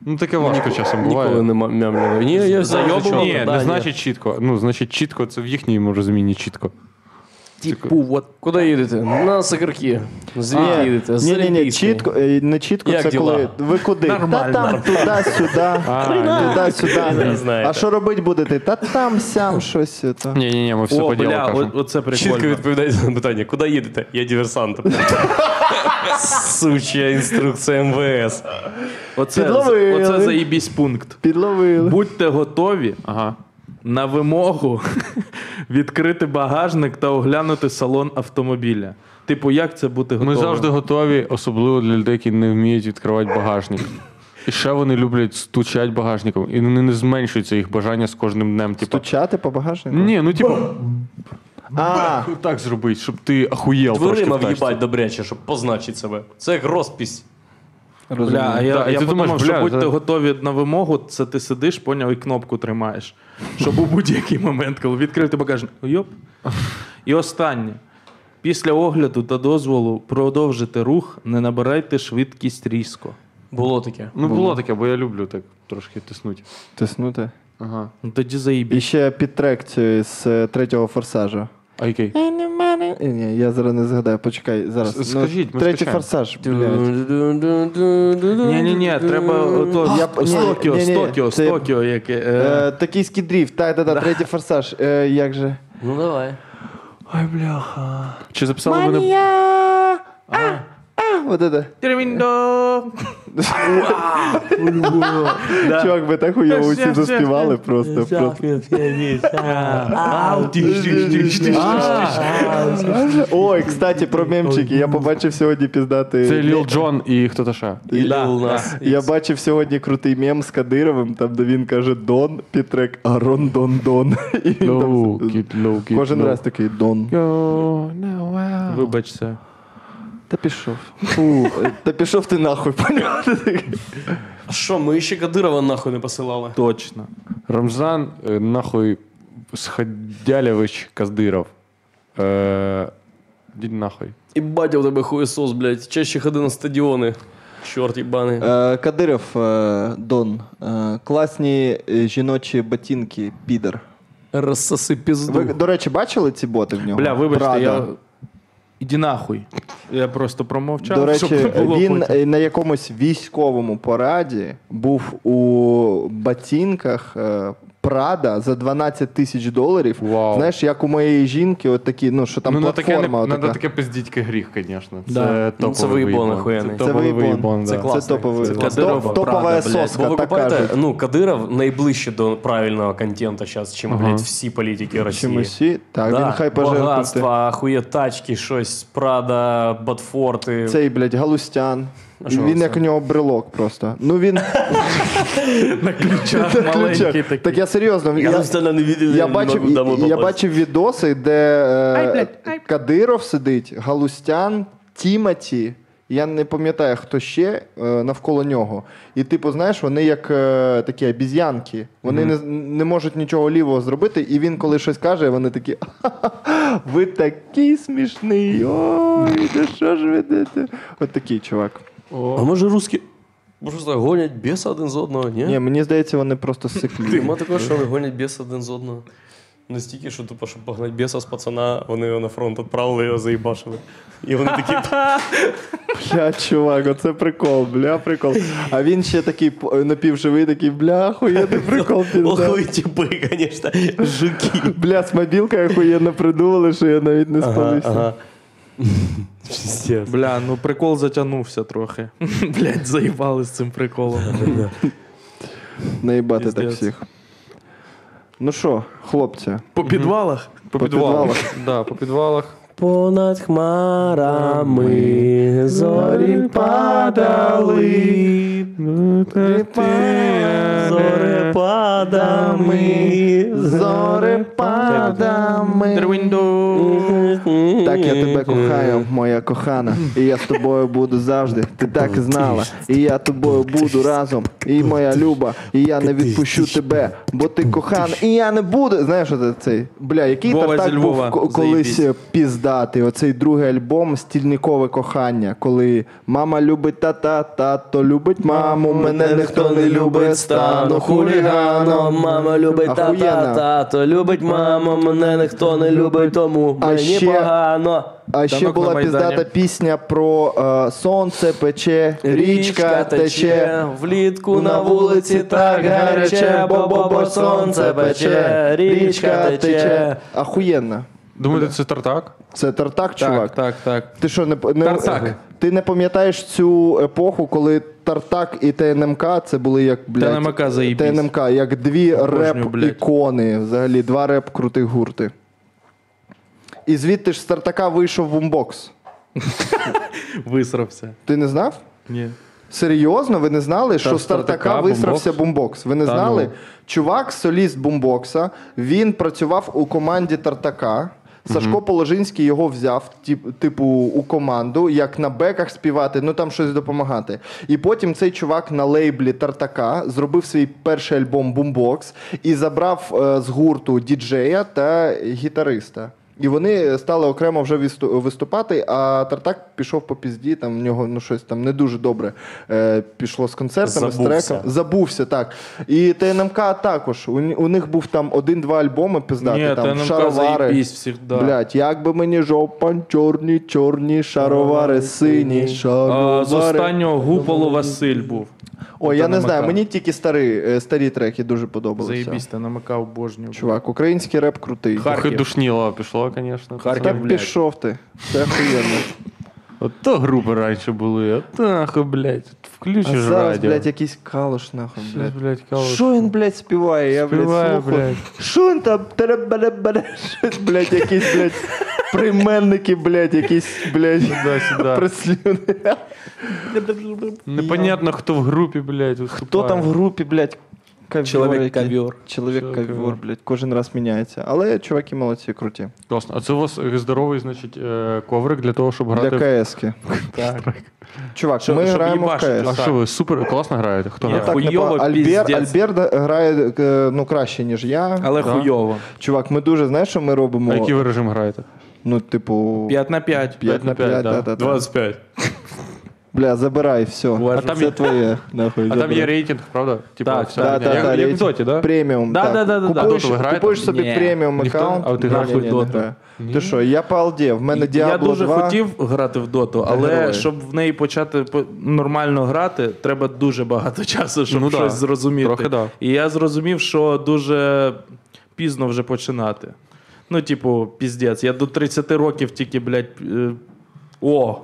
[SPEAKER 2] Ну таке важко часом буває.
[SPEAKER 3] Ніколи не ма- мямляли. Ні, я
[SPEAKER 5] Зайобував?
[SPEAKER 2] Ні, не значить чітко. Ну, значить, чітко це в їхньому розумінні чітко.
[SPEAKER 9] Типу, от. Куди їдете? На сикарки. Звідки їдете? З
[SPEAKER 1] Ні, ні, ні,
[SPEAKER 9] Олімпійської.
[SPEAKER 1] чітко, е, не чітко,
[SPEAKER 9] Як
[SPEAKER 1] це
[SPEAKER 9] діла?
[SPEAKER 1] коли ви куди? Та там, туди, сюди, туди,
[SPEAKER 3] Не
[SPEAKER 1] сюди.
[SPEAKER 3] знаєте.
[SPEAKER 1] А що робити будете? Та там, сям, щось. е, та.
[SPEAKER 2] Ні, ні, ні, ми все
[SPEAKER 5] О,
[SPEAKER 2] по ділу
[SPEAKER 5] бля, о-
[SPEAKER 2] кажемо.
[SPEAKER 5] оце прикольно.
[SPEAKER 3] Чітко відповідаєте на питання, куди їдете? Я диверсант. Суча інструкція МВС.
[SPEAKER 5] Оце,
[SPEAKER 1] Підловили.
[SPEAKER 5] оце заїбісь пункт.
[SPEAKER 1] Підловили.
[SPEAKER 5] Будьте готові
[SPEAKER 2] Ага.
[SPEAKER 5] на вимогу відкрити багажник та оглянути салон автомобіля. Типу, як це бути
[SPEAKER 2] Ми
[SPEAKER 5] готовим?
[SPEAKER 2] завжди готові, особливо для людей, які не вміють відкривати багажник. І ще вони люблять стучать багажником, і вони не зменшується їх бажання з кожним днем. Типу,
[SPEAKER 1] Стучати по багажнику?
[SPEAKER 2] ні, ну типу,
[SPEAKER 1] А,
[SPEAKER 8] Так зробить, щоб ти ахуєв трошки
[SPEAKER 3] Дверима
[SPEAKER 8] в тачці.
[SPEAKER 3] в'їбать добряче, щоб позначити себе. Це як розпись.
[SPEAKER 5] Бля, а я,
[SPEAKER 8] Так, і
[SPEAKER 5] я
[SPEAKER 8] ти
[SPEAKER 5] подумав,
[SPEAKER 8] думаєш,
[SPEAKER 5] що
[SPEAKER 8] бля,
[SPEAKER 5] будьте
[SPEAKER 8] за-
[SPEAKER 5] готові на вимогу, це ти сидиш, поняв, і кнопку тримаєш. Щоб у будь-який момент, коли відкрив, ти покажеш, йоп. І останнє. Після огляду та дозволу продовжити рух, не набирайте швидкість різко.
[SPEAKER 3] Було таке.
[SPEAKER 8] Ну було таке, бо я люблю так трошки тиснути.
[SPEAKER 1] тиснути.
[SPEAKER 8] Ага.
[SPEAKER 5] Ну, Тоді
[SPEAKER 1] І
[SPEAKER 5] заїбіть.
[SPEAKER 1] ще під трек цієї з е, третього форсажа.
[SPEAKER 8] А який?
[SPEAKER 1] Ні, ні, я зараз не згадаю, почекай, зараз.
[SPEAKER 8] С- скажіть, ми
[SPEAKER 1] Третій
[SPEAKER 8] скачаємо.
[SPEAKER 1] форсаж, блядь.
[SPEAKER 5] Ні, ні, ні, треба ото,
[SPEAKER 1] Я-
[SPEAKER 5] з
[SPEAKER 1] ні, ні,
[SPEAKER 5] Токіо,
[SPEAKER 1] ні,
[SPEAKER 5] з
[SPEAKER 1] ні,
[SPEAKER 5] Токіо, з
[SPEAKER 1] це-
[SPEAKER 5] Токіо, яке. е,
[SPEAKER 1] Е, Токійський дріфт, так, так, так, третій форсаж. Е, Як же?
[SPEAKER 4] Ну давай.
[SPEAKER 8] Чи записали мене?
[SPEAKER 1] А, от це.
[SPEAKER 5] Терміндо!
[SPEAKER 1] Чувак, би так хуйово усі заспівали просто. просто. Ой, кстати, про мемчики. Я побачив сьогодні піздати.
[SPEAKER 8] Це Ліл Джон і хто то ще.
[SPEAKER 1] Я бачив сьогодні крутий мем з Кадировим, там де він каже Дон під трек Арон Дон Дон. І він
[SPEAKER 8] Лоу,
[SPEAKER 1] там
[SPEAKER 8] кіт, лоу, кіт.
[SPEAKER 1] Кожен раз такий Дон.
[SPEAKER 5] Вибачся.
[SPEAKER 1] Та пішов. Фу, та пішов ти нахуй, поняв?
[SPEAKER 3] А що, ми ще Кадирова нахуй не посилали?
[SPEAKER 5] Точно.
[SPEAKER 8] Рамзан, е, нахуй, Сходялєвич Каздиров. Е, Дідь нахуй.
[SPEAKER 3] І батя у тебе хуєсос, блядь. Чаще ходи на стадіони. Чорт їбаний.
[SPEAKER 1] Е, Кадиров е, Дон. Е, Класні е, жіночі ботинки, підер.
[SPEAKER 3] Розсоси пізду.
[SPEAKER 1] Ви, до речі, бачили ці боти в нього?
[SPEAKER 5] Бля, вибачте,
[SPEAKER 1] Прада.
[SPEAKER 5] я. Іди нахуй. Я просто промовчав,
[SPEAKER 1] До
[SPEAKER 5] щоб не
[SPEAKER 1] речі,
[SPEAKER 5] було
[SPEAKER 1] він
[SPEAKER 5] потім.
[SPEAKER 1] е, на якомусь військовому параді був у ботинках е, Прада за 12 тисяч доларів.
[SPEAKER 8] Вау.
[SPEAKER 1] Знаєш, як у моєї жінки, от такі, ну що там
[SPEAKER 8] ну, на таке,
[SPEAKER 1] платформа.
[SPEAKER 8] не,
[SPEAKER 1] отака.
[SPEAKER 8] на таке пиздітьки гріх, звісно. Це
[SPEAKER 3] Да. Ну,
[SPEAKER 8] топовий
[SPEAKER 3] це виїбон
[SPEAKER 8] виїбон.
[SPEAKER 3] охуєнний.
[SPEAKER 8] Це
[SPEAKER 1] Це
[SPEAKER 8] топовий
[SPEAKER 1] виїбон.
[SPEAKER 8] виїбон,
[SPEAKER 3] Це
[SPEAKER 8] да.
[SPEAKER 3] класно.
[SPEAKER 1] Це топовий.
[SPEAKER 3] Це
[SPEAKER 1] Топ-
[SPEAKER 3] Кадирова,
[SPEAKER 1] топова
[SPEAKER 3] Прада, блядь.
[SPEAKER 1] соска,
[SPEAKER 3] Бо ви
[SPEAKER 1] так
[SPEAKER 3] купаєте,
[SPEAKER 1] кажуть.
[SPEAKER 3] ну, Кадиров найближче до правильного контента зараз, чим, блядь, всі політики Росії.
[SPEAKER 1] Чим усі? Так, він хай пожертвує.
[SPEAKER 3] Багатства, ахує тачки, щось, Прада, Батфорти.
[SPEAKER 1] Цей, блядь, галустян. Він як у нього брелок просто. Ну він
[SPEAKER 5] Ключах
[SPEAKER 1] на ключах.
[SPEAKER 5] маленький такий.
[SPEAKER 1] Так я серйозно, я,
[SPEAKER 3] не відео,
[SPEAKER 1] я, бачив, я бачив відоси, де е, Кадиров сидить, Галустян, Тімоті. Я не пам'ятаю, хто ще е, навколо нього. І, типу, знаєш, вони як е, такі обіз'янки. Вони не, не можуть нічого лівого зробити, і він, коли щось каже, вони такі. «Ха-ха-ха, Ви такий смішний. Ой, да що ж ви дете? От такий чувак.
[SPEAKER 3] А може русські просто гонять біса один з одного, ні?
[SPEAKER 1] Ні, мені здається, вони просто
[SPEAKER 3] Ти,
[SPEAKER 1] сиклі.
[SPEAKER 3] Нема такого, що вони гонять біса один з одного. Настільки, що тупо, щоб погнати біса з пацана, вони його на фронт відправили, його заїбашили. І вони такі,
[SPEAKER 1] Бля, чувак, оце прикол, бля, прикол. А він ще такий п- напівживий, такий, бля, охуєнний прикол. пізда.
[SPEAKER 3] охуй тіпи, звісно, жуки.
[SPEAKER 1] Бля, з мобілкою охуєнно придумали, що я навіть не
[SPEAKER 3] Типу,
[SPEAKER 1] спалився.
[SPEAKER 3] Пиздец.
[SPEAKER 5] Бля, ну прикол затягнувся трохи. Блять, заїбали з цим приколом.
[SPEAKER 1] Наїбати так
[SPEAKER 5] Піздець.
[SPEAKER 1] всіх. Ну що, хлопці,
[SPEAKER 5] По підвалах?
[SPEAKER 8] По підвалах. Да, по підвалах.
[SPEAKER 4] Понад хмарами зорі падали, зоре падами, зоре
[SPEAKER 1] падами. Так, я тебе кохаю, моя кохана. І я з тобою буду завжди. Ти так і знала. І я тобою буду разом. І моя люба, і я не відпущу тебе, бо ти кохан. І я не буду. Знаєш, оце цей бля, який
[SPEAKER 5] Вова
[SPEAKER 1] Вова
[SPEAKER 5] зі
[SPEAKER 1] так
[SPEAKER 5] Львова,
[SPEAKER 1] був ко- колись
[SPEAKER 5] заєбісь.
[SPEAKER 1] піздати. Оцей другий альбом Стільникове кохання, коли мама любить тата, тато любить маму. Мене ніхто не любить, стану хуліганом.
[SPEAKER 4] мама любить
[SPEAKER 1] Ахуєнна.
[SPEAKER 4] тата, тато любить маму, мене ніхто не любить, тому
[SPEAKER 1] А
[SPEAKER 4] мені
[SPEAKER 1] ще-
[SPEAKER 4] погано.
[SPEAKER 1] А ще
[SPEAKER 5] Танок на
[SPEAKER 1] була
[SPEAKER 5] Майдані.
[SPEAKER 1] піздата пісня про е, сонце пече, річка, тече.
[SPEAKER 4] влітку на вулиці так гаряче, бо бо бо сонце пече, річка тече.
[SPEAKER 1] Ахуєнна.
[SPEAKER 8] Думаєте, це тартак?
[SPEAKER 1] Це тартак, чувак.
[SPEAKER 5] Так, так, так.
[SPEAKER 1] Ти що, не, п- не
[SPEAKER 5] Тартак.
[SPEAKER 1] Ти не пам'ятаєш цю епоху, коли Тартак і ТНМК це були як блядь,
[SPEAKER 5] TNMK заєбісь.
[SPEAKER 1] TNMK, як дві реп-ікони, взагалі два реп-крутих гурти. І звідти ж з Тартака вийшов бумбокс.
[SPEAKER 5] Висрався.
[SPEAKER 1] Ти не знав?
[SPEAKER 5] Ні.
[SPEAKER 1] Серйозно, ви не знали, що з
[SPEAKER 8] Спартака,
[SPEAKER 1] Тартака висрався бумбокс? Ви не
[SPEAKER 8] Та ну.
[SPEAKER 1] знали? Чувак, соліст бумбокса, він працював у команді Тартака. Сашко Положинський його взяв, тип- типу, у команду, як на беках співати, ну там щось допомагати. І потім цей чувак на лейблі Тартака зробив свій перший альбом Boombox і забрав е, з гурту діджея та гітариста. І вони стали окремо вже вісту- виступати, а Тартак пішов по пізді, там в нього ну, щось там не дуже добре е, пішло з концертами, з
[SPEAKER 3] Забувся.
[SPEAKER 1] треком. Забувся, так. І ТНМК також. У, у них був там один-два альбоми пиздати,
[SPEAKER 5] Ні,
[SPEAKER 1] там
[SPEAKER 5] ТНМК
[SPEAKER 1] шаровари.
[SPEAKER 5] заєбісь всіх, да.
[SPEAKER 1] Блять, як би мені жопа, чорні, чорні, шаровари, сині,
[SPEAKER 5] А, з
[SPEAKER 1] шаровари.
[SPEAKER 5] останнього Гупало Василь був.
[SPEAKER 1] Ой, я не знаю,
[SPEAKER 5] ТНМК.
[SPEAKER 1] мені тільки старі, е, старі треки дуже подобалися.
[SPEAKER 5] Заєбісь, ти намикав божню.
[SPEAKER 1] Чувак, український реп крутий.
[SPEAKER 8] Трохи душніло пішло, звісно.
[SPEAKER 1] Та пішов ти. Це охуєнно.
[SPEAKER 8] От то групи раніше були, от то нахуй, блядь, от
[SPEAKER 1] А
[SPEAKER 8] включиш
[SPEAKER 1] зараз,
[SPEAKER 8] радіо.
[SPEAKER 1] блядь, якийсь калош, нахуй, блядь.
[SPEAKER 2] блядь, калош.
[SPEAKER 1] Що він, блядь, співає? Я,
[SPEAKER 2] Співає,
[SPEAKER 1] блядь, слухаю.
[SPEAKER 2] блядь.
[SPEAKER 1] Що він там? Тере-бере-бере, щось, блядь, якісь, блядь, прийменники, блядь, якісь, блядь,
[SPEAKER 2] Сюди-сюди.
[SPEAKER 1] прислюни.
[SPEAKER 2] Непонятно, хто в групі, блядь, виступає.
[SPEAKER 1] Хто там в групі, блядь, кавьор?
[SPEAKER 4] Чоловік
[SPEAKER 1] який-
[SPEAKER 4] кавьор.
[SPEAKER 1] Чоловік
[SPEAKER 2] Чоловік
[SPEAKER 1] кавьор,
[SPEAKER 2] кавьор.
[SPEAKER 1] блядь, кожен раз міняється. Але чуваки молодці, круті.
[SPEAKER 8] Класно. А це у вас е, здоровий, значить, е, коврик для того, щоб грати. в-
[SPEAKER 1] Для КС-ки. Чувак,
[SPEAKER 5] Щоб-
[SPEAKER 1] ми
[SPEAKER 5] щоб
[SPEAKER 1] граємо в
[SPEAKER 5] їбашити.
[SPEAKER 1] КС.
[SPEAKER 8] А що ви супер класно граєте? Хто
[SPEAKER 5] Ні,
[SPEAKER 8] грає?
[SPEAKER 5] так.
[SPEAKER 1] Так, не
[SPEAKER 5] Хуйово,
[SPEAKER 1] по- Альбер,
[SPEAKER 5] піздець.
[SPEAKER 1] Альбер да- грає е, ну, краще, ніж я.
[SPEAKER 5] Але хуйово.
[SPEAKER 1] Чувак, ми дуже, знаєш, що ми робимо?
[SPEAKER 8] А який ви режим граєте?
[SPEAKER 1] Ну, типу,
[SPEAKER 5] 5 на 5.
[SPEAKER 1] 5 на 5,
[SPEAKER 8] п'ять, да.
[SPEAKER 1] да, да, да.
[SPEAKER 3] 25.
[SPEAKER 1] Бля, забирай, все.
[SPEAKER 5] А
[SPEAKER 1] це
[SPEAKER 8] там є-
[SPEAKER 1] твоє, нахуй.
[SPEAKER 8] А там є
[SPEAKER 1] забирай.
[SPEAKER 8] рейтинг, правда? Типу, Типа,
[SPEAKER 5] Так,
[SPEAKER 8] вся
[SPEAKER 1] да,
[SPEAKER 8] хуйня.
[SPEAKER 1] да,
[SPEAKER 8] Як-
[SPEAKER 1] да,
[SPEAKER 8] як
[SPEAKER 1] рейтинг.
[SPEAKER 8] в доті, да?
[SPEAKER 1] Преміум.
[SPEAKER 5] Да,
[SPEAKER 1] так.
[SPEAKER 5] да, да, да, да.
[SPEAKER 1] Купуєш,
[SPEAKER 8] Доту ви граєте?
[SPEAKER 1] купуєш собі
[SPEAKER 5] Ні.
[SPEAKER 1] преміум
[SPEAKER 8] Ніхто?
[SPEAKER 1] аккаунт.
[SPEAKER 8] А от ти
[SPEAKER 1] Ні,
[SPEAKER 8] граєш
[SPEAKER 1] ні,
[SPEAKER 8] в
[SPEAKER 1] ні, не
[SPEAKER 8] доту?
[SPEAKER 1] граю. Ти що, я палдів. В мене
[SPEAKER 5] Я
[SPEAKER 1] Діабло
[SPEAKER 5] дуже
[SPEAKER 1] 2.
[SPEAKER 5] хотів грати в доту, але
[SPEAKER 1] герої.
[SPEAKER 5] щоб в неї почати по- нормально грати, треба дуже багато часу, щоб
[SPEAKER 8] Ну да,
[SPEAKER 5] щось зрозуміти.
[SPEAKER 8] трохи да.
[SPEAKER 5] І я зрозумів, що дуже пізно вже починати. Ну, типу, піздець, я до 30 років тільки, блядь, е, о.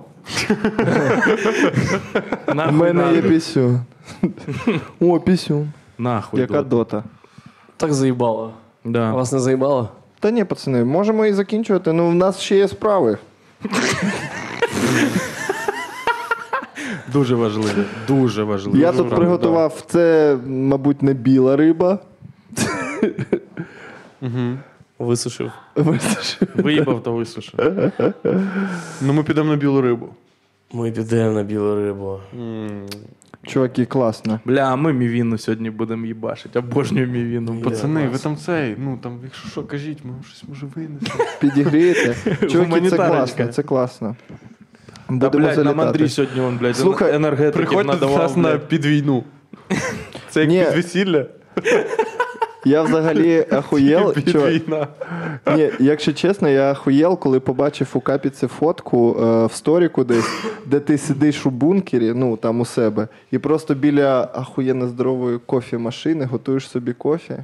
[SPEAKER 1] У
[SPEAKER 5] Нахуй
[SPEAKER 1] мене
[SPEAKER 5] надо.
[SPEAKER 1] є пісюн. О, пісюн.
[SPEAKER 5] Нахуй.
[SPEAKER 1] Яка
[SPEAKER 5] дота.
[SPEAKER 1] дота.
[SPEAKER 4] Так заїбало.
[SPEAKER 5] Да.
[SPEAKER 4] Вас не заїбало?
[SPEAKER 1] Та ні, пацани, можемо і закінчувати. Ну, в нас ще є справи.
[SPEAKER 5] Дуже важливо. Дуже важливо.
[SPEAKER 1] Я тут приготував це, мабуть, не біла риба.
[SPEAKER 3] Висушив.
[SPEAKER 5] Виїбав та висушив.
[SPEAKER 8] Ну ми підемо на білу рибу.
[SPEAKER 3] Ми підемо на білу рибу.
[SPEAKER 1] Чуваки, класно.
[SPEAKER 5] Бля, а ми мівіну сьогодні будемо їбашити. Обожнюю мівіну.
[SPEAKER 8] Пацани, ви там цей, ну там, якщо що, кажіть, ми щось може винесемо.
[SPEAKER 1] Підігрієте. Чуваки, це
[SPEAKER 5] Гуманітарочка.
[SPEAKER 1] класно, це класно.
[SPEAKER 5] Та,
[SPEAKER 1] Будемо
[SPEAKER 5] блядь, нам Андрій
[SPEAKER 1] залітати.
[SPEAKER 5] сьогодні, он, блядь,
[SPEAKER 1] Слухай,
[SPEAKER 5] енергетиків
[SPEAKER 8] Приходьте до
[SPEAKER 5] надавав.
[SPEAKER 8] нас Типу, на
[SPEAKER 5] блядь.
[SPEAKER 8] підвійну. Це як
[SPEAKER 1] Ні.
[SPEAKER 8] підвесілля,
[SPEAKER 1] Я взагалі ахуєл. чувак.
[SPEAKER 8] підвійна.
[SPEAKER 1] Ні, якщо чесно, я ахуєл, коли побачив у капіці фотку е, в сторіку десь, де ти сидиш у бункері, ну там у себе, і просто біля ахуєнно здорової кофі-машини готуєш собі кофі.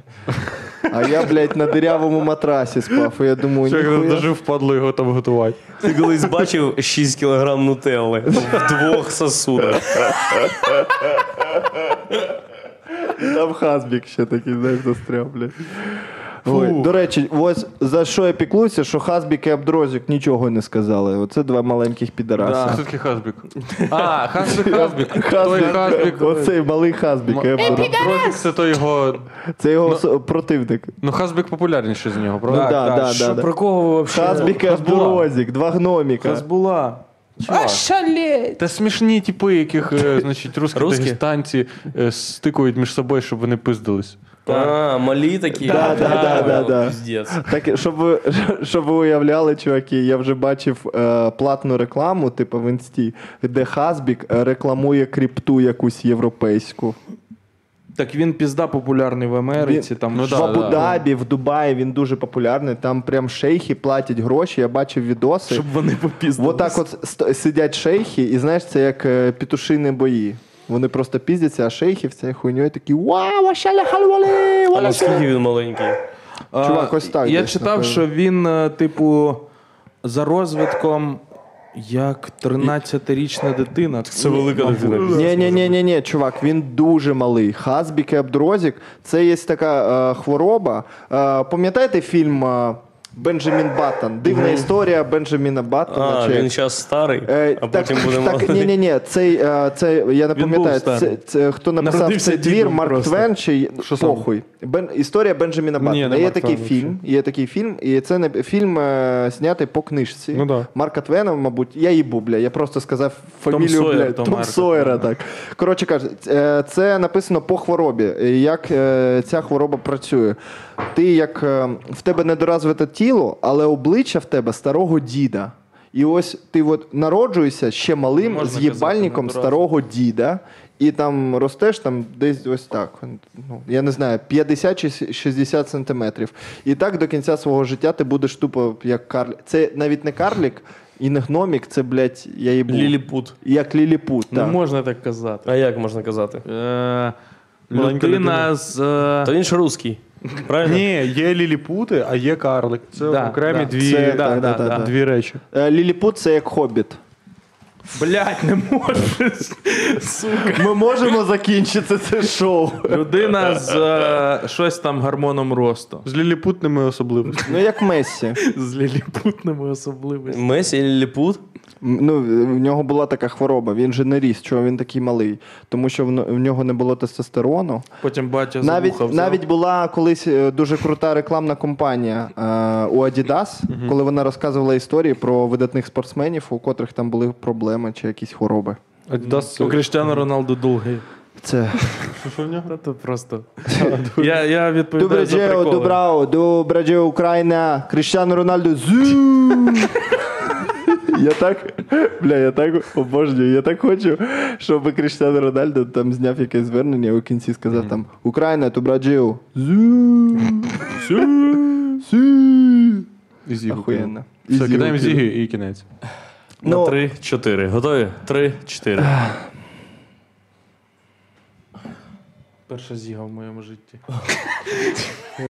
[SPEAKER 1] А я, блядь, на дирявому матрасі спав. І я думаю,
[SPEAKER 8] Чувак, нам
[SPEAKER 1] ніхуя.
[SPEAKER 8] даже впадло його там готувати.
[SPEAKER 3] Ти колись бачив 6 кілограм нутелли в двох сосудах.
[SPEAKER 1] Там хазбік ще такий, знаєш, застряв, блядь. Ой, до речі, ось за що я піклуюся, що Хазбік і Абдрозік нічого не сказали. Оце два маленьких підараси.
[SPEAKER 8] Все-таки Хазбік. А, Хазбік, Хазбік. Той Хазбік.
[SPEAKER 1] Оцей малий Хазбік. і Абдро-
[SPEAKER 8] Трохи це то його.
[SPEAKER 1] Це його с- противник.
[SPEAKER 8] Ну, Хазбік популярніший з нього,
[SPEAKER 1] Ну,
[SPEAKER 8] правда?
[SPEAKER 1] да, да, да, да.
[SPEAKER 4] Про кого ви вообще?
[SPEAKER 1] Хазбік і Абдурозік, два гноміка.
[SPEAKER 5] Хазбула.
[SPEAKER 8] Та смішні типи, яких, е, значить, русські дагестанці е, стикують між собою, щоб вони пиздились.
[SPEAKER 3] А, малі такі.
[SPEAKER 1] Да, да, да, да, да.
[SPEAKER 3] Піздець.
[SPEAKER 1] Так, щоб ви, щоб ви уявляли, чуваки, я вже бачив е, платну рекламу, типу в інсті, де Хазбік е, рекламує крипту якусь європейську.
[SPEAKER 5] Так він пізда популярний в Америці. Там,
[SPEAKER 8] Ну
[SPEAKER 5] ну,
[SPEAKER 8] да,
[SPEAKER 1] в Абу-Дабі, в Дубаї він дуже популярний. Там прям шейхи платять гроші. Я бачив відоси.
[SPEAKER 5] щоб вони попіздили.
[SPEAKER 1] Отак от ст- сидять шейхи, і знаєш, це як е, петушини бої. Вони просто піздяться, а шейхи в цій хуйньою такі вау, ващаля хальвали,
[SPEAKER 3] А
[SPEAKER 1] валя
[SPEAKER 3] наскільки він маленький?
[SPEAKER 5] А,
[SPEAKER 1] чувак, ось так
[SPEAKER 5] Я
[SPEAKER 1] десь,
[SPEAKER 5] читав,
[SPEAKER 1] напевно.
[SPEAKER 5] що він, е, типу, за розвитком як 13-річна дитина. Ну,
[SPEAKER 3] Це велика
[SPEAKER 1] ну,
[SPEAKER 3] дитина.
[SPEAKER 1] Ні, ні, ні, ні, ні, чувак, він дуже малий. Хазбік і Абдрозік це є така е, хвороба. Е, пам'ятаєте фільм е, Бенджамін Баттон. Дивна історія Бенджаміна Баттона.
[SPEAKER 3] А,
[SPEAKER 1] чи як
[SPEAKER 3] він зараз старий,
[SPEAKER 1] Е,
[SPEAKER 3] а потім
[SPEAKER 1] так,
[SPEAKER 3] будемо.
[SPEAKER 1] так, ні, ні, ні, цей, е, цей я не
[SPEAKER 5] Він
[SPEAKER 1] пам'ятаю,
[SPEAKER 5] був
[SPEAKER 1] це,
[SPEAKER 5] старий.
[SPEAKER 1] це, хто написав
[SPEAKER 5] Народився
[SPEAKER 1] цей твір,
[SPEAKER 5] дідом
[SPEAKER 1] Марк
[SPEAKER 5] просто.
[SPEAKER 1] Твен чи похуй. Бен, історія Бенджаміна Баттона.
[SPEAKER 8] не
[SPEAKER 1] є
[SPEAKER 8] Марк
[SPEAKER 1] такий
[SPEAKER 8] Твен
[SPEAKER 1] фільм, є такий фільм, і це не фільм е, знятий по книжці.
[SPEAKER 2] Ну да.
[SPEAKER 1] Марка Твена, мабуть, я їбу, бля, я просто сказав фамілію,
[SPEAKER 5] Сойер,
[SPEAKER 1] бля,
[SPEAKER 5] то
[SPEAKER 1] Том
[SPEAKER 5] Марка
[SPEAKER 1] Сойера, так. Коротше кажучи, е, це написано по хворобі, е, як е, ця хвороба працює. Ти як е, в тебе недоразвите тіло, але обличчя в тебе старого діда. І ось ти от народжуєшся ще малим
[SPEAKER 5] Можна
[SPEAKER 1] з їбальником
[SPEAKER 5] казати,
[SPEAKER 1] старого діда, і там ростеш там десь ось так. Ну, я не знаю, 50 чи 60 сантиметрів. І так до кінця свого життя ти будеш тупо як карлік. Це навіть не карлік і не гномік, це, блядь, я їбу.
[SPEAKER 5] Ліліпут. Ну,
[SPEAKER 1] Як ліліпут.
[SPEAKER 5] Не
[SPEAKER 1] так.
[SPEAKER 5] можна так казати.
[SPEAKER 3] А як можна казати?
[SPEAKER 5] Е,
[SPEAKER 8] Маленька
[SPEAKER 5] Людина з. е,
[SPEAKER 3] Та він ж русський. Правильно?
[SPEAKER 8] Ні, є ліліпути, а є карлик. Це
[SPEAKER 5] Да,
[SPEAKER 8] окремі
[SPEAKER 5] да.
[SPEAKER 8] дві,
[SPEAKER 1] Це- так, да, да, да.
[SPEAKER 8] дві речі.
[SPEAKER 1] Е, Ліліпут це як хобіт.
[SPEAKER 5] Блять, не можеш. Сука.
[SPEAKER 1] Ми можемо закінчити це шоу.
[SPEAKER 5] Людина з е, щось там гормоном росту.
[SPEAKER 8] З ліліпутними особливостями.
[SPEAKER 1] Ну, як Мессі.
[SPEAKER 5] З ліліпутними особливостями.
[SPEAKER 3] Месі Ліліпут?
[SPEAKER 1] М, Ну, в нього була така хвороба, він же не ріс, чого він такий малий. Тому що в, н- в нього не було тестостерону.
[SPEAKER 5] Потім батя
[SPEAKER 1] Навіть,
[SPEAKER 5] за вуха взяв.
[SPEAKER 1] навіть була колись е, дуже крута рекламна компанія е, у Adidas, коли вона розказувала історії про видатних спортсменів, у котрих там були проблеми чи якісь хвороби.
[SPEAKER 8] Адідас це
[SPEAKER 5] У Кріштіану Роналду довгий.
[SPEAKER 1] Це
[SPEAKER 5] Та то просто. Я, я відповідаю за
[SPEAKER 1] Добре,
[SPEAKER 5] приколи.
[SPEAKER 1] добрао, добре, Україна, Кріштіану Рональду. Зю! Я так, бля, я так обожнюю, я так хочу, щоб Кріштіану Рональду там зняв якесь звернення і у кінці сказав там Україна, добра Зю! Зю! Зю!
[SPEAKER 8] Ізі.
[SPEAKER 1] Охуєнно.
[SPEAKER 8] Все,
[SPEAKER 1] Ізі,
[SPEAKER 8] кидаємо
[SPEAKER 1] окей.
[SPEAKER 8] зіги і кінець.
[SPEAKER 1] Ну.
[SPEAKER 3] На три, чотири. Готові? Три, чотири.
[SPEAKER 5] Перша зіга в моєму житті.